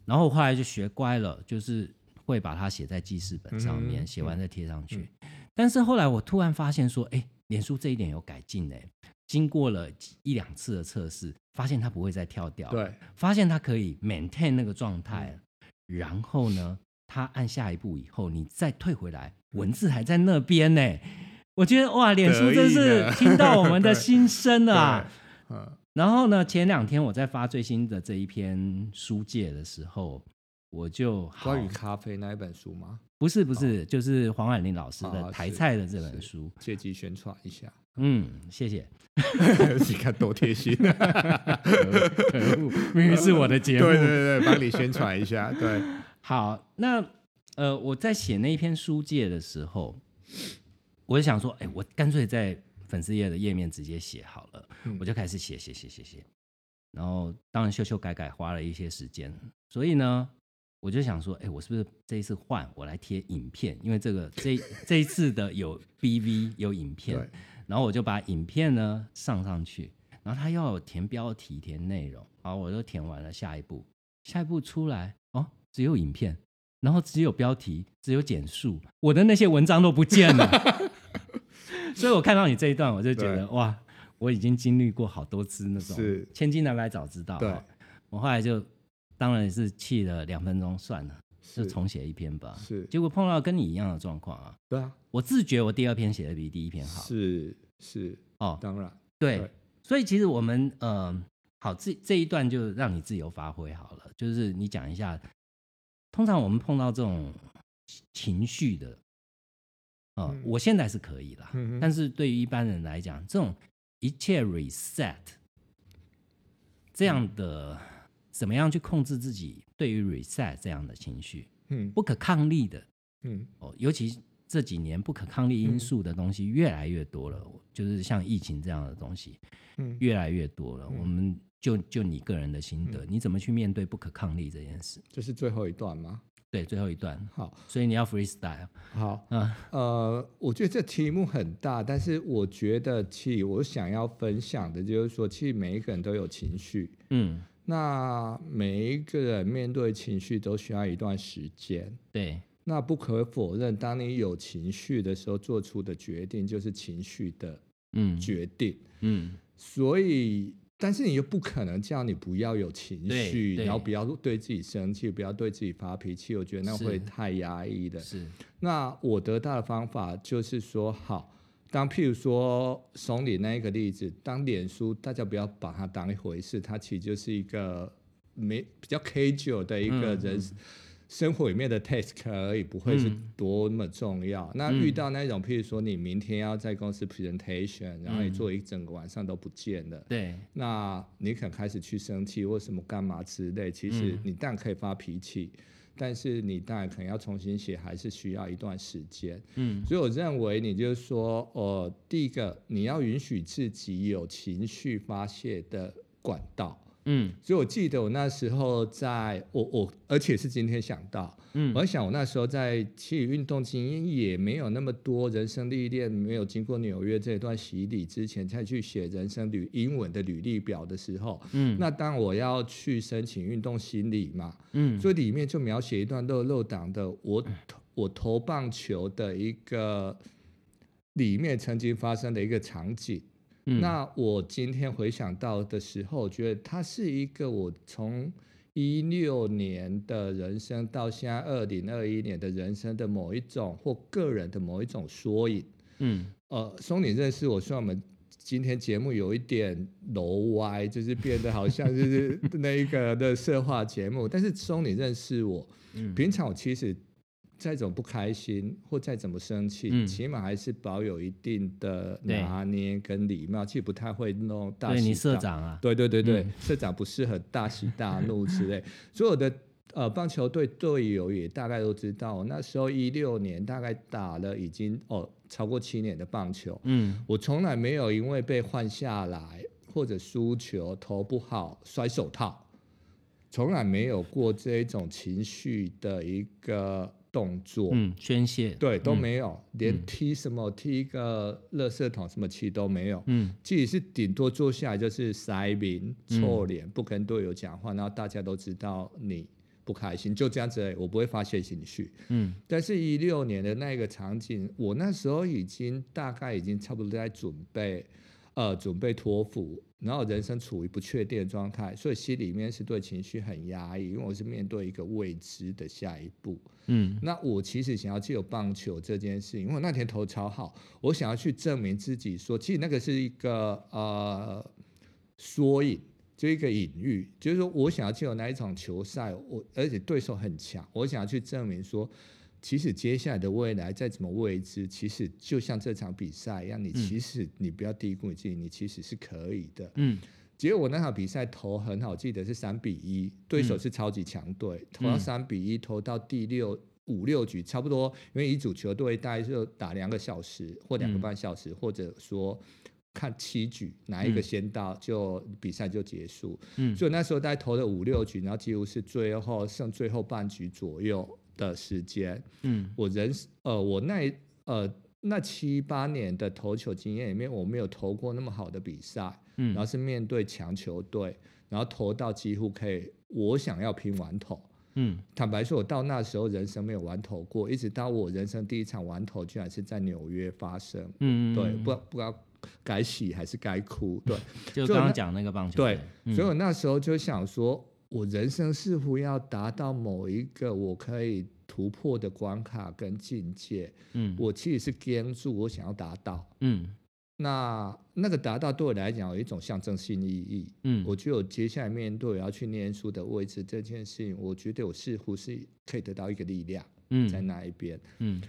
Speaker 1: 然后我后来就学乖了，就是会把它写在记事本上面，
Speaker 2: 嗯
Speaker 1: 写完再贴上去。但是后来我突然发现说，哎，脸书这一点有改进哎。经过了几一两次的测试，发现它不会再跳掉了。
Speaker 2: [LAUGHS] 对，
Speaker 1: 发现它可以 maintain 那个状态，
Speaker 2: 嗯
Speaker 1: 然后呢，它按下一步以后，你再退回来，
Speaker 2: 嗯
Speaker 1: 文字还在那边呢。我觉得哇，脸书真
Speaker 2: 得意
Speaker 1: 是
Speaker 2: 呢
Speaker 1: 听到我们的心声了啊！
Speaker 2: [LAUGHS] 对，嗯，
Speaker 1: 然后呢，前两天我在发最新的这一篇书界的时候，我就好
Speaker 2: 关于咖啡那一本书吗？
Speaker 1: 不是不是，就是黄婉玲老师的
Speaker 2: 哦
Speaker 1: 《台
Speaker 2: 是
Speaker 1: 菜》的这本
Speaker 2: 是
Speaker 1: 书，
Speaker 2: 借机宣传一下，
Speaker 1: 嗯，谢
Speaker 2: [LAUGHS]
Speaker 1: 谢。
Speaker 2: 你看多贴心，啊
Speaker 1: 可恶，明明是我的节
Speaker 2: 对
Speaker 1: 目。
Speaker 2: 对 [LAUGHS] 对，帮你宣传一下，对，
Speaker 1: 好，那呃，我在写那一篇书界的时候，我就想说，哎，我干脆在粉丝页的页面直接写好了，
Speaker 2: 嗯
Speaker 1: 我就开始写写写写写，然后当然修修改改花了一些时间，所以呢。我就想说，哎、我是不是这一次换我来贴影片？因为这个这这一次的有 BV 有影片，
Speaker 2: 对，
Speaker 1: 然后我就把影片呢上上去，然后他要我填标题、填内容，好，我就填完了下一步，下一步出来哦，只有影片，然后只有标题，只有简述，我的那些文章都不见了，
Speaker 2: [LAUGHS]
Speaker 1: 所以我看到你这一段，我就觉
Speaker 2: 对
Speaker 1: 得哇，我已经经历过好多次那种
Speaker 2: 是
Speaker 1: 千金难买早知道，
Speaker 2: 对
Speaker 1: 哦我后来就当然是气了两分钟算了，就是重写一篇吧，
Speaker 2: 是，
Speaker 1: 结果碰到跟你一样的状况啊，
Speaker 2: 对啊，
Speaker 1: 我自觉我第二篇写的比第一篇好，
Speaker 2: 是是，
Speaker 1: 哦，
Speaker 2: 当然，
Speaker 1: 对，
Speaker 2: 对
Speaker 1: 所以其实我们呃，好，这这一段就让你自由发挥好了，就是你讲一下，通常我们碰到这种情绪的，呃，
Speaker 2: 嗯
Speaker 1: 我现在是可以啦，
Speaker 2: 嗯哼
Speaker 1: 但是对于一般人来讲，这种一切 reset 这样
Speaker 2: 嗯
Speaker 1: 的，怎么样去控制自己对于 reset 这样的情绪，
Speaker 2: 嗯
Speaker 1: 不可抗力的
Speaker 2: 嗯，
Speaker 1: 哦，尤其这几年不可抗力因
Speaker 2: 嗯
Speaker 1: 素的东西越来越多了，就是像疫情这样的东西
Speaker 2: 嗯
Speaker 1: 越来越多了。
Speaker 2: 嗯
Speaker 1: 我们就就你个人的心得，你怎么去面对不可抗力这件事？
Speaker 2: 这是最后一段吗？
Speaker 1: 对，最后一段，
Speaker 2: 好，
Speaker 1: 所以你要 freestyle
Speaker 2: 好，
Speaker 1: 啊，
Speaker 2: 呃，我觉得这题目很大，但是我觉得其实我想要分享的就是说，其实每一个人都有情绪，
Speaker 1: 嗯，
Speaker 2: 那每一个人面对情绪都需要一段时间。
Speaker 1: 对，
Speaker 2: 那不可否认，当你有情绪的时候，做出的决定就是情绪的
Speaker 1: 嗯
Speaker 2: 决定。
Speaker 1: 嗯，
Speaker 2: 所以，但是你又不可能叫你不要有情
Speaker 1: 对
Speaker 2: 绪，
Speaker 1: 对
Speaker 2: 然后不要对自己生气，不要对自己发脾气。我觉得那
Speaker 1: 是
Speaker 2: 会太压抑了。
Speaker 1: 是，
Speaker 2: 那我得到的方法就是说，好，当譬如说熊里那一个例子，当脸书大家不要把它当一回事，它其实就是一个没比较 casual 的一个
Speaker 1: 嗯
Speaker 2: 人、生活里面的 task 而已，不会是
Speaker 1: 嗯
Speaker 2: 多么重要。那遇到那种譬如说你明天要在公司 presentation，然后你
Speaker 1: 嗯
Speaker 2: 做一整个晚上都不见了。
Speaker 1: 对，
Speaker 2: 那你可能开始去生气或什么干嘛之类，其实
Speaker 1: 嗯
Speaker 2: 你当然可以发脾气，但是你当然可能要重新写，还是需要一段时间。
Speaker 1: 嗯
Speaker 2: 所以我认为你就是说，呃，第一个你要允许自己有情绪发泄的管道，
Speaker 1: 嗯
Speaker 2: 所以我记得我那时候在，我我而且是今天想到，
Speaker 1: 嗯
Speaker 2: 我在想我那时候在其实运动经验也没有那么多，人生历练没有经过纽约这段洗礼之前，再去写人生履英文的履历表的时候，
Speaker 1: 嗯
Speaker 2: 那当我要去申请运动心理嘛，
Speaker 1: 嗯
Speaker 2: 所以里面就描写一段肉肉党的我投我投棒球的一个里面曾经发生的一个场景。
Speaker 1: 嗯
Speaker 2: 那我今天回想到的时候，我觉得它是一个我从一六年的人生到现在二零二一年的人生的某一种或个人的某一种缩影。
Speaker 1: 嗯
Speaker 2: 呃，松你认识我，虽然我们今天节目有一点楼歪，就是变得好像就是 [LAUGHS] 那一个的社化节目，但是松你认识我，
Speaker 1: 嗯
Speaker 2: 平常我其实再怎么不开心或再怎么生气，
Speaker 1: 嗯
Speaker 2: 起码还是保有一定的拿捏跟礼貌，其实不太会弄大
Speaker 1: 对
Speaker 2: 喜
Speaker 1: 你社
Speaker 2: 大
Speaker 1: 长啊，
Speaker 2: 对对对对，
Speaker 1: 嗯
Speaker 2: 社长不适合大喜大怒之类。所以我的呃棒球队队友也大概都知道，那时候一六年大概打了已经哦超过七年的棒球，
Speaker 1: 嗯
Speaker 2: 我从来没有因为被换下来或者输球投不好摔手套，从来没有过这一种情绪的一个动作。
Speaker 1: 嗯宣泄，
Speaker 2: 对，都
Speaker 1: 嗯
Speaker 2: 没有，连踢什么踢一个垃圾桶什么踢都没有。
Speaker 1: 嗯
Speaker 2: 自己是顶多坐下来就是塞饼、臭脸，不跟队友讲话，然后大家都知道你不开心，就这样子而已，我不会发泄情绪。
Speaker 1: 嗯
Speaker 2: 但是，一六年的那个场景，我那时候已经大概已经差不多在准备，呃，准备托付，然后人生处于不确定的状态，所以心里面是对情绪很压抑，因为我是面对一个未知的下一步。
Speaker 1: 嗯
Speaker 2: 那我其实想要借由棒球这件事情，因为我那天投超好，我想要去证明自己说，其实那个是一个呃缩影，就一个隐喻，就是说我想要借由那一场球赛，我而且对手很强，我想要去证明说，其实接下来的未来再怎么未知，其实就像这场比赛一样，你其实你不要低估你自己，你其实是可以的。
Speaker 1: 嗯
Speaker 2: 结果我那场比赛投很好，记得是三比一，对手是超级强队，投到三比一，投到第六五六局，差不多，因为一组球队大概就打两个小时或两个半小时，或者说看七局哪一个先到就比赛就结束。
Speaker 1: 嗯
Speaker 2: 所以那时候大概投了五六局，然后几乎是最后剩最后半局左右的时间，
Speaker 1: 嗯
Speaker 2: 我人呃，我那一呃那七八年的投球经验里面，我没有投过那么好的比赛，
Speaker 1: 嗯
Speaker 2: 然后是面对强球队，然后投到几乎可以我想要拼完投。
Speaker 1: 嗯
Speaker 2: 坦白说，我到那时候人生没有完投过，一直到我人生第一场完投，居然是在纽约发生。
Speaker 1: 嗯，
Speaker 2: 对，不不知道该喜还是该哭。对，
Speaker 1: 就
Speaker 2: 就
Speaker 1: 刚刚
Speaker 2: 那
Speaker 1: 讲那个棒球
Speaker 2: 对
Speaker 1: 队，，嗯
Speaker 2: 所以我那时候就想说，我人生似乎要达到某一个我可以突破的关卡跟境界，
Speaker 1: 嗯
Speaker 2: 我其实是坚住我想要达到。
Speaker 1: 嗯
Speaker 2: 那那个达到对我来讲有一种象征性意义，
Speaker 1: 嗯
Speaker 2: 我觉得我接下来面对我要去念书的位置这件事情，我觉得我似乎是可以得到一个力量在
Speaker 1: 嗯
Speaker 2: 那一边。
Speaker 1: 嗯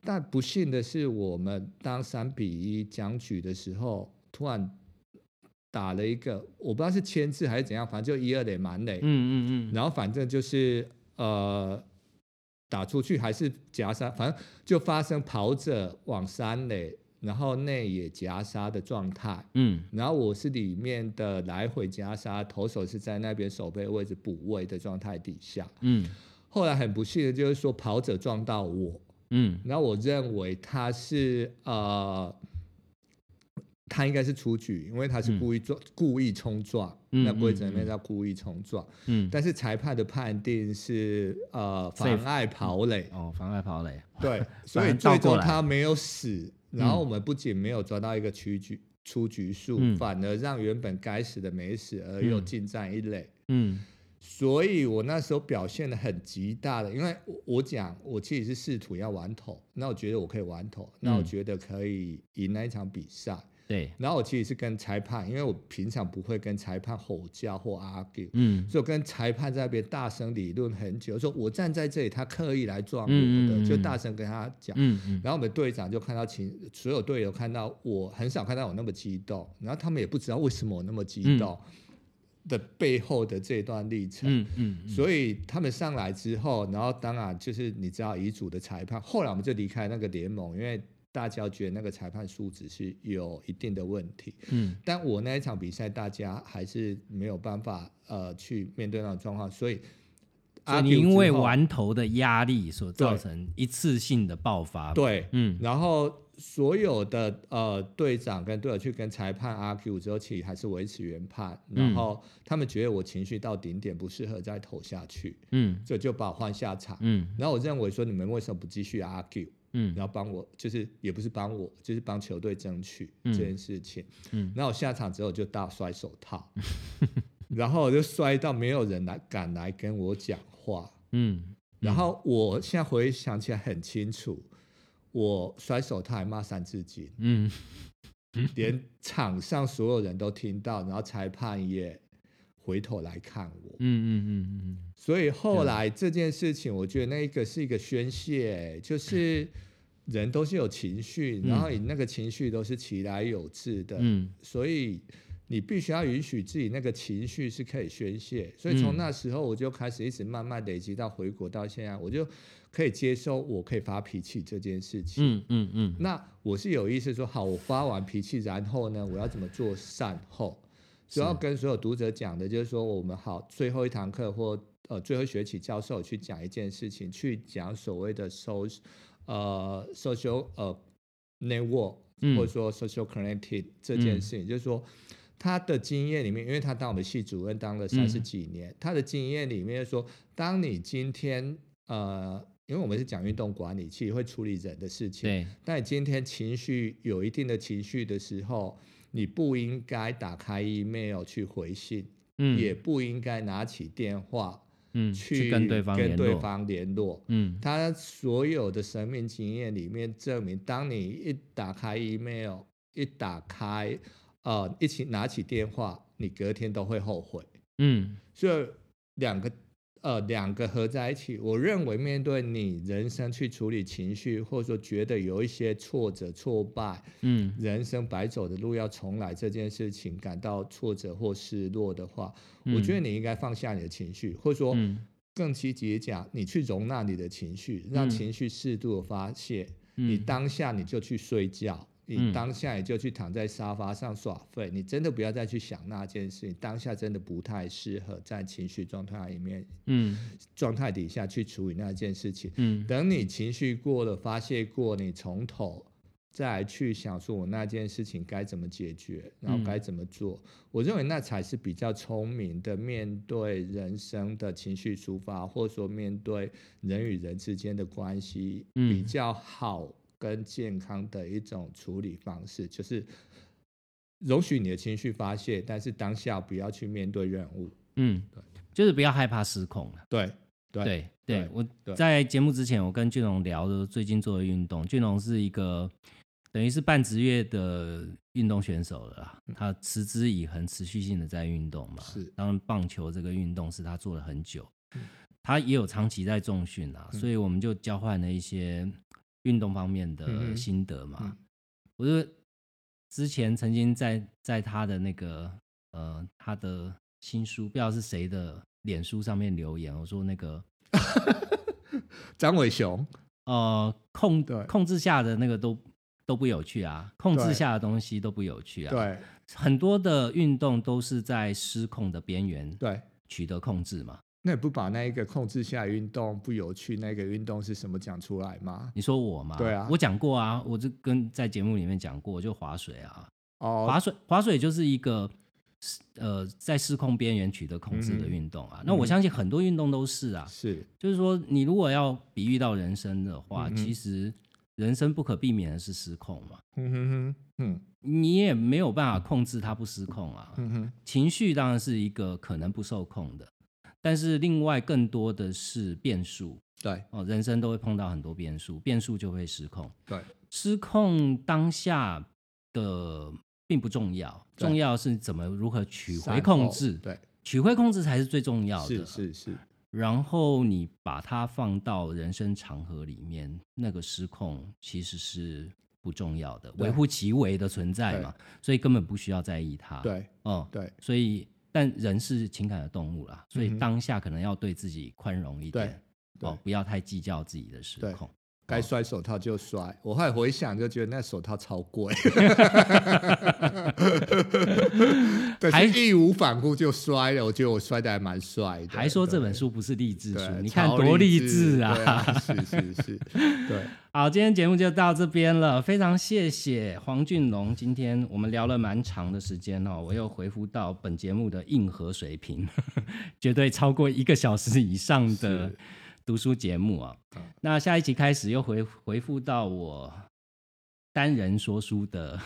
Speaker 2: 但不幸的是，我们当三比一僵局的时候，突然打了一个，我不知道是牵制还是怎样，反正就一二垒满垒，
Speaker 1: 嗯嗯嗯
Speaker 2: 然后反正就是呃打出去还是夹杀，反正就发生跑者往三垒，然后内野夹杀的状态。
Speaker 1: 嗯
Speaker 2: 然后我是里面的来回夹杀，投手是在那边守备位置补位的状态底下。
Speaker 1: 嗯
Speaker 2: 后来很不幸的就是说跑者撞到我，
Speaker 1: 嗯
Speaker 2: 然后我认为他是呃，他应该是出局，因为他是
Speaker 1: 嗯
Speaker 2: 故意撞、故意冲撞，
Speaker 1: 嗯
Speaker 2: 那规则
Speaker 1: 嗯
Speaker 2: 里面
Speaker 1: 嗯
Speaker 2: 叫故意冲撞。
Speaker 1: 嗯，
Speaker 2: 但是裁判的判定是呃
Speaker 1: Safe
Speaker 2: 妨碍跑垒，
Speaker 1: 哦，妨碍跑垒， [LAUGHS]
Speaker 2: 对，所以
Speaker 1: 反倒
Speaker 2: 最
Speaker 1: 过
Speaker 2: 终
Speaker 1: 来嗯
Speaker 2: 他没有死。然后我们不仅没有抓到一个出局出局数，
Speaker 1: 嗯
Speaker 2: 反而让原本该死的没死，而又
Speaker 1: 嗯
Speaker 2: 进站一垒。
Speaker 1: 嗯
Speaker 2: 所以我那时候表现的很极大的，因为我我讲我自己是试图要玩头，那我觉得我可以玩头，那我
Speaker 1: 嗯
Speaker 2: 觉得可以赢那一场比赛。
Speaker 1: 对，
Speaker 2: 然后我其实是跟裁判，因为我平常不会跟裁判吼叫或 argue，
Speaker 1: 嗯
Speaker 2: 所以我跟裁判在那边大声理论很久，说我站在这里，他刻意来撞我的，
Speaker 1: 嗯嗯嗯
Speaker 2: 就大声跟他讲。
Speaker 1: 嗯嗯
Speaker 2: 然后我们队长就看到情，所有队友看到我很少看到我那么激动，然后他们也不知道为什么我那么激动的背后的这段历程。
Speaker 1: 嗯嗯，
Speaker 2: 所以他们上来之后，然后当然就是你知道遗嘱的裁判，后来我们就离开那个联盟，因为大家觉得那个裁判素质是有一定的问题。
Speaker 1: 嗯，
Speaker 2: 但我那一场比赛，大家还是没有办法呃去面对那种状况，所以
Speaker 1: 所以
Speaker 2: argue
Speaker 1: 你因为
Speaker 2: 之后
Speaker 1: 玩头的压力所造
Speaker 2: 对
Speaker 1: 成一次性的爆发。，
Speaker 2: 对，
Speaker 1: 嗯，
Speaker 2: 然后所有的呃队长跟队友去跟裁判 argue 之后，其实还是维持原判，然
Speaker 1: 嗯
Speaker 2: 后他们觉得我情绪到顶点，不适合再投下去，
Speaker 1: 嗯，
Speaker 2: 这就把我换下场。
Speaker 1: 嗯，
Speaker 2: 然后我认为说你们为什么不继续 argue，
Speaker 1: 嗯，
Speaker 2: 然后帮我，就是也不是帮我，就是帮球队争取
Speaker 1: 嗯
Speaker 2: 这件事情。
Speaker 1: 嗯，
Speaker 2: 然后我下场之后就大摔手套，
Speaker 1: [LAUGHS]
Speaker 2: 然后我就摔到没有人来敢来跟我讲话。
Speaker 1: 嗯，
Speaker 2: 然后我现在回想起来很清楚，我摔手套还骂三字经，
Speaker 1: 嗯，
Speaker 2: [LAUGHS] 连场上所有人都听到，然后裁判也回头来看我
Speaker 1: 嗯，。嗯，嗯，嗯，
Speaker 2: 所以后来这件事情，我觉得那一个是一个宣
Speaker 1: [LAUGHS]
Speaker 2: 泄，就是人都是有情绪，然后你那个情绪都是其来有自的，
Speaker 1: 嗯，
Speaker 2: 所以你必须要允许自己那个情绪是可以宣泄。所以从那时候我就开始一直慢慢累积到回国到现在，我就可以接受我可以发脾气这件事情。
Speaker 1: 嗯，嗯，嗯，
Speaker 2: 那我是有意识说，好，我发完脾气，然后呢，我要怎么做善后？主要跟所有读者讲的就是说，我们好最后一堂课或呃最后一学期教授去讲一件事情，去讲所谓的 social 呃 social 呃 network
Speaker 1: 嗯
Speaker 2: 或者说 social connected 这件事情，就是说他的经验里面，因为他当我们系主任当了三十
Speaker 1: 嗯
Speaker 2: 几年，他的经验里面说，当你今天呃，因为我们是讲运动管理，其实会处理人的事情，
Speaker 1: 对，
Speaker 2: 但你今天情绪有一定的情绪的时候，你不应该打开 email 去回信，
Speaker 1: 嗯，
Speaker 2: 也不应该拿起电话
Speaker 1: 嗯
Speaker 2: 去
Speaker 1: 跟对方
Speaker 2: 跟
Speaker 1: 联
Speaker 2: 对
Speaker 1: 络，
Speaker 2: 方联络。
Speaker 1: 嗯
Speaker 2: 他所有的生命经验里面证明，当你一打开 email，一打开呃，一起拿起电话，你隔天都会后悔。
Speaker 1: 嗯
Speaker 2: 所以两个呃两个合在一起，我认为面对你人生去处理情绪，或者说觉得有一些挫折、挫败，
Speaker 1: 嗯
Speaker 2: 人生白走的路要重来这件事情感到挫折或失落的话，我觉得你应该放下你的情绪，或者说
Speaker 1: 嗯
Speaker 2: 更积极地讲，你去容纳你的情绪，让
Speaker 1: 嗯
Speaker 2: 情绪适度的发泄。你
Speaker 1: 嗯
Speaker 2: 当下你就去睡觉，
Speaker 1: 嗯
Speaker 2: 你当下你就去躺在沙发上耍废，你真的不要再去想那件事情，当下真的不太适合在情绪状态里面
Speaker 1: 嗯
Speaker 2: 状态底下去处理那件事情。
Speaker 1: 嗯
Speaker 2: 等你情绪过了，发泄过，你从头再来去想说我那件事情该怎么解决，然后该怎么做。我认为那才是比较聪明的面对人生的情绪抒发，或者说面对人与人之间的关系、
Speaker 1: 嗯
Speaker 2: 比较好跟健康的一种处理方式，就是。容许你的情绪发泄，但是当下不要去面对任务。
Speaker 1: 嗯，就是不要害怕失控了。
Speaker 2: 对，对
Speaker 1: 对
Speaker 2: 对
Speaker 1: 我
Speaker 2: 对
Speaker 1: 在节目之前，我跟俊龙聊的最近做的运动，俊龙是一个等于是半职业的运动选手了啦，他持之以恒、持续性的在运动嘛。
Speaker 2: 嗯是
Speaker 1: 当然棒球这个运动是他做了很久，他也有长期在重训啊，
Speaker 2: 嗯
Speaker 1: 所以我们就交换了一些运动方面
Speaker 2: 嗯
Speaker 1: 的
Speaker 2: 哼
Speaker 1: 心得嘛。
Speaker 2: 嗯
Speaker 1: 我就之前曾经在在他的那个呃他的新书，不知道是谁的脸书上面留言，我说那个
Speaker 2: 张伟雄，
Speaker 1: 呃控
Speaker 2: 对
Speaker 1: 控制下的那个都都不有趣啊，控制
Speaker 2: 对
Speaker 1: 下的东西都不有趣啊。，
Speaker 2: 对
Speaker 1: 很多的运动都是在失控的边缘
Speaker 2: 对，
Speaker 1: 取得控制嘛。
Speaker 2: 那你不把那一个控制下运动不有趣那个运动是什么讲出来吗？
Speaker 1: 你说我嘛？
Speaker 2: 对啊
Speaker 1: 我讲过啊，我就跟在节目里面讲过，就划水啊，
Speaker 2: 哦，
Speaker 1: 划水划水就是一个呃在失控边缘取得控制的
Speaker 2: 嗯哼
Speaker 1: 运动啊。那我相信很多运动都是啊，
Speaker 2: 是，
Speaker 1: 就是说你如果要比喻到人生的话，
Speaker 2: 嗯哼
Speaker 1: 其实人生不可避免的是失控嘛。
Speaker 2: 嗯哼哼，嗯
Speaker 1: 你也没有办法控制它不失控啊，
Speaker 2: 嗯哼，
Speaker 1: 情绪当然是一个可能不受控的，但是另外更多的是变数
Speaker 2: 对
Speaker 1: 哦，人生都会碰到很多变数，变数就会失控。
Speaker 2: 对，
Speaker 1: 失控当下的并不重要，
Speaker 2: 对
Speaker 1: 重要是怎么如何取回
Speaker 2: 善
Speaker 1: 控
Speaker 2: 后
Speaker 1: 制，
Speaker 2: 对，
Speaker 1: 取回控制才是最重要的。啊
Speaker 2: 是是是，
Speaker 1: 然后你把它放到人生长河里面，那个失控其实是不重要的，
Speaker 2: 对
Speaker 1: 微乎其微的存在嘛，所以根本不需要在意它。，
Speaker 2: 对
Speaker 1: 哦、
Speaker 2: 对
Speaker 1: 所以但人是情感的动物啦，所
Speaker 2: 嗯
Speaker 1: 以
Speaker 2: 哼
Speaker 1: 当下可能要对自己宽容一点，
Speaker 2: 对
Speaker 1: 哦，不要太计较自己的失
Speaker 2: 对
Speaker 1: 控。
Speaker 2: 该摔手套就摔。我后来回想就觉得那手套超
Speaker 1: [LAUGHS]
Speaker 2: 贵，
Speaker 1: 还
Speaker 2: 但是义无反顾就摔了。我觉得我摔的还蛮帅的。
Speaker 1: 还说这本
Speaker 2: 对
Speaker 1: 书不是励志书
Speaker 2: 对，
Speaker 1: 你看
Speaker 2: 超
Speaker 1: 多励
Speaker 2: 志
Speaker 1: 志啊！
Speaker 2: 对啊是是是，
Speaker 1: [LAUGHS]
Speaker 2: 对，
Speaker 1: 好，今天节目就到这边了，非常谢谢黄俊龙。今天我们聊了蛮长的时间哦，我又回复到本节目的硬核水平， [LAUGHS] 绝对超过一个小时以上的
Speaker 2: 是
Speaker 1: 读书节目啊、那下一期开始又回回复到我单人说书
Speaker 2: [LAUGHS]
Speaker 1: 的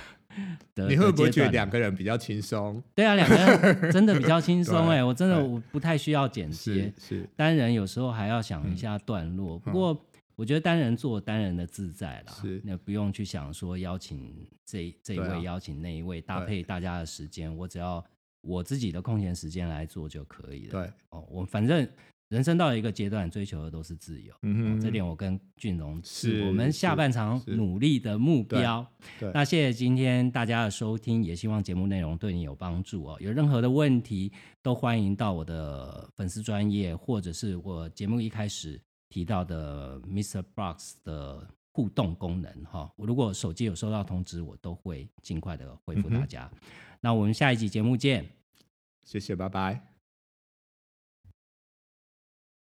Speaker 1: 的，
Speaker 2: 你会
Speaker 1: 的
Speaker 2: 不会
Speaker 1: 阶
Speaker 2: 觉得
Speaker 1: 段
Speaker 2: 两个人比较轻松？
Speaker 1: 对啊，两个人真的比较轻松
Speaker 2: [LAUGHS] 对啊
Speaker 1: 哎，我真的
Speaker 2: 对
Speaker 1: 我不太需要剪接
Speaker 2: 是，是，
Speaker 1: 单人有时候还要想一
Speaker 2: 嗯
Speaker 1: 下段落，不过我觉得单人做单人的自在啦
Speaker 2: 是，
Speaker 1: 那不用去想说邀请这这一
Speaker 2: 对啊
Speaker 1: 位邀请那一位，搭
Speaker 2: 对
Speaker 1: 配大家的时间，我只要我自己的空闲时间来做就可以了。
Speaker 2: 对，
Speaker 1: 哦，我反正人生到了一个阶段，追求的都是自由。
Speaker 2: 嗯
Speaker 1: 哦
Speaker 2: 哼，
Speaker 1: 这点我跟俊荣
Speaker 2: 是
Speaker 1: 我们下
Speaker 2: 是
Speaker 1: 半场
Speaker 2: 是
Speaker 1: 努力的目标。
Speaker 2: 对
Speaker 1: 那谢谢今天大家的收听，也希望节目内容对你有帮助哦。有任何的问题，都欢迎到我的粉丝专业，或者是我节目一开始提到的 Mr. Box 的互动功能哈、我如果手机有收到通知，我都
Speaker 2: 嗯
Speaker 1: 会尽快的回复大家。那我们下一集节目见。
Speaker 2: 谢谢，拜拜。